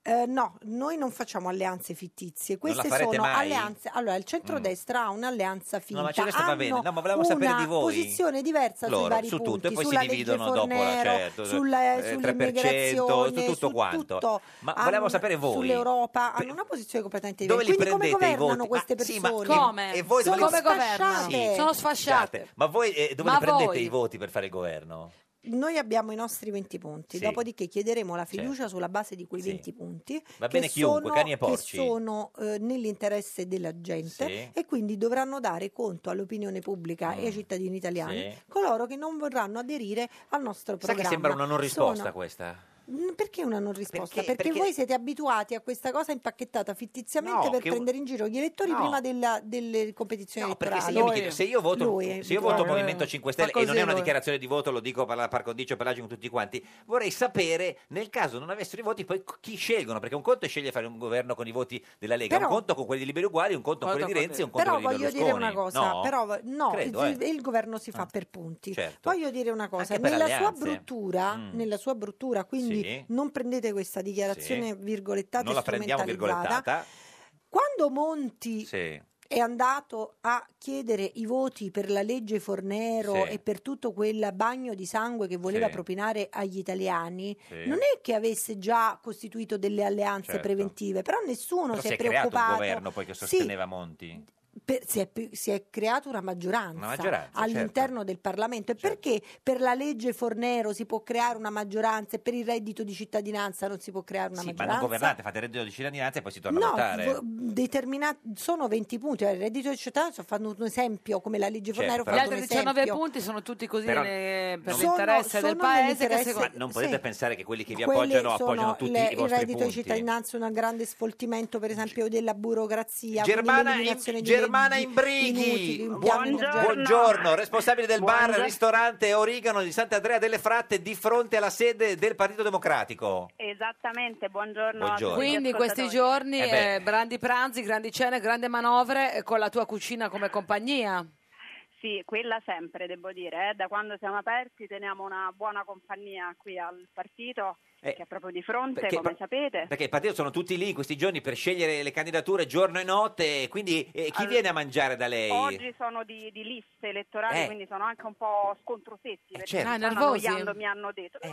S10: Eh, no, noi non facciamo alleanze fittizie, queste
S2: farete
S10: sono
S2: mai? Mm.
S10: alleanze. Allora, il centrodestra ha un'alleanza finta,
S2: No, ma ci resta va
S10: hanno
S2: bene. No, ma volevamo
S10: una
S2: sapere di voi.
S10: posizione diversa
S2: Loro,
S10: sui vari
S2: su tutto,
S10: punti,
S2: e poi si
S10: sulla legge
S2: dividono dopo, la-
S10: Fornero,
S2: certo,
S10: sulla-
S2: eh,
S10: sull'immigrazione,
S2: 3%, su tutto
S10: su
S2: quanto.
S10: tutto.
S2: Ma
S10: Hanno-
S2: volevamo sapere voi.
S10: Sull'Europa hanno una posizione completamente
S2: Dove
S10: diversa.
S2: li
S10: Quindi come
S2: prendete i
S10: governano
S2: voti?
S10: queste
S2: Ah, sì, ma
S10: persone?
S2: come? E voi
S10: sono
S2: dove li- Come
S10: sfasciate.
S2: governano? Sì. Sono Scusate, Ma voi eh, dove
S10: Ma
S2: li prendete
S10: voi?
S2: i voti per fare il governo?
S10: Noi abbiamo i nostri 20 punti,
S2: Sì.
S10: dopodiché chiederemo la fiducia
S2: Certo.
S10: sulla base di quei 20 punti.
S2: Va
S10: che
S2: bene chiunque,
S10: sono-
S2: cani e porci.
S10: Che sono eh, nell'interesse della gente
S2: Sì.
S10: e quindi dovranno dare conto all'opinione pubblica
S2: Mm.
S10: e ai cittadini italiani
S2: Sì.
S10: coloro che non vorranno aderire al nostro
S2: Sai
S10: programma.
S2: che sembra una non risposta
S10: Sono-
S2: questa?
S10: Mm, Perché una non risposta?
S2: Perché-
S10: Perché,
S2: perché-
S10: voi siete abituati a questa cosa impacchettata fittiziamente
S2: No,
S10: per
S2: che-
S10: prendere in giro gli elettori
S2: No.
S10: prima della- delle competizioni
S2: Perché
S10: elettorali.
S2: se io, mi chiedo- se io voto,
S10: Lui,
S2: se io
S10: lui.
S2: voto Movimento 5 Stelle
S10: Fa
S2: e non
S10: così
S2: è una
S10: lui.
S2: dichiarazione di voto, lo dico per la par condicio per l'agio con tutti quanti, vorrei sapere, nel caso non avessero i voti, poi c- chi scelgono, perché un conto è scegliere fare un governo con i voti della Lega,
S10: Però-
S2: un conto con quelli di Liberi Uguali, un conto con quelli di Renzi, un conto
S10: però
S2: con quelli di
S10: voglio
S2: Berlusconi.
S10: dire una cosa,
S2: no?
S10: però vo- no,
S2: Credo,
S10: il,
S2: eh.
S10: il governo si fa per punti.
S2: Certo.
S10: Voglio dire una cosa,
S2: Anche per
S10: nella sua,
S2: alleanze. Mm.
S10: bruttura, nella sua bruttura, quindi
S2: Sì.
S10: non prendete questa dichiarazione
S2: Sì.
S10: virgolettata
S2: non
S10: e
S2: la prendiamo
S10: strumentalizzata.
S2: virgolettata.
S10: Quando Monti
S2: Sì.
S10: è andato a chiedere i voti per la legge Fornero
S22: Sì.
S10: e per tutto quel bagno di sangue che voleva
S22: Sì.
S10: propinare agli italiani,
S22: Sì.
S10: non è che avesse già costituito delle alleanze
S2: Certo.
S10: preventive, però nessuno
S2: Però
S10: si è
S2: creato un
S10: preoccupato.
S2: governo poi che
S10: Sì,
S2: sosteneva Monti.
S10: per- si, è, pe- si è creata una maggioranza,
S2: Una maggioranza, certo.
S10: all'interno del Parlamento. E perché per la legge Fornero si può creare una maggioranza e per il reddito di cittadinanza non si può creare una
S2: Sì, ma
S10: maggioranza?
S2: non governate, fate reddito di cittadinanza e poi si torna a
S10: No,
S2: votare.
S10: vo- determinati- sono 20 punti. cioè, Il reddito di cittadinanza fanno un esempio come la legge
S2: Certo,
S10: Fornero.
S2: però-
S10: fa
S2: Gli
S10: un
S2: altri
S1: 19
S10: esempio.
S1: punti sono tutti così
S2: Però-
S1: ne- per
S10: Sono-
S1: l'interesse del
S10: sono
S1: paese che
S10: nell'interesse-
S1: secondo
S2: Ma non potete pensare che quelli che vi
S10: Quelli
S2: appoggiano
S10: sono
S2: appoggiano tutti
S10: le-
S2: i
S10: il
S2: vostri
S10: reddito di
S2: punti.
S10: cittadinanza è un grande sfoltimento per esempio della burocrazia quindi
S2: Germana,
S10: l'eliminazione
S2: in,
S10: di
S2: Germana
S10: leggi inutili,
S2: Imbrighi,
S10: impianti
S2: buongiorno.
S10: energetici.
S2: Buongiorno, responsabile del bar,
S10: Buongiorno.
S2: ristorante Origano di Sant'Andrea delle Fratte di fronte alla sede del Partito Democratico.
S23: Esattamente, buongiorno. a
S2: Buongiorno.
S23: tutti gli
S1: Quindi questi
S23: ascoltatori.
S1: giorni
S2: Eh beh.
S1: eh, grandi pranzi, grandi cene, grandi manovre eh, con la tua cucina come compagnia.
S23: Sì, quella sempre, devo dire. eh. Da quando siamo aperti teniamo una buona compagnia qui al partito,
S2: Eh,
S23: che è proprio di fronte,
S2: perché-
S23: come sapete.
S2: Perché il partito sono tutti lì in questi giorni per scegliere le candidature giorno e notte, quindi eh, chi
S23: Al-
S2: viene a mangiare da lei?
S23: Oggi sono di, di liste elettorali,
S2: Eh.
S23: quindi sono anche un po' scontrosetti, perché
S2: certo.
S23: mi
S2: Ah,
S23: stanno
S2: nervosi?
S23: annoiando, mi hanno detto. "No,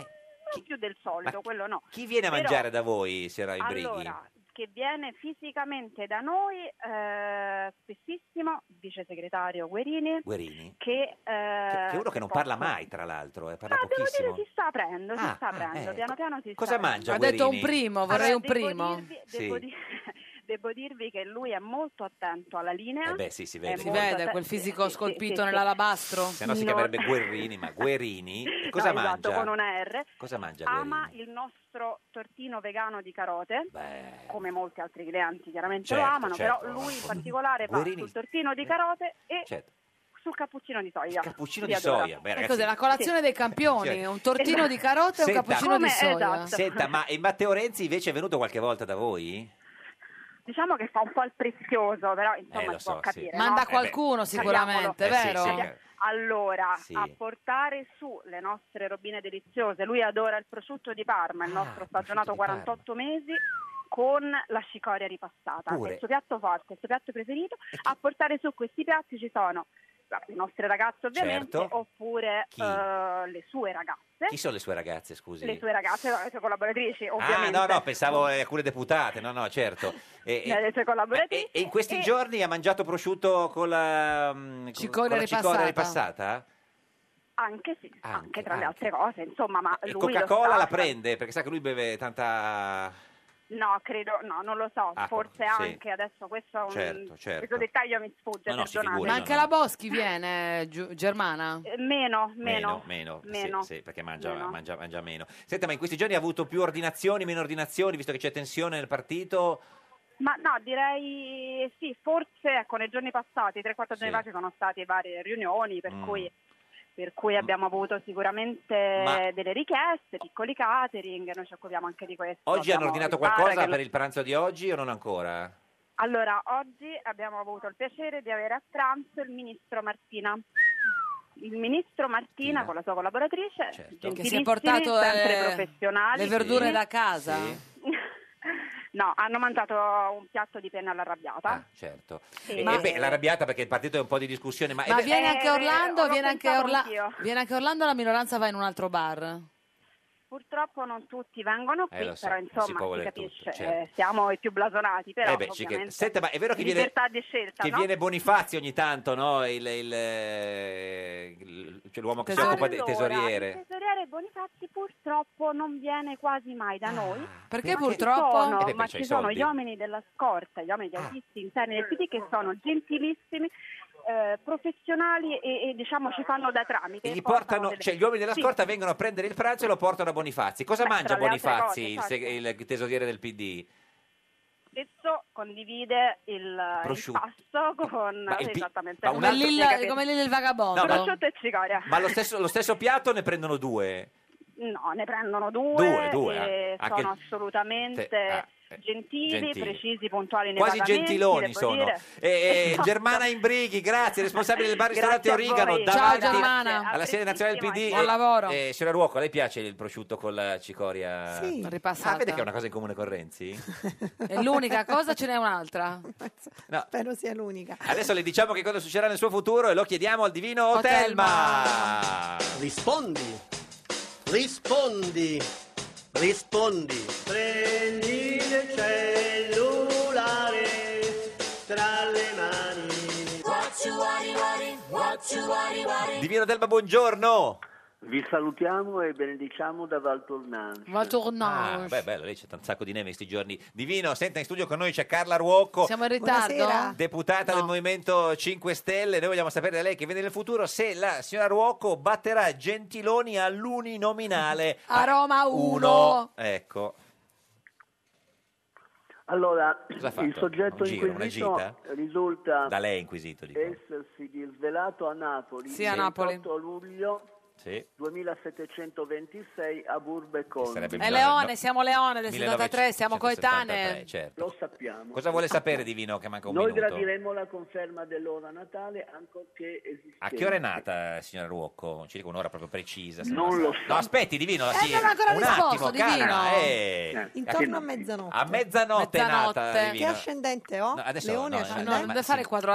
S23: non più del solito,
S2: Ma
S23: quello no.
S2: Chi viene a
S23: Però-
S2: mangiare da voi, Sera Imbrighi?
S23: Allora, che viene fisicamente da noi, eh, spessissimo, vice segretario Guerini,
S2: Guerini?
S23: che, eh,
S2: Che è uno che non
S23: porta-
S2: parla mai, tra l'altro, eh, parla
S23: Ma Ah, devo
S2: pochissimo.
S23: dire si sta aprendo, si
S2: Ah,
S23: sta
S2: ah,
S23: aprendo,
S2: eh,
S23: piano piano si
S2: cosa
S23: sta
S2: mangia
S1: Ha
S23: aprendo.
S1: detto un
S2: Guerini.
S1: primo, vorrei
S23: Allora,
S1: un
S23: devo
S1: primo.
S23: dirvi- devo,
S2: Sì.
S23: di- devo dirvi che lui è molto attento alla linea.
S2: Eh beh, sì, si
S23: è
S2: vede.
S1: Si
S23: molto
S1: vede
S23: atten-
S1: quel fisico
S23: sì, sì, sì,
S1: scolpito
S23: sì.
S1: nell'alabastro?
S2: Se no si
S23: No.
S2: chiamerebbe Guerrini, ma Guerini e cosa
S23: No,
S2: mangia?
S23: esatto, con una R.
S2: Cosa mangia
S23: Ama il nostro tortino vegano di carote, come molti altri clienti chiaramente
S2: Certo,
S23: lo amano,
S2: certo.
S23: però lui in particolare va
S2: Guerini-
S23: sul tortino di carote e
S2: Guerini? Certo,
S23: sul cappuccino di soia.
S2: cappuccino
S23: Vi
S2: di
S23: adoro. Esatto.
S2: soia. Beh,
S1: Che
S2: ragazzi,
S1: Cos'è la colazione dei campioni? Un tortino di carote e un
S2: Senta,
S1: cappuccino di soia.
S2: Senta, ma e Matteo Renzi invece è venuto qualche volta da voi?
S23: Diciamo che fa un po' il prezioso, però
S2: Eh,
S23: insomma
S2: lo
S23: si può
S2: so, sì.
S23: capire. no?
S1: Manda
S23: Eh,
S1: qualcuno
S23: beh,
S1: sicuramente,
S23: capiamolo.
S1: vero?
S23: Eh, Allora,
S1: Sì.
S23: a portare su le nostre robine deliziose, lui adora il prosciutto di Parma,
S2: Ah,
S23: il nostro stagionato 48 mesi con la scicoria ripassata,
S24: Pure.
S23: è il suo piatto forte, il suo piatto preferito. A portare su questi piatti ci sono le nostre ragazze ovviamente,
S2: Certo.
S23: oppure
S2: Chi?
S23: eh, le sue ragazze,
S2: Chi sono le sue ragazze, scusi?
S23: le sue ragazze, le sue collaboratrici
S2: Ah,
S23: ovviamente. Eh,
S2: no, no, pensavo eh, alcune deputate, no, no, certo. E, e-
S23: Le sue collaboratrici.
S2: e in
S23: Eh.
S2: questi giorni ha mangiato prosciutto con la, mm, con-
S23: Cicoria
S2: con la
S23: ripassata.
S2: cicoria ripassata?
S23: Anche sì, anche,
S2: Anche,
S23: tra le altre cose, insomma, ma
S2: E
S23: lui
S2: Coca-Cola
S23: lo sa.
S2: la prende, perché sa che lui beve tanta...
S23: No, credo, no, non lo so,
S2: Ah,
S23: forse
S2: sì.
S23: anche adesso questo è un
S2: Certo, certo.
S23: questo dettaglio mi sfugge,
S2: No, no, si
S23: perdonate.
S2: figuri,
S1: Ma anche la Boschi viene, Giu- Germana?
S23: Eh, Meno, meno,
S2: meno, sì,
S23: meno.
S2: sì, perché mangia
S23: Meno.
S2: Mangia, mangia meno. Senta, ma in questi giorni ha avuto più ordinazioni, meno ordinazioni, visto che c'è tensione nel partito?
S23: Ma no, direi sì, forse ecco, nei giorni passati, 3-4 giorni
S2: Sì.
S23: fa ci sono state varie riunioni per
S2: Mm.
S23: cui per cui abbiamo avuto sicuramente
S2: Ma-
S23: delle richieste, piccoli catering, noi ci occupiamo anche di questo.
S2: Oggi
S23: Abbiamo
S2: hanno ordinato
S23: il bar
S2: qualcosa
S23: che-
S2: per il pranzo di oggi o non ancora?
S23: Allora, oggi abbiamo avuto il piacere di avere a pranzo il ministro Martina. Il ministro Martina con la sua collaboratrice,
S2: Certo.
S1: Che si è
S23: gentilissimi,
S1: portato
S23: sempre
S1: eh,
S23: professionali.
S1: le verdure da casa.
S23: No, hanno mangiato un piatto di penna all'arrabbiata.
S2: Certo.
S23: Sì.
S2: E,
S23: Ma-
S2: e beh, l'arrabbiata perché il partito è un po' di discussione, ma...
S1: Ma
S2: eh, beh,
S1: viene anche
S23: eh,
S1: Orlando,
S23: l'ho
S1: viene anche,
S23: pensato
S1: Orla-
S23: anch'io.
S1: viene anche Orlando, la minoranza va in un altro bar.
S23: Purtroppo non tutti vengono
S2: Eh,
S23: qui,
S2: lo so,
S23: però
S2: non si
S23: insomma
S2: può
S23: si,
S2: volere
S23: capisce,
S2: tutto, certo.
S23: eh, siamo i più blasonati, però
S2: eh beh, ci credo.
S23: ovviamente
S2: Senta, ma è vero che viene,
S23: libertà di scelta,
S2: che
S23: no?
S2: viene Bonifazio ogni tanto, no? Il, il, eh, il- cioè l'uomo che si occupa del
S23: Allora, Il
S2: tesoriere.
S23: tesoriere Bonifazzi purtroppo non viene quasi mai
S2: Ah.
S23: da noi.
S1: perché
S23: ma ci
S1: purtroppo?
S23: sono-
S1: Eh beh,
S23: ma
S1: perciò
S23: ci
S1: i
S23: sono
S1: soldi.
S23: gli uomini della scorta, gli
S2: Ah.
S23: uomini di autisti interni del PD che sono gentilissimi, eh, professionali e, e, diciamo ci fanno da tramite.
S2: E gli
S23: portano
S2: portano,
S23: delle-
S2: cioè gli uomini della
S23: Sì.
S2: scorta vengono a prendere il pranzo e lo portano a Bonifazi. Cosa
S23: Beh,
S2: mangia
S23: tra le altre
S2: Bonifazi,
S23: cose,
S2: il, se- il tesoriere del PD?
S23: Spesso condivide il, il
S2: Prosciutto.
S23: pasto con...
S2: Ma il pi-
S23: esattamente.
S2: ma un
S1: Come
S2: altro-
S1: Lilla- come Lilla il vagabondo.
S2: No, ma-
S23: Prosciutto e cicoria.
S2: Ma lo stesso, lo stesso piatto ne prendono due?
S23: No, ne prendono due,
S2: Due, due,
S23: e
S2: eh. Anche-
S23: sono assolutamente
S2: Te- ah.
S23: Gentili,
S2: gentili.
S23: precisi, puntuali nei
S2: Quasi
S23: pagamenti,
S2: gentiloni
S23: devo
S2: sono.
S23: dire.
S2: Eh, eh,
S23: Esatto.
S2: Germana Imbrighi, grazie, responsabile del bar
S23: Grazie
S2: ristorante
S23: a
S2: Origano.
S23: voi.
S2: Davanti
S23: Ciao, Germana.
S2: Alla sede nazionale del PD.
S23: Buon lavoro.
S2: Eh, signora Ruoco, a lei piace il prosciutto con la cicoria?
S1: Sì.
S2: Ah,
S1: Ripassata.
S2: vede che è una cosa in comune con Renzi?
S1: È l'unica cosa, ce n'è un'altra.
S2: No.
S10: Spero sia l'unica.
S2: Adesso le diciamo che cosa succederà nel suo futuro e lo chiediamo al divino Otelma.
S22: Rispondi, rispondi, rispondi. Prendi il cellulare tra le mani.
S2: Divino Otelma, buongiorno.
S22: Vi salutiamo e benediciamo da Valtornano.
S20: Va tornato.
S2: Ah, beh, bello, lei c'è un sacco di neve in questi giorni. Divino, senta, in studio con noi c'è Carla Ruocco.
S20: Siamo in ritardo? Buonasera.
S2: Deputata del Movimento 5 Stelle. Noi vogliamo sapere da lei che vede nel futuro se la signora Ruocco batterà Gentiloni all'uninominale.
S20: A Roma 1.
S2: Uno. Ecco.
S22: Allora,
S2: Cosa ha fatto?
S22: il soggetto
S2: Un giro, una
S22: inquisito
S2: gita?
S22: risulta
S2: Da lei inquisito, dico.
S22: essersi svelato a Napoli
S2: Sì,
S22: il
S2: a Napoli.
S22: 28 luglio
S2: Sì.
S22: 2726 a Burbe Conti.
S2: sarebbe
S1: È Leone, siamo Leone del 73, siamo
S2: 1973,
S1: coetanee.
S2: certo.
S22: Lo sappiamo.
S2: Cosa vuole sapere Divino che manca Ecco, un
S22: Noi
S2: minuto?
S22: gradiremo la conferma dell'ora natale ancorché esistente.
S2: A che ora è nata, signora Ruocco? Ci dica un'ora proprio precisa. se
S22: Non
S2: la
S22: lo
S2: sa. No, aspetti, Divino. sì,
S10: non ha ancora
S2: un
S10: risposto,
S2: attimo, cara, eh.
S10: Intorno a
S2: che-
S10: mezzanotte.
S2: a mezzanotte, è nata
S10: Che
S2: Divino.
S10: ascendente ho?
S2: No, adesso
S10: Leone
S2: no, no,
S10: ascendente.
S2: no, ma sì, que- eh, sì, quello è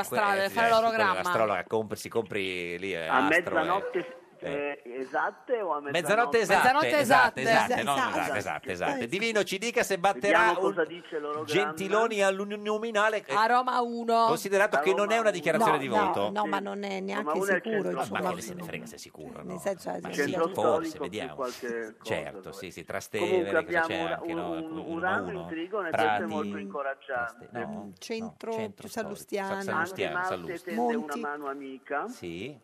S2: L'astrologa, compri, si compri lì. eh,
S22: A
S2: astro,
S22: mezzanotte
S2: eh.
S22: eh, esatte o a mezzanotte?
S2: Mezzanotte esatte, esatte, esatte, no, esatte, esatte, esatte. Divino ci dica se batterà
S22: Vediamo
S2: un-
S22: cosa dice l'orogramma.
S2: Gentiloni all'uninominale,
S10: Ah,
S2: eh,
S1: A Roma 1.
S2: considerato che non è una dichiarazione di voto.
S10: No, ma non è neanche
S22: uno è il
S10: sicuro.
S2: Ma,
S10: insomma.
S2: ma che Eh, se ne frega se è sicuro, no?
S10: Nel senso,
S2: Ma
S10: sì,
S2: sì,
S10: sì.
S2: forse,
S22: più
S2: vediamo.
S22: qualche cosa,
S2: certo, sì,
S22: Comunque
S2: sì, Trastevere, cosa
S22: abbiamo
S2: c'è
S22: un-
S2: anche, no?
S22: un, un
S2: Uno a
S22: ramo
S2: uno.
S22: in trigone, questo è
S2: Prati,
S22: molto incoraggiante.
S2: no,
S10: centro,
S2: Sa-
S10: Sallustiano.
S2: Sallustiano,
S22: Anche Marte
S2: Sallusti.
S22: tende una mano amica.
S2: Sì,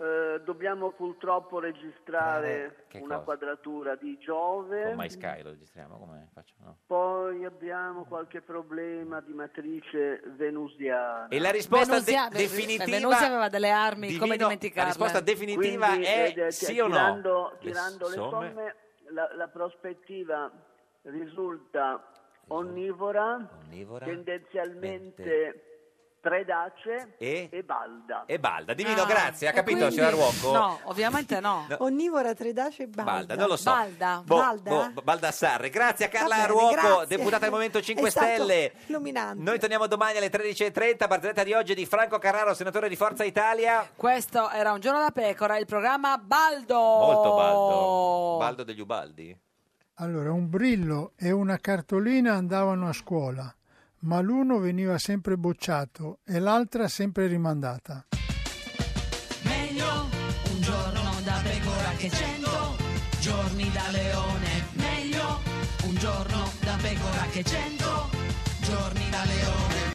S22: Eh, dobbiamo purtroppo registrare
S2: Eh, Che
S22: una
S2: cosa?
S22: quadratura di
S2: con
S22: Giove.
S2: My Sky lo registriamo, come faccio? No.
S22: Poi abbiamo qualche problema di matrice venusiana.
S2: E la risposta de-
S1: Venusia-
S2: definitiva...
S1: Beh, Venusia aveva delle armi, come
S2: Divino,
S1: dimenticarle?
S2: La risposta definitiva
S22: Quindi,
S2: è
S22: eh,
S2: sì o no?
S22: tirando,
S2: Le
S22: tirando le somme,
S2: somme-
S22: la, la prospettiva risulta onnivora,
S2: Esatto. Onnivora.
S22: tendenzialmente predace
S2: E?
S22: balda.
S2: E Balda, Divino,
S22: Ah,
S2: grazie, ha
S22: e
S2: capito,
S22: quindi-
S2: signora Ruocco?
S1: No, ovviamente no.
S2: No.
S10: Onnivora, tredace e balda.
S2: Balda, non lo so.
S10: Balda.
S2: Boh,
S10: Balda? eh?
S2: boh, B- Baldassarre. Grazie a Carla
S10: Va bene,
S2: Ruoco,
S10: grazie.
S2: deputata del Movimento 5
S10: È stato
S2: Stelle.
S10: Illuminante.
S2: Noi torniamo domani alle 13.30. Barzelletta di oggi di Franco Carraro, senatore di Forza Italia.
S1: Questo era un giorno da pecora, il programma Baldo.
S10: Oh.
S2: Molto Baldo. Baldo degli Ubaldi.
S4: Allora, un brillo e una cartolina andavano a scuola, ma l'uno veniva sempre bocciato e l'altra sempre rimandata.
S24: Meglio un giorno da pecora che cento giorni da leone. Meglio un giorno da pecora che cento giorni da leone.